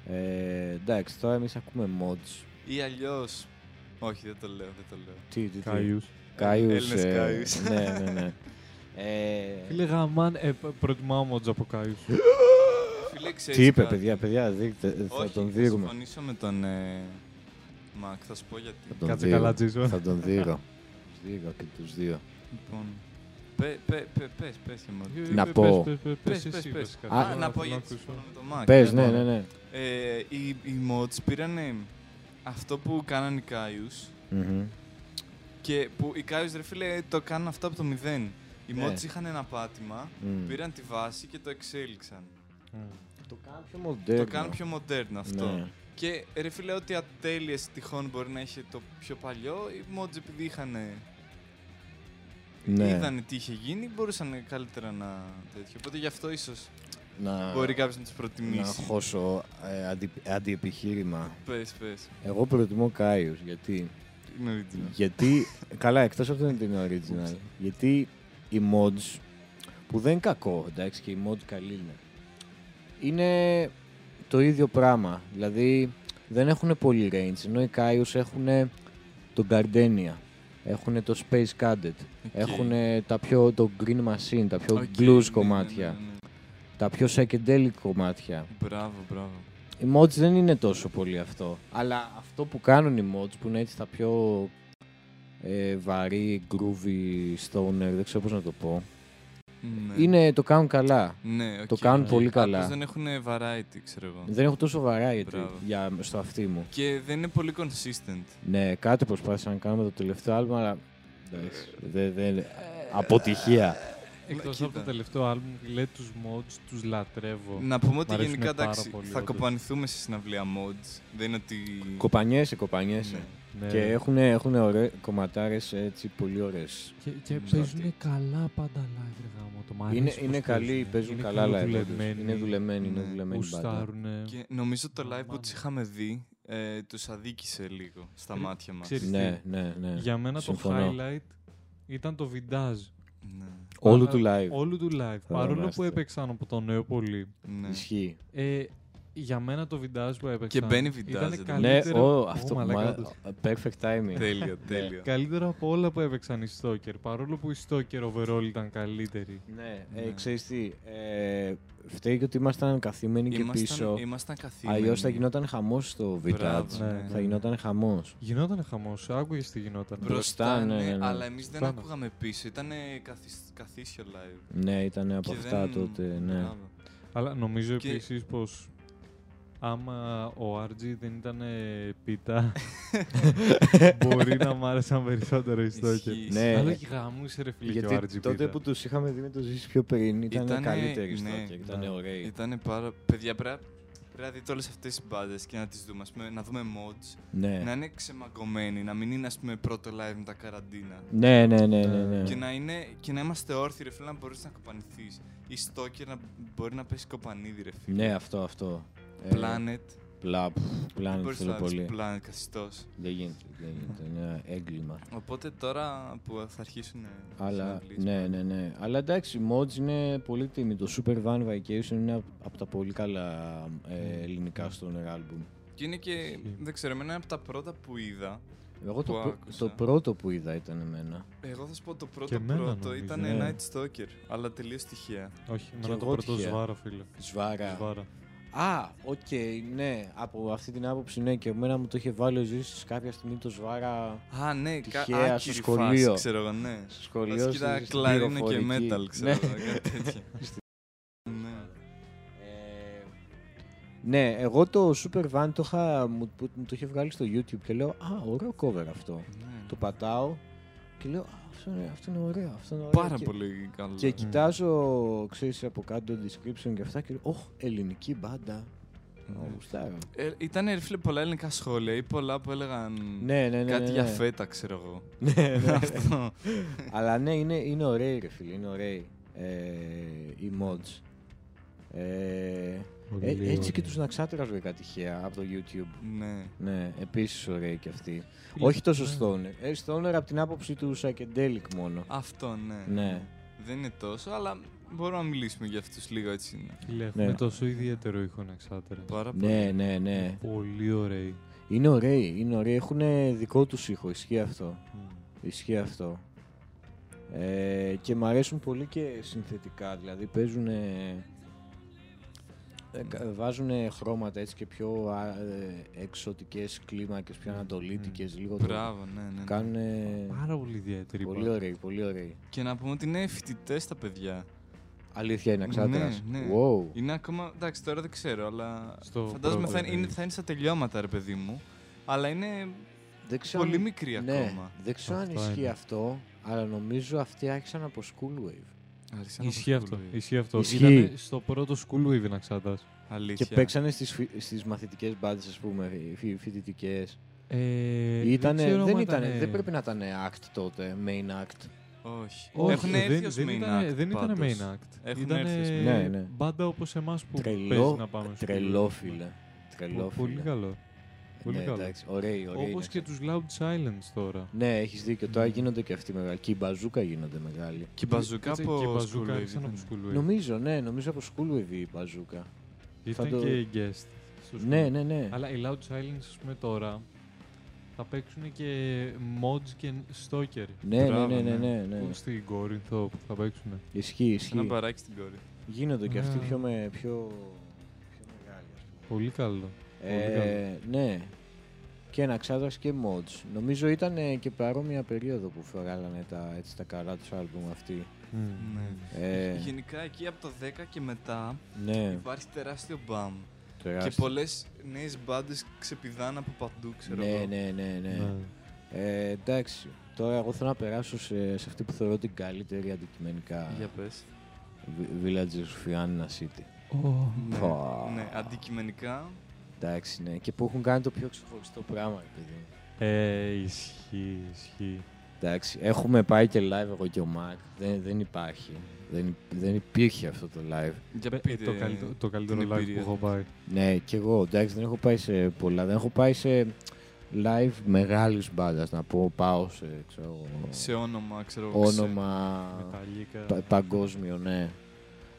C: φοβερό.
A: Ε, εντάξει, τώρα εμείς ακούμε mods.
C: Ή αλλιώς. Όχι, δεν το λέω, δεν το λέω.
A: Τι, τι, τι.
B: Καϊούς.
A: Καϊούς.
C: Έλληνες
A: ε,
C: Καϊούς.
A: Ναι, ναι, ναι. Ε,
B: Φίλε γαμάν, ε, π- προτιμάω μότζ από Καϊούς.
C: Φίλε, ξέρεις
A: τι είπε,
C: κάτι.
A: παιδιά, παιδιά, δείχτε, θα
C: Όχι,
A: τον δείρουμε.
C: Θα συμφωνήσω με τον ε, Μακ, θα σου πω γιατί.
A: Θα τον
B: Κάτσε
A: δείρω.
B: καλά Τζίσον.
A: Θα τον δείρω. Δείρω και τους δύο.
C: Λοιπόν. Πε, πε, πε, πες, πες και μόνο.
A: Να
B: Ε, Πες,
A: πω.
B: πες, πες, Πες,
C: Πες, πες,
B: εσύ,
C: πες.
B: βασικά.
C: Α,
B: Θέλω
C: να πω
B: θέλω
C: γιατί
B: ακούσω.
C: συμφωνώ με τον Μακ.
A: Πες,
C: Λοιπόν,
A: ναι, ναι, ναι.
C: Ε, οι, οι mods πήραν αυτό που κάνανε οι Κάιους
A: Μμμ.
C: και που οι Κάιους, ρε φίλε, το κάνουν αυτό από το μηδέν. Οι
A: Ναι.
C: mods είχαν ένα πάτημα,
A: Μμ.
C: πήραν τη βάση και το εξέλιξαν.
B: Μμ.
A: Το κάνουν πιο μοντέρνο.
C: Το κάνουν πιο μοντέρνο αυτό.
A: Ναι.
C: Και ρε φίλε, ό,τι ατέλειες τυχόν μπορεί να είχε το πιο παλιό, οι mods επειδή είχαν.
A: Ναι.
C: Είδανε τι είχε γίνει, μπορούσαν καλύτερα να. τέτοιο. Οπότε γι' αυτό ίσως
A: Να,
C: μπορεί κάποιος να τους
A: να
C: προτιμήσει.
A: χώσω ε, αντι, αντιεπιχείρημα.
C: Πες, πες.
A: Εγώ προτιμώ Κάιους, γιατί...
C: Είναι original.
A: γιατί καλά, εκτός από την την original, γιατί οι mods, που δεν είναι κακό, εντάξει, και οι mods καλοί είναι, είναι το ίδιο πράγμα. Δηλαδή, δεν έχουν πολύ range, ενώ οι Κάιους έχουν το Gardenia, έχουν το Space Cadet,
C: Οκ.
A: έχουν τα πιο, το Green Machine, τα πιο
C: Οκ,
A: blues
C: ναι,
A: κομμάτια,
C: ναι, ναι, ναι.
A: τα πιο psychedelic κομμάτια.
C: Μπράβο, μπράβο.
A: Οι mods δεν είναι τόσο πολύ αυτό. Αλλά αυτό που κάνουν οι mods που είναι έτσι τα πιο ε, βαρύ, groovy, stoner, δεν ξέρω πώς να το πω.
C: Ναι.
A: Είναι, το κάνουν καλά.
C: Ναι, οκ.
A: το κάνουν
C: Και
A: πολύ
C: απλώς
A: καλά.
C: Δεν έχουν variety, ξέρω εγώ.
A: Δεν έχω τόσο variety
C: Μπράβο.
A: για, στο αυτί μου.
C: Και δεν είναι πολύ consistent.
A: Ναι, κάτι προσπάθησα να κάνω με το τελευταίο άλμα, αλλά εντάξει, δεν- δεν- αποτυχία.
B: Εκτός
C: Μα,
B: από το
C: κοίτα.
B: τελευταίο άλμπουμ, λέει τους mods, τους λατρεύω.
C: Να πούμε ότι
B: Μ' αρέσουνε
C: γενικά
B: πάρα
C: εντάξει,
B: πολύ,
C: θα
B: όντως.
C: κοπανηθούμε σε συναυλία mods. Δεν είναι ότι.
A: Κοπανιέσαι, κοπανιέσαι.
C: Ναι.
B: Ναι.
A: Και έχουν, έχουν ωραί, κομματάρες έτσι πολύ ωραίες.
B: Και, και
C: Μ,
B: παίζουν
C: γιατί.
B: καλά πάντα live, ρε γάμο. Το μ' αρέσει
A: Είναι,
B: πώς
A: είναι καλοί, παίζουν
B: Είναι
A: καλά live. όντως.
B: καλοδουλευμένοι,
A: Είναι δουλεμένοι, είναι
C: Ναι.
A: δουλεμένοι μπάντα.
B: Γουστάρουνε.
C: Και νομίζω το live που
B: Μάλλον.
C: τους είχαμε δει ε, τους αδίκησε λίγο στα
B: Ρε,
C: μάτια μας.
B: ξέρεις-
A: Ναι, ναι, ναι.
B: Για μένα
A: Συμφωνώ.
B: το highlight ήταν το βιντάζ.
C: Ναι,
A: Όλου
B: Α,
A: του live.
B: Όλου του live.
A: Ε, Θα
B: Παρόλο που
A: θυμάστε.
B: έπαιξαν από το νέο πολύ.
C: ναι.
A: Ισχύει.
B: Ε, για μένα το βιντάζ που έπαιξαν.
C: Και μπαίνει
B: ήταν
C: βιντάζ, δεν το-
A: Ναι,
B: καλύτερο-
A: ο,
B: Ω,
C: oh
A: αυτό που
B: μαλάκα,
A: μα-
B: όντως.
A: Perfect timing.
C: Τέλειο, τέλειο.
B: Καλύτερο από όλα που έπαιξαν οι Stalker. Παρόλο που οι Stalker overall ήταν καλύτεροι.
A: ναι,
C: Ναι.
A: ε, ξέρεις τι, ε, φταίει και ότι ήμασταν καθήμενοι και
C: Ήμασταν-
A: πίσω.
C: Ήμασταν καθήμενοι.
A: Αλλιώς θα γινόταν χαμός στο Vintage.
C: Μπράβο,
B: Ναι,
C: ναι.
A: Θα γινόταν χαμός.
B: Γινόταν χαμός. Άκουγες τι γινόταν.
A: μπροστά, ναι, ναι, ναι.
C: αλλά εμείς δεν
B: Μπράβο.
C: ακούγαμε πίσω. Ήταν καθίσιο live.
A: Ναι, ήταν από
C: Και
A: αυτά
C: δεν-
A: τότε. Ναι.
C: Μπράβο.
B: Αλλά νομίζω
C: Και-
B: επίσης πως άμα ο RG δεν ήταν πίτα, Μπορεί να μ' άρεσαν περισσότερο οι στόκερ.
C: Ισχύει.
A: Ναι.
B: Αλλά και γαμούσε ρε φίλε και ο
A: Γιατί
B: RGB.
A: τότε που τους είχαμε δει με το ζήσει πιο πριν ήταν
C: Ήτανε-
A: καλύτεροι
C: ναι,
A: στόκερ, ήταν
B: ναι.
A: ωραίοι.
C: Ήταν πάρα. Παιδιά, πρέπει πρέπει να δείτε όλες αυτές τις μπάντες και να τις δούμε. Ας πούμε, να δούμε mods.
A: Ναι.
C: Να είναι ξεμαγκωμένοι, να μην είναι ας πούμε, πρώτο live με τα καραντίνα.
A: Ναι, ναι, ναι, ναι, ναι.
C: Και, να είναι, και να είμαστε όρθιοι, ρε φίλε, να μπορείς να κοπανηθείς. Η Stalker να μπορεί να πέσει κοπανίδι, ρε φίλε.
A: Ναι, αυτό, αυτό. Ε,
C: Planet.
A: Πλα, πφ,
C: δεν
A: Planet
C: μπορεί
A: θέλω
C: να δεις
A: πολύ.
C: Planet καθιστός.
A: Δεν γίνεται, δεν γίνεται. Είναι ένα έγκλημα.
C: Οπότε τώρα που θα αρχίσουν.
A: Αλλά, ναι, ναι, ναι. Αλλά εντάξει, οι mods είναι πολύ τιμή. Το Super Van Vacation είναι από τα πολύ καλά
C: Ναι.
A: ε, ελληνικά στο album.
C: Και είναι και.
B: Ισχύει.
C: Δεν ξέρω, εμένα είναι από τα πρώτα που είδα.
A: Εγώ το,
C: Που
A: πρω-
C: άκουσα.
A: το πρώτο που είδα ήταν εμένα.
C: Εγώ θα σου πω το
B: Και
C: πρώτο
B: εμένα,
C: πρώτο
B: νομίζω,
C: ήταν
A: ναι.
C: Night Stalker. Αλλά τελείως τυχαία.
B: Όχι,
A: Κι
B: με το
A: εγώ
B: πρώτο
A: τυχαία.
B: σβάρο, φίλε.
A: Σβάρα.
B: Σβάρα.
A: Α, οκ, ναι. Από αυτή την άποψη, ναι. Και εμένα μου το είχε βάλει ο Ζήσης κάποια στιγμή το Σβάρα
C: Α, ναι,
A: Τυχαία στο
C: κα... άκυρη
A: σχολείο.
C: φάση, ξέρω εγώ, ναι.
A: στο σχολείο.
C: Βασικά
A: στη-
C: ήταν
A: στην
C: κλαρίνο και
A: πληροφορική.
C: metal, ξέρω
A: Ναι.
C: εγώ, κάτι τέτοιο. ναι.
A: Ε, ναι, εγώ το Super Van το, είχα, μου, που- μου το είχε βγάλει στο YouTube και λέω Α, ωραίο cover αυτό.
C: Ναι.
A: Το πατάω και λέω «Α, αυτό είναι, αυτό είναι ωραίο. Αυτό είναι ωραίο.
C: Πάρα
A: και,
C: πολύ Mm. καλό.
A: Και κοιτάζω, ξέρεις, από κάτω το description και αυτά και λέω Ωχ, ελληνική μπάντα. Ω, γουστάρω».
C: Ε, ήταν ρε φίλε πολλά ελληνικά σχόλια ή πολλά που έλεγαν
A: Ναι, ναι, ναι.
C: κάτι
A: ναι,
C: για
A: ναι.
C: φέτα, ξέρω εγώ.
A: Ναι, ναι.
C: Αυτό.
A: Αλλά ναι, είναι, είναι ωραίοι ρε φίλε, είναι ωραίοι ε, οι mods. Ε,
B: Πολύ
A: ε, έτσι και
B: ωραία.
A: τους Ναξάτρας βρήκα τυχαία από το YouTube.
C: ναι.
A: Ναι, επίσης ωραίοι και αυτοί.
B: Φίλε,
A: Όχι τόσο
B: ναι.
A: stoner. Ε, stoner από την άποψη του psychedelic μόνο.
C: Αυτό, ναι.
A: Ναι.
C: Δεν είναι τόσο, αλλά μπορούμε να μιλήσουμε για αυτούς λίγο έτσι. είναι.
B: Φίλε,
A: Ναι.
B: έχουν τόσο ιδιαίτερο ήχο να εξάτερε.
C: Πάρα πολύ.
A: Ναι, ναι, ναι.
B: Πολύ ωραίοι.
A: Είναι ωραίοι, είναι ωραίοι. Έχουν δικό τους ήχο, ισχύει αυτό. Ισχύει αυτό. Ε, και μου αρέσουν πολύ και συνθετικά, δηλαδή παίζουν. βάζουν χρώματα έτσι και πιο α, ε, εξωτικές κλίμακες, πιο ανατολίτικες, λίγο το
C: Μπράβο, ναι, ναι.
A: κάνουν
B: Πάρα πολύ ιδιαίτερη.
A: πολύ
B: μπάντα.
A: ωραίοι, πολύ ωραίοι.
C: Και να πούμε ότι είναι φοιτητές τα παιδιά.
A: Αλήθεια είναι, Αξάτρας.
C: Ναι, ναι.
A: Wow.
C: Είναι ακόμα. Εντάξει, τώρα δεν ξέρω, αλλά.
B: Στο
C: φαντάζομαι θα
B: πρώτο,
C: είναι,
B: ναι.
C: θα είναι στα τελειώματα, ρε παιδί μου. Αλλά είναι
A: Δεν ξέρω, αν-
C: πολύ μικρή
A: ναι,
C: ακόμα.
A: δεν ξέρω αν
B: Αυτό
A: ισχύει
B: είναι.
A: αυτό, αλλά νομίζω αυτοί άρχισαν από School Wave.
C: Άρχισα να
B: Ισχύει αυτό.
C: αποσχολεί.
B: Ισχύει αυτό.
A: Ισχύει.
B: Ήτανε στο πρώτο school wave να ξαντάς.
C: Αλήθεια.
A: Και παίξανε στις, φοι- στις μαθητικές μπάντες, ας πούμε, φοι- φοι- φοιτητικές.
B: Ε,
A: Ήτανε,
B: ξέρω
A: δεν,
B: άμα
A: ήτανε-
B: ήτανε-
A: δεν πρέπει να ήταν act τότε, main act.
C: Όχι.
B: Όχι,
C: Έχουν
B: δεν-
C: έρθει ως
B: δεν
C: main
B: ήτανε-
C: act
B: Δεν ήταν
C: πάντως.
B: main act.
C: Έχουν
B: Ήτανε
C: έρθει ως main
A: act. Ναι, ναι.
B: Μπάντα όπως εμάς που
A: Τρελό-
B: παίζει να πάμε στο
A: Τρελό
B: School Wave.
A: φίλε. Τρελό
B: Πο- Πολύ
A: φίλε.
B: καλό. πολύ
A: ναι,
B: καλό.
A: εντάξει, ωραίοι, ωραίοι είναι.
B: Όπως και τους Loud Silence τώρα.
A: Ναι, έχεις δίκιο. Τώρα
B: Ναι.
A: γίνονται και αυτοί μεγάλοι. Και οι μπαζούκα γίνονται μεγάλοι.
C: Και η μπαζούκα
B: Κάτσε,
C: από
B: και η
C: School Wave
B: μπαζούκα άρχισαν από
C: ήταν.
B: School Wave.
A: Νομίζω, ναι, νομίζω από School Wave η μπαζούκα.
B: Ήταν
A: θα το-
B: και guest. στο School
A: Ναι,
B: Wave.
A: ναι, ναι.
B: Αλλά οι Loud Silence, ας πούμε τώρα, θα παίξουν και mods και stalker.
A: Ναι, ναι,
C: Μπράβο,
A: ναι, ναι,
C: ναι.
A: ναι, ναι.
B: Που στην Κόρινθο που θα παίξουν.
A: Ισχύει,
C: Σε ένα
A: ισχύει.
C: παράκι στην κόρη.
A: Γίνονται και αυτοί
B: Ναι.
A: πιο, με, πιο, πιο μεγάλοι, ας πούμε.
B: Πολύ καλό. Πολύ
A: Ε, ναι. Και ένα ξάδρας και mods. Νομίζω ήταν ε, και παρόμοια περίοδο που βγάλανε τα, έτσι, τα καλά τους άλμπουμ αυτοί.
C: Ναι.
A: Ε,
C: Γενικά εκεί από το 10 και μετά
A: ναι,
C: υπάρχει τεράστιο μπαμ.
A: τεράστιο.
C: Και πολλές νέες μπάντες ξεπηδάνε από παντού, ξέρω
A: Ναι,
C: εγώ.
A: ναι, ναι, ναι.
B: Ναι.
A: Ε, εντάξει. Τώρα εγώ θέλω να περάσω σε, σε αυτή που θεωρώ την καλύτερη αντικειμενικά.
C: Για πες.
A: Βι- Village of Fianna City.
B: Ω,
C: Ναι,
A: Πω.
C: ναι, αντικειμενικά.
A: Εντάξει, ναι. Και που έχουν κάνει το πιο ξεχωριστό πράγμα, ρε παιδί. μου.
B: Ε, ισχύει, ισχύει.
A: Εντάξει, έχουμε πάει και live εγώ και ο Μακ. Δεν, δεν υπάρχει. Δεν, δεν υπήρχε αυτό το live.
C: Για
B: Ε,
C: πείτε.
B: το, καλύτερο, το καλύτερο
C: την
B: live που
C: εμπειρία
B: έχω
C: σας.
B: πάει.
A: Ναι, κι εγώ. Εντάξει, δεν έχω πάει σε πολλά. Δεν έχω πάει σε live μεγάλης μπάντας. Να πω, πάω σε ξέρω, εγώ,
C: Σε όνομα, ξέρω εγώ.
A: όνομα
B: Μεταλλίκα.
A: πα- παγκόσμιο, ναι.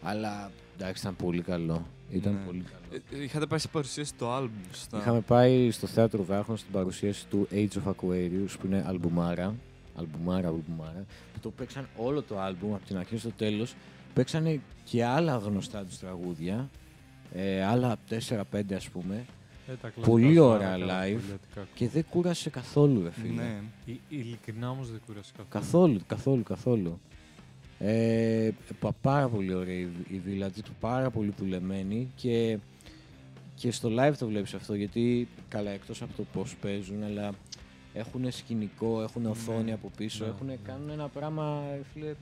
A: Αλλά εντάξει, ήταν πολύ καλό. Ήταν
C: Ναι.
A: πολύ καλό.
C: ξέρω. Ε, ε, Είχατε πάει σε παρουσίαση το album στα.
A: Είχαμε πάει στο θέατρο Βάχων στην παρουσίαση του Age of Aquarius που είναι αλμπουμάρα. Αλμπουμάρα, αλμπουμάρα. Που το παίξαν όλο το άλμπουμ από την αρχή στο τέλος. Παίξανε και άλλα γνωστά τους τραγούδια. Ε, άλλα 4-5 ας πούμε
B: Ε, τα κλασικά
A: πολύ
B: σου,
A: ωραία
B: άρα, καλά,
A: live.
B: πολυατικά.
A: και δεν κούρασε καθόλου ρε φίλε.
C: Ναι.
B: Ε, Ειλικρινά όμως δεν κουράστηκα.
A: Καθόλου, καθόλου, καθόλου. Ε, πα- πάρα πολύ ωραία η η Village, πάρα πολύ δουλεμένη και, και στο live το βλέπεις αυτό, γιατί καλά εκτός από το πώς παίζουν, αλλά έχουν σκηνικό, έχουν
B: Ναι,
A: οθόνη από πίσω,
B: ναι,
A: έχουν,
B: ναι.
A: κάνουν ένα πράγμα ρε φίλε,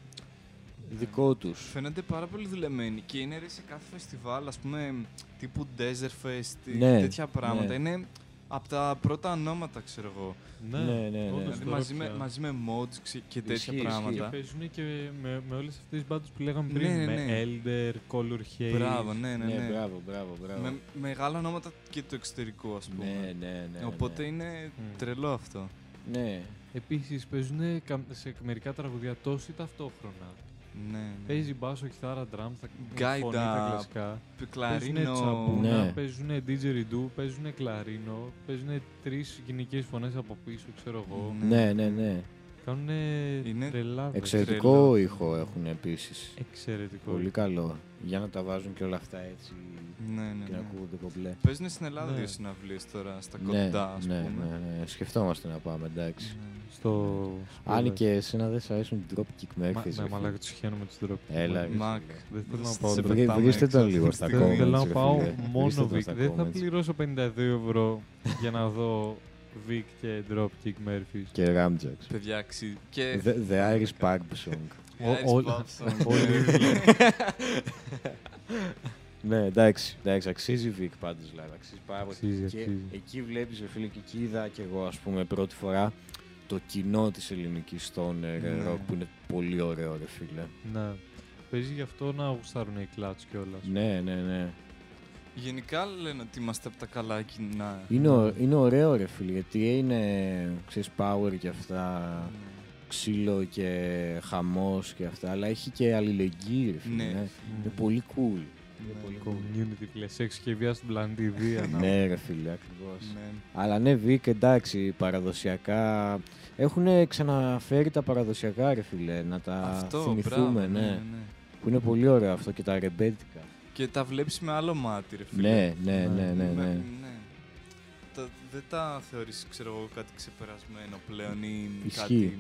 A: δικό τους.
C: Φαίνονται πάρα πολύ δουλεμένοι και είναι ρε σε κάθε φεστιβάλ, ας πούμε, τύπου Desert Fest,
A: Ναι,
C: τέτοια πράγματα.
A: ναι.
C: Είναι από τα πρώτα ονόματα, ξέρω εγώ.
B: Ναι,
A: Ναι, ναι, ναι.
B: όντως
C: Δηλαδή
B: τώρα
C: μαζί με,
B: πια.
C: μαζί με mods ξε- και τέτοια
A: Ισχύει,
B: Και
C: πράγματα.
B: παίζουν και με, με όλες αυτές τις μπάντες που λέγαμε πριν.
C: Ναι, ναι, ναι.
B: Με Elder, Color Haze.
C: Μπράβο, ναι, ναι, ναι.
A: μπράβο, μπράβο, μπράβο.
C: Με μεγάλα ονόματα και του εξωτερικού, ας πούμε.
A: Ναι, ναι, ναι.
C: Οπότε
A: ναι.
C: είναι
B: Μμ.
C: τρελό αυτό.
A: Ναι,
B: Επίσης παίζουν σε μερικά τραγουδιά τόσοι ταυτόχρονα.
C: Ναι, ναι.
B: Παίζει μπάσο, κιθάρα, drum, τα
C: Γκάιντα,
B: φωνή, τα κλασικά. Παίζουν
C: Πικλαρίνο.
B: τσαμπούνα,
A: Ναι.
B: παίζουν didgeridoo, παίζουν κλαρίνο, παίζουν τρεις γυναικές φωνές από πίσω, ξέρω εγώ.
C: Ναι.
A: ναι, ναι, ναι.
B: Κάνουν
C: Είναι
B: τρελά βέβαια.
A: Εξαιρετικό ήχο έχουν επίσης.
B: Εξαιρετικό.
A: Πολύ καλό. Για να τα βάζουν και όλα αυτά έτσι
C: Ναι, ναι,
A: και να
C: ναι.
A: ακούγονται κομπλέ.
C: Παίζουν στην Ελλάδα
B: Ναι.
C: δύο συναυλίες τώρα, στα
A: Ναι,
C: κοντά, ας
A: ναι,
C: πούμε.
A: ναι, ναι. Σκεφτόμαστε να πάμε, εντάξει.
C: Ναι.
B: Στο.
A: Αν και εσένα δεν σ' αρέσουν την drop kick
B: Μα,
A: μέχρι.
B: ναι, μαλάκα τους χιάνομαι του τρόπου.
A: Έλα, ρε.
C: Μακ.
B: Δεν θέλω να
C: Στις
B: πάω.
C: σε
B: Δεν
C: πετάμε
A: Βρίστε
C: έξω
A: τον
C: αυτή
A: λίγο
C: τη
A: στα
C: στιγμή.
A: comments,
B: θέλω να
A: ρε
B: πάω
A: φίλε. Βρίστε
B: μόνο
A: τον
B: Βικ.
A: στα
B: Δεν θα
A: comments.
B: πληρώσω 52 ευρώ για να δω Βικ και Dropkick Murphys.
A: Και Ramjacks.
C: Παιδιά, αξίζει. Και
B: Ε,
A: The, the Irish Pub Song.
C: η
B: Ο-
C: Iris
B: όλοι-
C: Pub Song.
B: όλοι- ε.
A: ναι, εντάξει, εντάξει, αξίζει Vic πάντως δηλαδή. Αξίζει πάρα πολύ.
B: Αξίζει,
A: Και
B: αξίζει.
A: εκεί βλέπεις, ρε φίλε, και εκεί είδα και εγώ, ας πούμε, πρώτη φορά το κοινό της ελληνικής stoner
C: Ναι.
A: rock που είναι πολύ ωραίο, ρε φίλε.
B: Να. Παίζει γι' αυτό να γουστάρουν οι κλατς κιόλας.
A: Ναι, ναι, ναι.
C: Γενικά λένε ότι είμαστε από τα καλά κοινά.
A: Είναι, ω- είναι ωραίο, ρε φίλε, γιατί είναι, ξέρεις, power και αυτά, ξύλο και χαμός και αυτά, αλλά έχει και αλληλεγγύη, ρε φίλε.
C: Ναι.
A: ναι. Είναι πολύ cool.
C: Ναι,
A: πολύ
C: ναι,
B: Community πλες έξω και βία στην πλανητιδία. να-
A: Ναι, ρε φίλε, ακριβώς.
C: ναι.
A: Αλλά ναι, Βίκ, εντάξει, παραδοσιακά. Έχουν ξαναφέρει τα παραδοσιακά, ρε φίλε, να τα
C: Αυτό,
A: θυμηθούμε,
C: μπράβο,
A: ναι.
C: ναι, ναι.
A: Που είναι πολύ ωραίο αυτό και τα ρεμπέτικα.
C: Και τα βλέπεις με άλλο μάτι, ρε φίλε.
A: Ναι, ναι, ναι, ναι.
C: Με-
A: ναι.
C: Τα- δεν τα θεωρείς, ξέρω εγώ, κάτι ξεπερασμένο πλέον ή
A: Ισχύει.
C: κάτι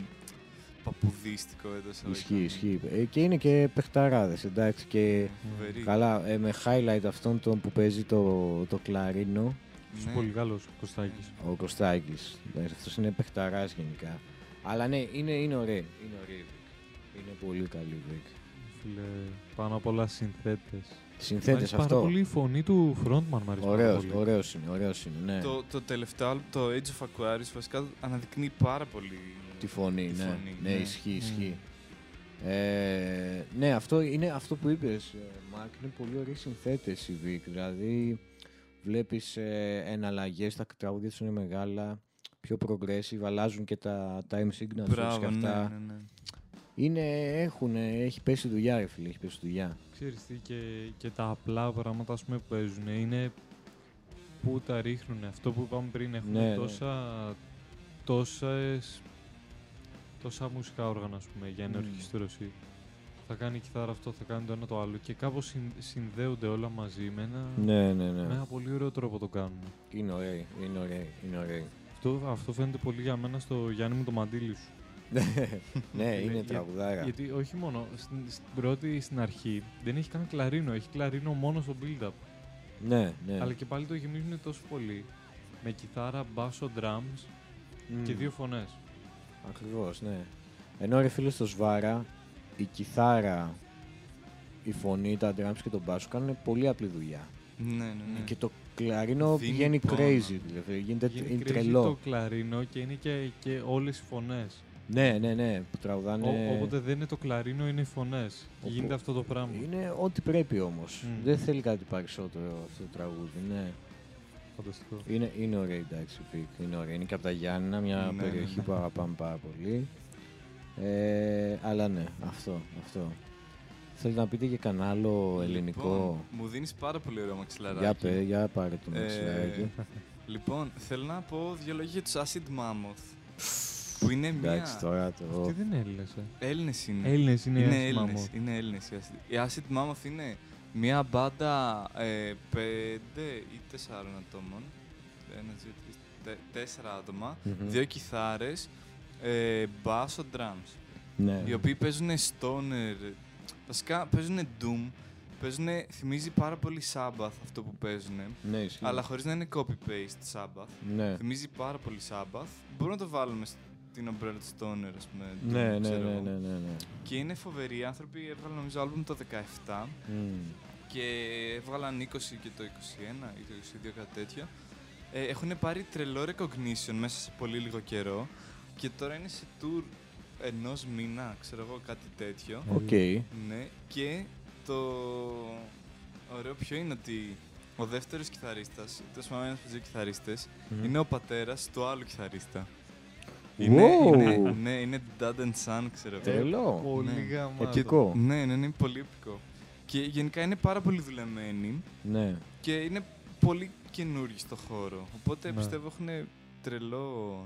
C: παπουδίστικο εδώ σε
A: Ισχύει, ισχύει. Ε, και είναι και παιχταράδες, εντάξει. Και
C: Φοβερή.
A: καλά, ε, με highlight αυτόν τον που παίζει το, το κλαρίνο,
B: Είσαι
C: Ναι.
B: πολύ καλός ο Κωστάκης.
A: ο Κωστάκης. Εντάξει, αυτός είναι παιχταράς γενικά. Αλλά ναι, είναι, είναι ωραίο. Είναι ωραίο, Βίκ. Είναι πολύ καλή, Βίκ.
B: Φίλε, πάνω απ' όλα συνθέτες. Μ'
A: Συνθέτες
B: αρέσει πάρα
A: αυτό.
B: πολύ η φωνή του frontman, μ' αρέσει πάρα
A: Ωραίος,
B: πολύ.
A: ωραίος είναι, ωραίος είναι, ναι.
C: Το, το τελευταίο άλμπ, το Age of Aquarius, βασικά αναδεικνύει πάρα πολύ.
A: Τη φωνή,
C: Τη
A: ναι.
C: φωνή,
A: ναι.
C: ναι.
A: ισχύει, ισχύει. Ε, ναι, αυτό είναι αυτό που είπες, ε, Μάρκ. Είναι πολύ ωραίοι συνθέτες οι Βικ. Δηλαδή, βλέπεις ε, εναλλαγές, τα τραγούδια τους είναι μεγάλα, πιο progressive, αλλάζουν και τα time signals τους και
C: Μπράβο, ναι,
A: αυτά.
C: ναι, ναι.
A: Είναι, έχουν, ε, έχει πέσει δουλειά, ρε φίλε, έχει πέσει δουλειά.
B: Ξέρεις τι, και, και τα απλά πράγματα ας πούμε, που παίζουν είναι που τα ρίχνουν. Αυτό που είπαμε πριν, έχουν
A: Ναι, ναι.
B: τόσα, τόσες, τόσα μουσικά όργανα ας πούμε, για
A: Μμμ.
B: ενορχιστήρωση. Θα κάνει η κιθάρα αυτό, θα κάνει το ένα το άλλο και κάπως συν- συνδέονται όλα μαζί με ένα,
A: Ναι, ναι,
B: με
A: ναι.
B: ένα πολύ ωραίο τρόπο το κάνουν.
A: Είναι ωραίοι, είναι ωραίοι, είναι ωραίοι.
B: Αυτό, αυτό φαίνεται πολύ για μένα στο Γιάννη μου το μαντίλι σου.
A: ναι,
B: Για-
A: είναι
B: για-
A: τραγουδάρα.
B: Γιατί όχι μόνο, στην, στην πρώτη, στην αρχή δεν έχει καν κλαρίνο, έχει κλαρίνο μόνο στο build-up.
A: Ναι, ναι.
B: Αλλά και πάλι το γεμίζουν τόσο πολύ. Με κιθάρα, μπάσο, drums
A: Μμμ.
B: και δύο φωνές.
A: Ακριβώς, ναι. Ενώ ρε φίλε στο Σβάρα, η κιθάρα, η φωνή, τα drums και τον μπάσο κάνουν πολύ απλή δουλειά.
C: Ναι, ναι, ναι.
A: Και το κλαρίνο
C: Δίνει
A: πηγαίνει
C: πόνο.
A: crazy, δηλαδή γίνεται είναι τρελό.
B: το κλαρίνο και είναι και, και όλες οι φωνές.
A: Ναι, ναι, ναι, που τραγουδάνε.
B: Όποτε δεν είναι το κλαρίνο, είναι οι φωνές. Και
A: Οπο-
B: γίνεται αυτό το πράγμα.
A: Είναι ό,τι πρέπει όμως.
B: Μμμ.
A: Δεν θέλει κάτι περισσότερο αυτό το τραγούδι. Ναι.
B: Φανταστικό.
A: Είναι, είναι ωραία εντάξει, Βίκ. Είναι ωραία. Είναι και από τα Γιάννηνα, μια
C: Ναι,
A: περιοχή
C: ναι, ναι.
A: που αγαπάμε πάρα πολύ. Ε, αλλά ναι, αυτό, αυτό. Θέλετε να πείτε και κανένα άλλο ελληνικό.
C: Λοιπόν, μου δίνεις πάρα πολύ ωραίο μαξιλαράκι.
A: Για, πέ, για πάρε το
C: Ε,
A: μαξιλαράκι.
C: Λοιπόν, θέλω να πω δύο λόγια για τους Acid Mammoth. που είναι
A: Εντάξει,
C: μια...
A: τώρα το.
B: Αυτοί δεν είναι Έλληνες.
C: Έλληνες είναι.
B: Έλληνες είναι,
C: Ναι. είναι
B: είναι
C: Έλληνες, είναι Έλληνες οι Acid. Οι Acid Mammoth είναι μια μπάντα ε, πέντε ή τεσσάρων ατόμων. Ένα, δύο, τρεις, τε- τέσσερα άτομα.
A: Μμμ.
C: Δύο κιθάρες, ε, μπάσο, drums.
A: Ναι.
C: Οι οποίοι παίζουν stoner, βασικά παίζουν doom Παίζουν, θυμίζει πάρα πολύ Sabbath αυτό που παίζουν.
A: Ναι, ισχύει.
C: Αλλά χωρίς να είναι copy-paste Sabbath.
A: Ναι.
C: Θυμίζει πάρα πολύ Sabbath. Μπορούμε να το βάλουμε στην ομπρέλα της Stoner, ας πούμε. το
A: Ναι, ναι,
C: ξέρω
A: ναι,
C: εγώ.
A: ναι, ναι, ναι.
C: Και είναι φοβεροί οι άνθρωποι. Έβγαλαν νομίζω άλμπουμ το 17
A: Μμμ.
C: και έβγαλαν 20 και το 21 ή το 22 κάτι τέτοιο. Ε, έχουν πάρει τρελό recognition μέσα σε πολύ λίγο καιρό και τώρα είναι σε tour ενός μήνα, ξέρω εγώ, κάτι τέτοιο.
A: Οκ.
C: Ναι, και το ωραίο ποιο είναι ότι ο δεύτερος κιθαρίστας, τέλος πάντων ένας από τους δύο κιθαρίστες,
B: Mm-hmm.
A: Μμμ.
C: είναι ο πατέρας του άλλου κιθαρίστα.
A: Wow.
C: Είναι, είναι, ναι, είναι dad and son, ξέρω εγώ.
A: Τρελό.
B: Πολύ
C: ναι.
B: γαμάτο.
A: Επικό.
C: Ναι, ναι, ναι, είναι πολύ επικό. Και γενικά είναι πάρα πολύ δουλεμένοι
A: Ναι.
C: και είναι πολύ καινούργοι στο χώρο. Οπότε
B: Ναι.
C: πιστεύω έχουν τρελό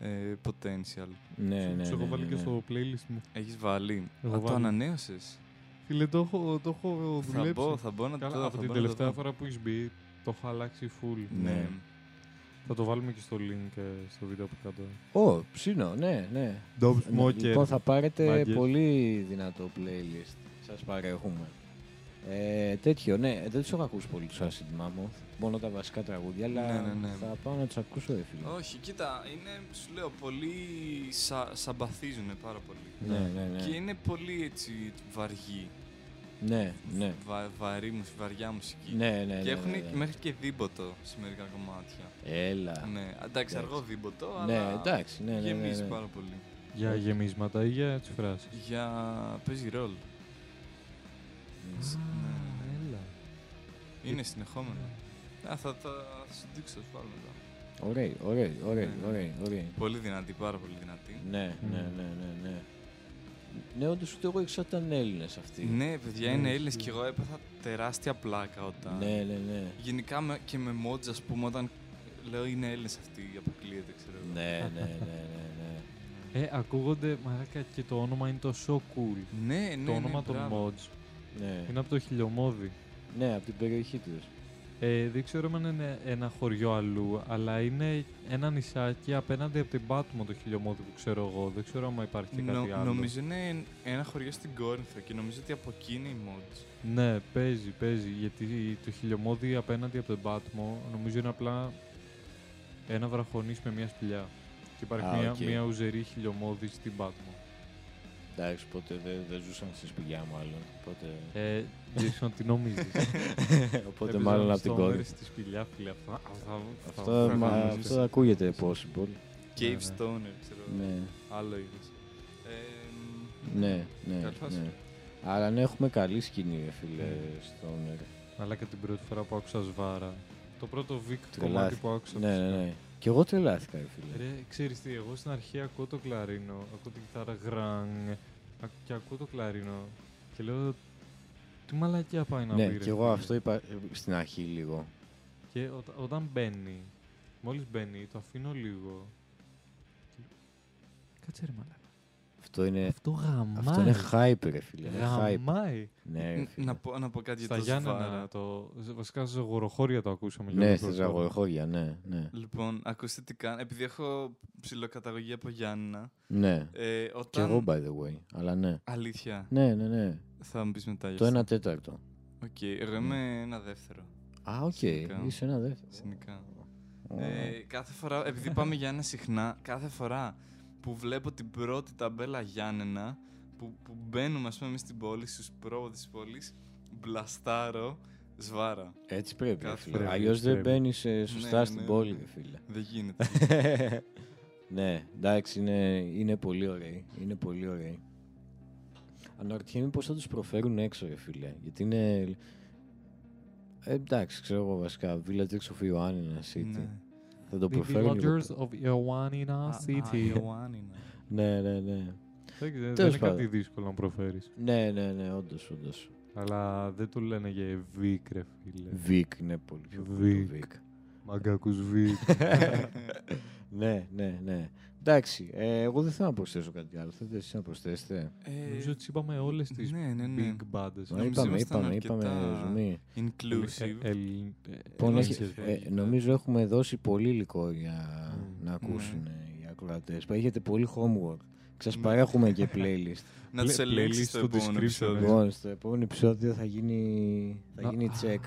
C: ε, potential.
A: Ναι, ναι.
B: Τους έχω
A: ναι,
B: βάλει
A: ναι,
B: και
A: ναι.
B: στο playlist μου.
C: Έχεις βάλει.
B: Εγώ
C: Α, το
B: βάλει.
C: ανανέωσες.
B: Φίλε, το έχω, το έχω
C: Θα μπω,
B: δουλέψει.
C: θα μπω να το
B: Καλά,
C: θα
B: από την
C: μπω να το
B: τελευταία
C: δω.
B: φορά που έχεις μπει, το έχω αλλάξει full.
C: Ναι.
B: Θα το βάλουμε και στο link ε, στο βίντεο που κάτω.
A: Ω, ψήνω, ναι, ναι.
B: Dove
A: Λοιπόν, θα πάρετε
B: Μάγκες.
A: πολύ δυνατό playlist. Σας παρέχουμε. Ε, τέτοιο, ναι, δεν τους έχω ακούσει πολύ τους Acid Mammoth. Μόνο τα βασικά τραγούδια, αλλά
C: Ναι, ναι, ναι.
A: θα πάω να τους ακούσω, ρε φίλε.
C: Όχι, κοίτα, είναι, σου λέω, πολύ σα, σαμπαθίζουν πάρα πολύ.
A: Ναι, ναι, ναι.
C: Και είναι πολύ έτσι βαργή,
A: Ναι, ναι.
C: βα, βαρύ, μουσ- βαριά μουσική.
A: Ναι, ναι, ναι.
C: και έχουν
A: ναι, ναι.
C: μέχρι και δίποτο σε μερικά κομμάτια.
A: Έλα.
C: Ναι, εντάξει,
A: εντάξει.
C: αργό δίποτο,
A: Ναι,
C: αλλά
A: εντάξει, ναι, ναι, ναι,
C: γεμίζει
A: ναι.
C: πάρα πολύ.
B: Για γεμίσματα ή για τις φράσεις.
C: Για παίζει ρόλο. ναι, ναι.
B: Έλα.
C: Είναι συνεχόμενο. Α, θα, θα, θα σου δείξω, θα σου βάλω μετά.
A: Ωραίοι, ωραίοι, ωραίοι,
C: Ναι, ναι.
A: ωραίοι, ωραίοι.
C: Πολύ δυνατή, πάρα πολύ δυνατή.
A: Ναι, ναι, ναι, ναι, ναι. Ναι, όντως ούτε εγώ ήξερα ότι ήταν Έλληνες αυτοί.
C: Ναι, παιδιά,
B: Ναι,
C: είναι Έλληνες
B: ισχύει.
C: και εγώ έπαθα τεράστια πλάκα όταν
A: ναι, ναι. ναι.
C: Γενικά με- και με μότζα, ας πούμε, όταν λέω είναι Έλληνες αυτοί, αποκλείεται, ξέρω εγώ.
A: Ναι, ναι, ναι, ναι, ναι.
B: Ε, ακούγονται μαράκα και το όνομα είναι τόσο cool.
C: Ναι, ναι,
B: το όνομα
C: ναι,
B: των
C: μπράβο.
B: mods
A: Ναι,
B: είναι από το χιλιομόδι.
A: ναι από την περιοχή τους.
B: Ε, δεν ξέρω αν είναι ένα χωριό αλλού, αλλά είναι ένα νησάκι απέναντι από την Πάτμο το χιλιομόδι που ξέρω εγώ. Δεν ξέρω αν υπάρχει και κάτι
C: Νο-
B: άλλο.
C: νομίζω είναι ένα χωριό στην Κόρινθο και νομίζω ότι από εκεί είναι οι mods.
B: Ναι, παίζει, παίζει. Γιατί το χιλιομόδι απέναντι από τον Πάτμο νομίζω είναι απλά ένα βραχονίσι με μια σπηλιά. Και υπάρχει
A: Α,
B: μια,
A: οκ.
B: μια ουζερή χιλιομόδι στην Πάτμο.
A: Εντάξει, ποτέ δεν δεν ζούσαν στη σπηλιά μάλλον. Οπότε,
B: Ε, Jason, τι νομίζεις.
A: οπότε μάλλον από την κόρη.
B: Στη σπηλιάς, φίλε. Αυτά, αυτά,
A: Αυτό, μα,
C: φραγμίζεις.
A: αυτό ακούγεται possible.
C: Cave
B: ναι.
C: Stoner, ε, ξέρω εγώ.
A: Ναι,
C: Άλλο είδος. Ε, μ,
A: ναι, ναι.
C: καλή φάση.
A: ναι. Αλλά ναι, έχουμε καλή σκηνή, ρε φίλε, στον ε,
B: Αλλά και την πρώτη φορά που άκουσα σβάρα. Το πρώτο Vic κομμάτι
A: Τρελάθη.
B: που άκουσα.
A: Ναι, ναι,
B: φυσικά.
A: ναι. Και εγώ τρελάθηκα, ρε φίλε.
B: Ρε, ξέρεις τι, εγώ στην αρχή ακούω το κλαρίνο, ακούω την κιθάρα γραν α- και ακούω το κλαρίνο και λέω τι μαλακιά πάει να πει
A: Ναι,
B: ρε
A: και εγώ
B: φίλε».
A: αυτό είπα ε, στην αρχή λίγο.
B: Και οτα- όταν μπαίνει, μόλις μπαίνει, το αφήνω λίγο. Κάτσε ρε μαλακά.
A: Αυτό είναι,
B: Αυτό γαμάει.
A: Ναι. αυτό είναι hype, ρε φίλε. Είναι hype.
B: Γαμάει.
A: Ναι, ρε
C: ν-
A: φίλε.
C: να, πω, να πω κάτι για
B: Στα
C: το
B: Γιάννενα,
C: Σβάρα.
B: το, βασικά σε γοροχώρια το ακούσαμε. για
A: Ναι,
B: πρώτη
A: στη
B: φορά.
A: ζαγορχώρια, ναι, ναι.
C: Λοιπόν, ακούστε τι κάνω. Επειδή έχω ψηλοκαταγωγή από Γιάννενα.
A: Ναι,
C: Ε, όταν...
A: κι εγώ, by the way, αλλά ναι.
C: Αλήθεια.
A: Ναι, ναι, ναι.
C: Θα μου πεις μετά. γι'
A: Το ένα
C: αυτό.
A: Ναι. τέταρτο.
C: Οκ, εγώ είμαι ένα δεύτερο.
A: Α, οκ.
C: Συνικά.
A: Είσαι ένα δεύτερο.
C: Συνικά.
A: Ω,
C: Ε, κάθε φορά, επειδή πάμε Γιάννενα συχνά, κάθε φορά που βλέπω την πρώτη ταμπέλα Γιάννενα, που, που μπαίνουμε ας πούμε εμείς στην πόλη, στους πρόβο της πόλης, μπλαστάρω σβάρα.
A: Έτσι πρέπει, ρε
C: κάθε
A: φίλε.
B: πρέπει,
A: Αλλιώς δεν
B: πρέπει.
A: μπαίνεις ε, σωστά
C: Ναι,
A: στην
C: ναι,
A: πόλη,
C: ναι.
A: ρε φίλε.
C: Δεν γίνεται.
A: ναι, εντάξει, είναι, είναι πολύ ωραίοι. Είναι πολύ ωραίοι. Αναρωτιέμαι πώς θα τους προφέρουν έξω, ρε φίλε. Γιατί είναι... Ε, εντάξει, ξέρω εγώ βασικά. Village of Ioannina City.
C: ναι.
A: Θα το
B: The
A: προφέρουν λίγο.
B: Villagers of Ioannina City.
A: Ναι, ναι, ναι.
B: Δεν, ξέρω, δεν
A: Τέλος
B: είναι κάτι
A: πάντων.
B: δύσκολο να προφέρεις.
A: Ναι, ναι, ναι, όντως, όντως.
B: Αλλά δεν το λένε για Vic, ρε φίλε.
A: Βικ, είναι πολύ πιο πολύ.
B: Vic.
A: Βικ.
B: Μαγκάκους Vic.
A: ναι, ναι, ναι. Εντάξει, ε, εγώ δεν θέλω να προσθέσω κάτι άλλο. Θέλετε εσείς να προσθέσετε.
B: Νομίζω ότι είπαμε όλες τις
C: ναι, Ε, ναι, ναι.
B: Ε, big bands.
A: Μα
C: Νομίζω
A: είπαμε,
C: ήμασταν
A: είπαμε, είπαμε,
C: αρκετά
A: Ζουμί.
C: Inclusive.
B: Ε, ελλην- ε,
A: Λοιπόν,
B: ελληνικές
A: έχει- ε,
B: bands.
A: νομίζω έχουμε δώσει πολύ υλικό για
B: Μμ.
A: να
C: Ναι.
A: ακούσουν οι ακροατές. Έχετε πολύ homework. Σας
C: Ναι.
A: παρέχουμε και playlist.
C: Να τις
B: Play-
C: ελέγξεις
B: ε, playlist
C: στο
B: στο
C: επόμενο
B: description.
C: επεισόδιο.
A: Λοιπόν, στο επόμενο επεισόδιο θα γίνει, θα
B: Να-
A: γίνει
B: α,
A: check.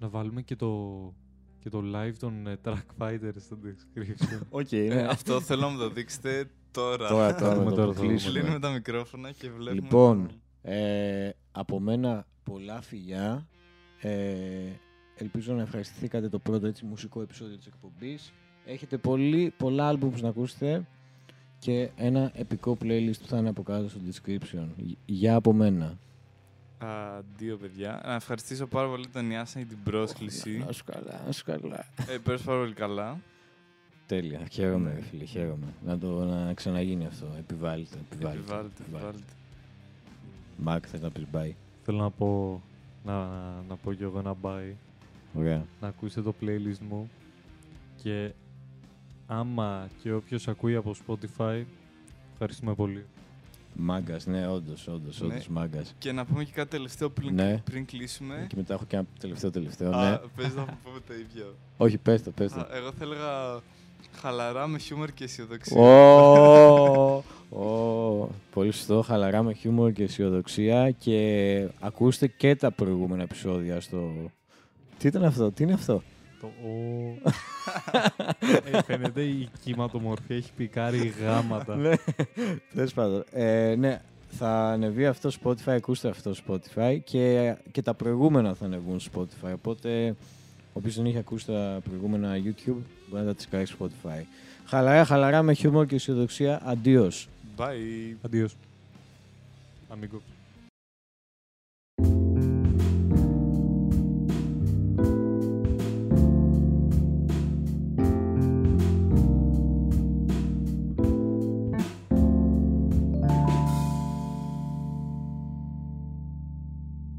B: Να βάλουμε και το, και το live των ε, Track Fighters στο description.
A: Οκ,
C: Ε,
A: ναι.
C: Αυτό θέλω να μου το δείξετε τώρα.
A: Τώρα,
B: Θα
A: τώρα
B: δούμε
A: να το
B: τώρα, θα δούμε.
A: κλείσουμε.
C: Κλείνουμε τα μικρόφωνα και βλέπουμε...
A: Λοιπόν, ε, από μένα πολλά φιλιά. Ε, ελπίζω να ευχαριστηθήκατε το πρώτο έτσι, μουσικό επεισόδιο της εκπομπής. Έχετε πολύ, πολλά albums να ακούσετε και ένα επικό playlist που θα είναι από κάτω στο description. Γ- Γεια από μένα.
C: Αντίο, παιδιά. Να ευχαριστήσω πάρα πολύ τον Ιάσνα για την πρόσκληση.
A: Να σου καλά, να σου καλά.
C: ε, πέρασε πάρα πολύ καλά.
A: Τέλεια. Χαίρομαι, ρε φίλε, χαίρομαι. Να το να ξαναγίνει αυτό. Επιβάλλεται. Επιβάλλεται.
C: Επιβάλλεται, επιβάλλεται.
A: Μακ, θες να πεις bye.
B: Θέλω να πω, να, να πω κι εγώ ένα bye.
A: Ωραία.
B: να ακούσετε το playlist μου και άμα και όποιος ακούει από Spotify ευχαριστούμε πολύ.
A: Μάγκας, ναι, όντως, όντως,
C: Ναι.
A: όντως μάγκας.
C: Και να πούμε και κάτι τελευταίο πριν,
A: Ναι.
C: πριν κλείσουμε.
A: Και μετά έχω και ένα τελευταίο τελευταίο, ναι.
C: Α, πες να πούμε το ίδιο.
A: Όχι, πες το, πες
C: Α,
A: το.
C: εγώ θα έλεγα χαλαρά με χιούμορ και αισιοδοξία.
A: Ω, ω, Πολύ σωστό, χαλαρά με χιούμορ και αισιοδοξία και ακούστε και τα προηγούμενα επεισόδια στο... Τι ήταν αυτό, τι είναι αυτό.
B: Το ο... ε, φαίνεται η κυματομορφία έχει πικάρει γάματα.
A: Ναι, τέλος πάντων. Ε, ναι, θα ανεβεί αυτό Spotify, ακούστε αυτό Spotify και, και τα προηγούμενα θα ανεβούν Spotify. Οπότε, όποιος δεν έχει ακούσει τα προηγούμενα YouTube, μπορεί να τα τσεκάρει Spotify. Χαλαρά, χαλαρά, με χιούμορ και αισιοδοξία. Αντίος.
C: Bye.
B: Αντίος. Αμίγκο.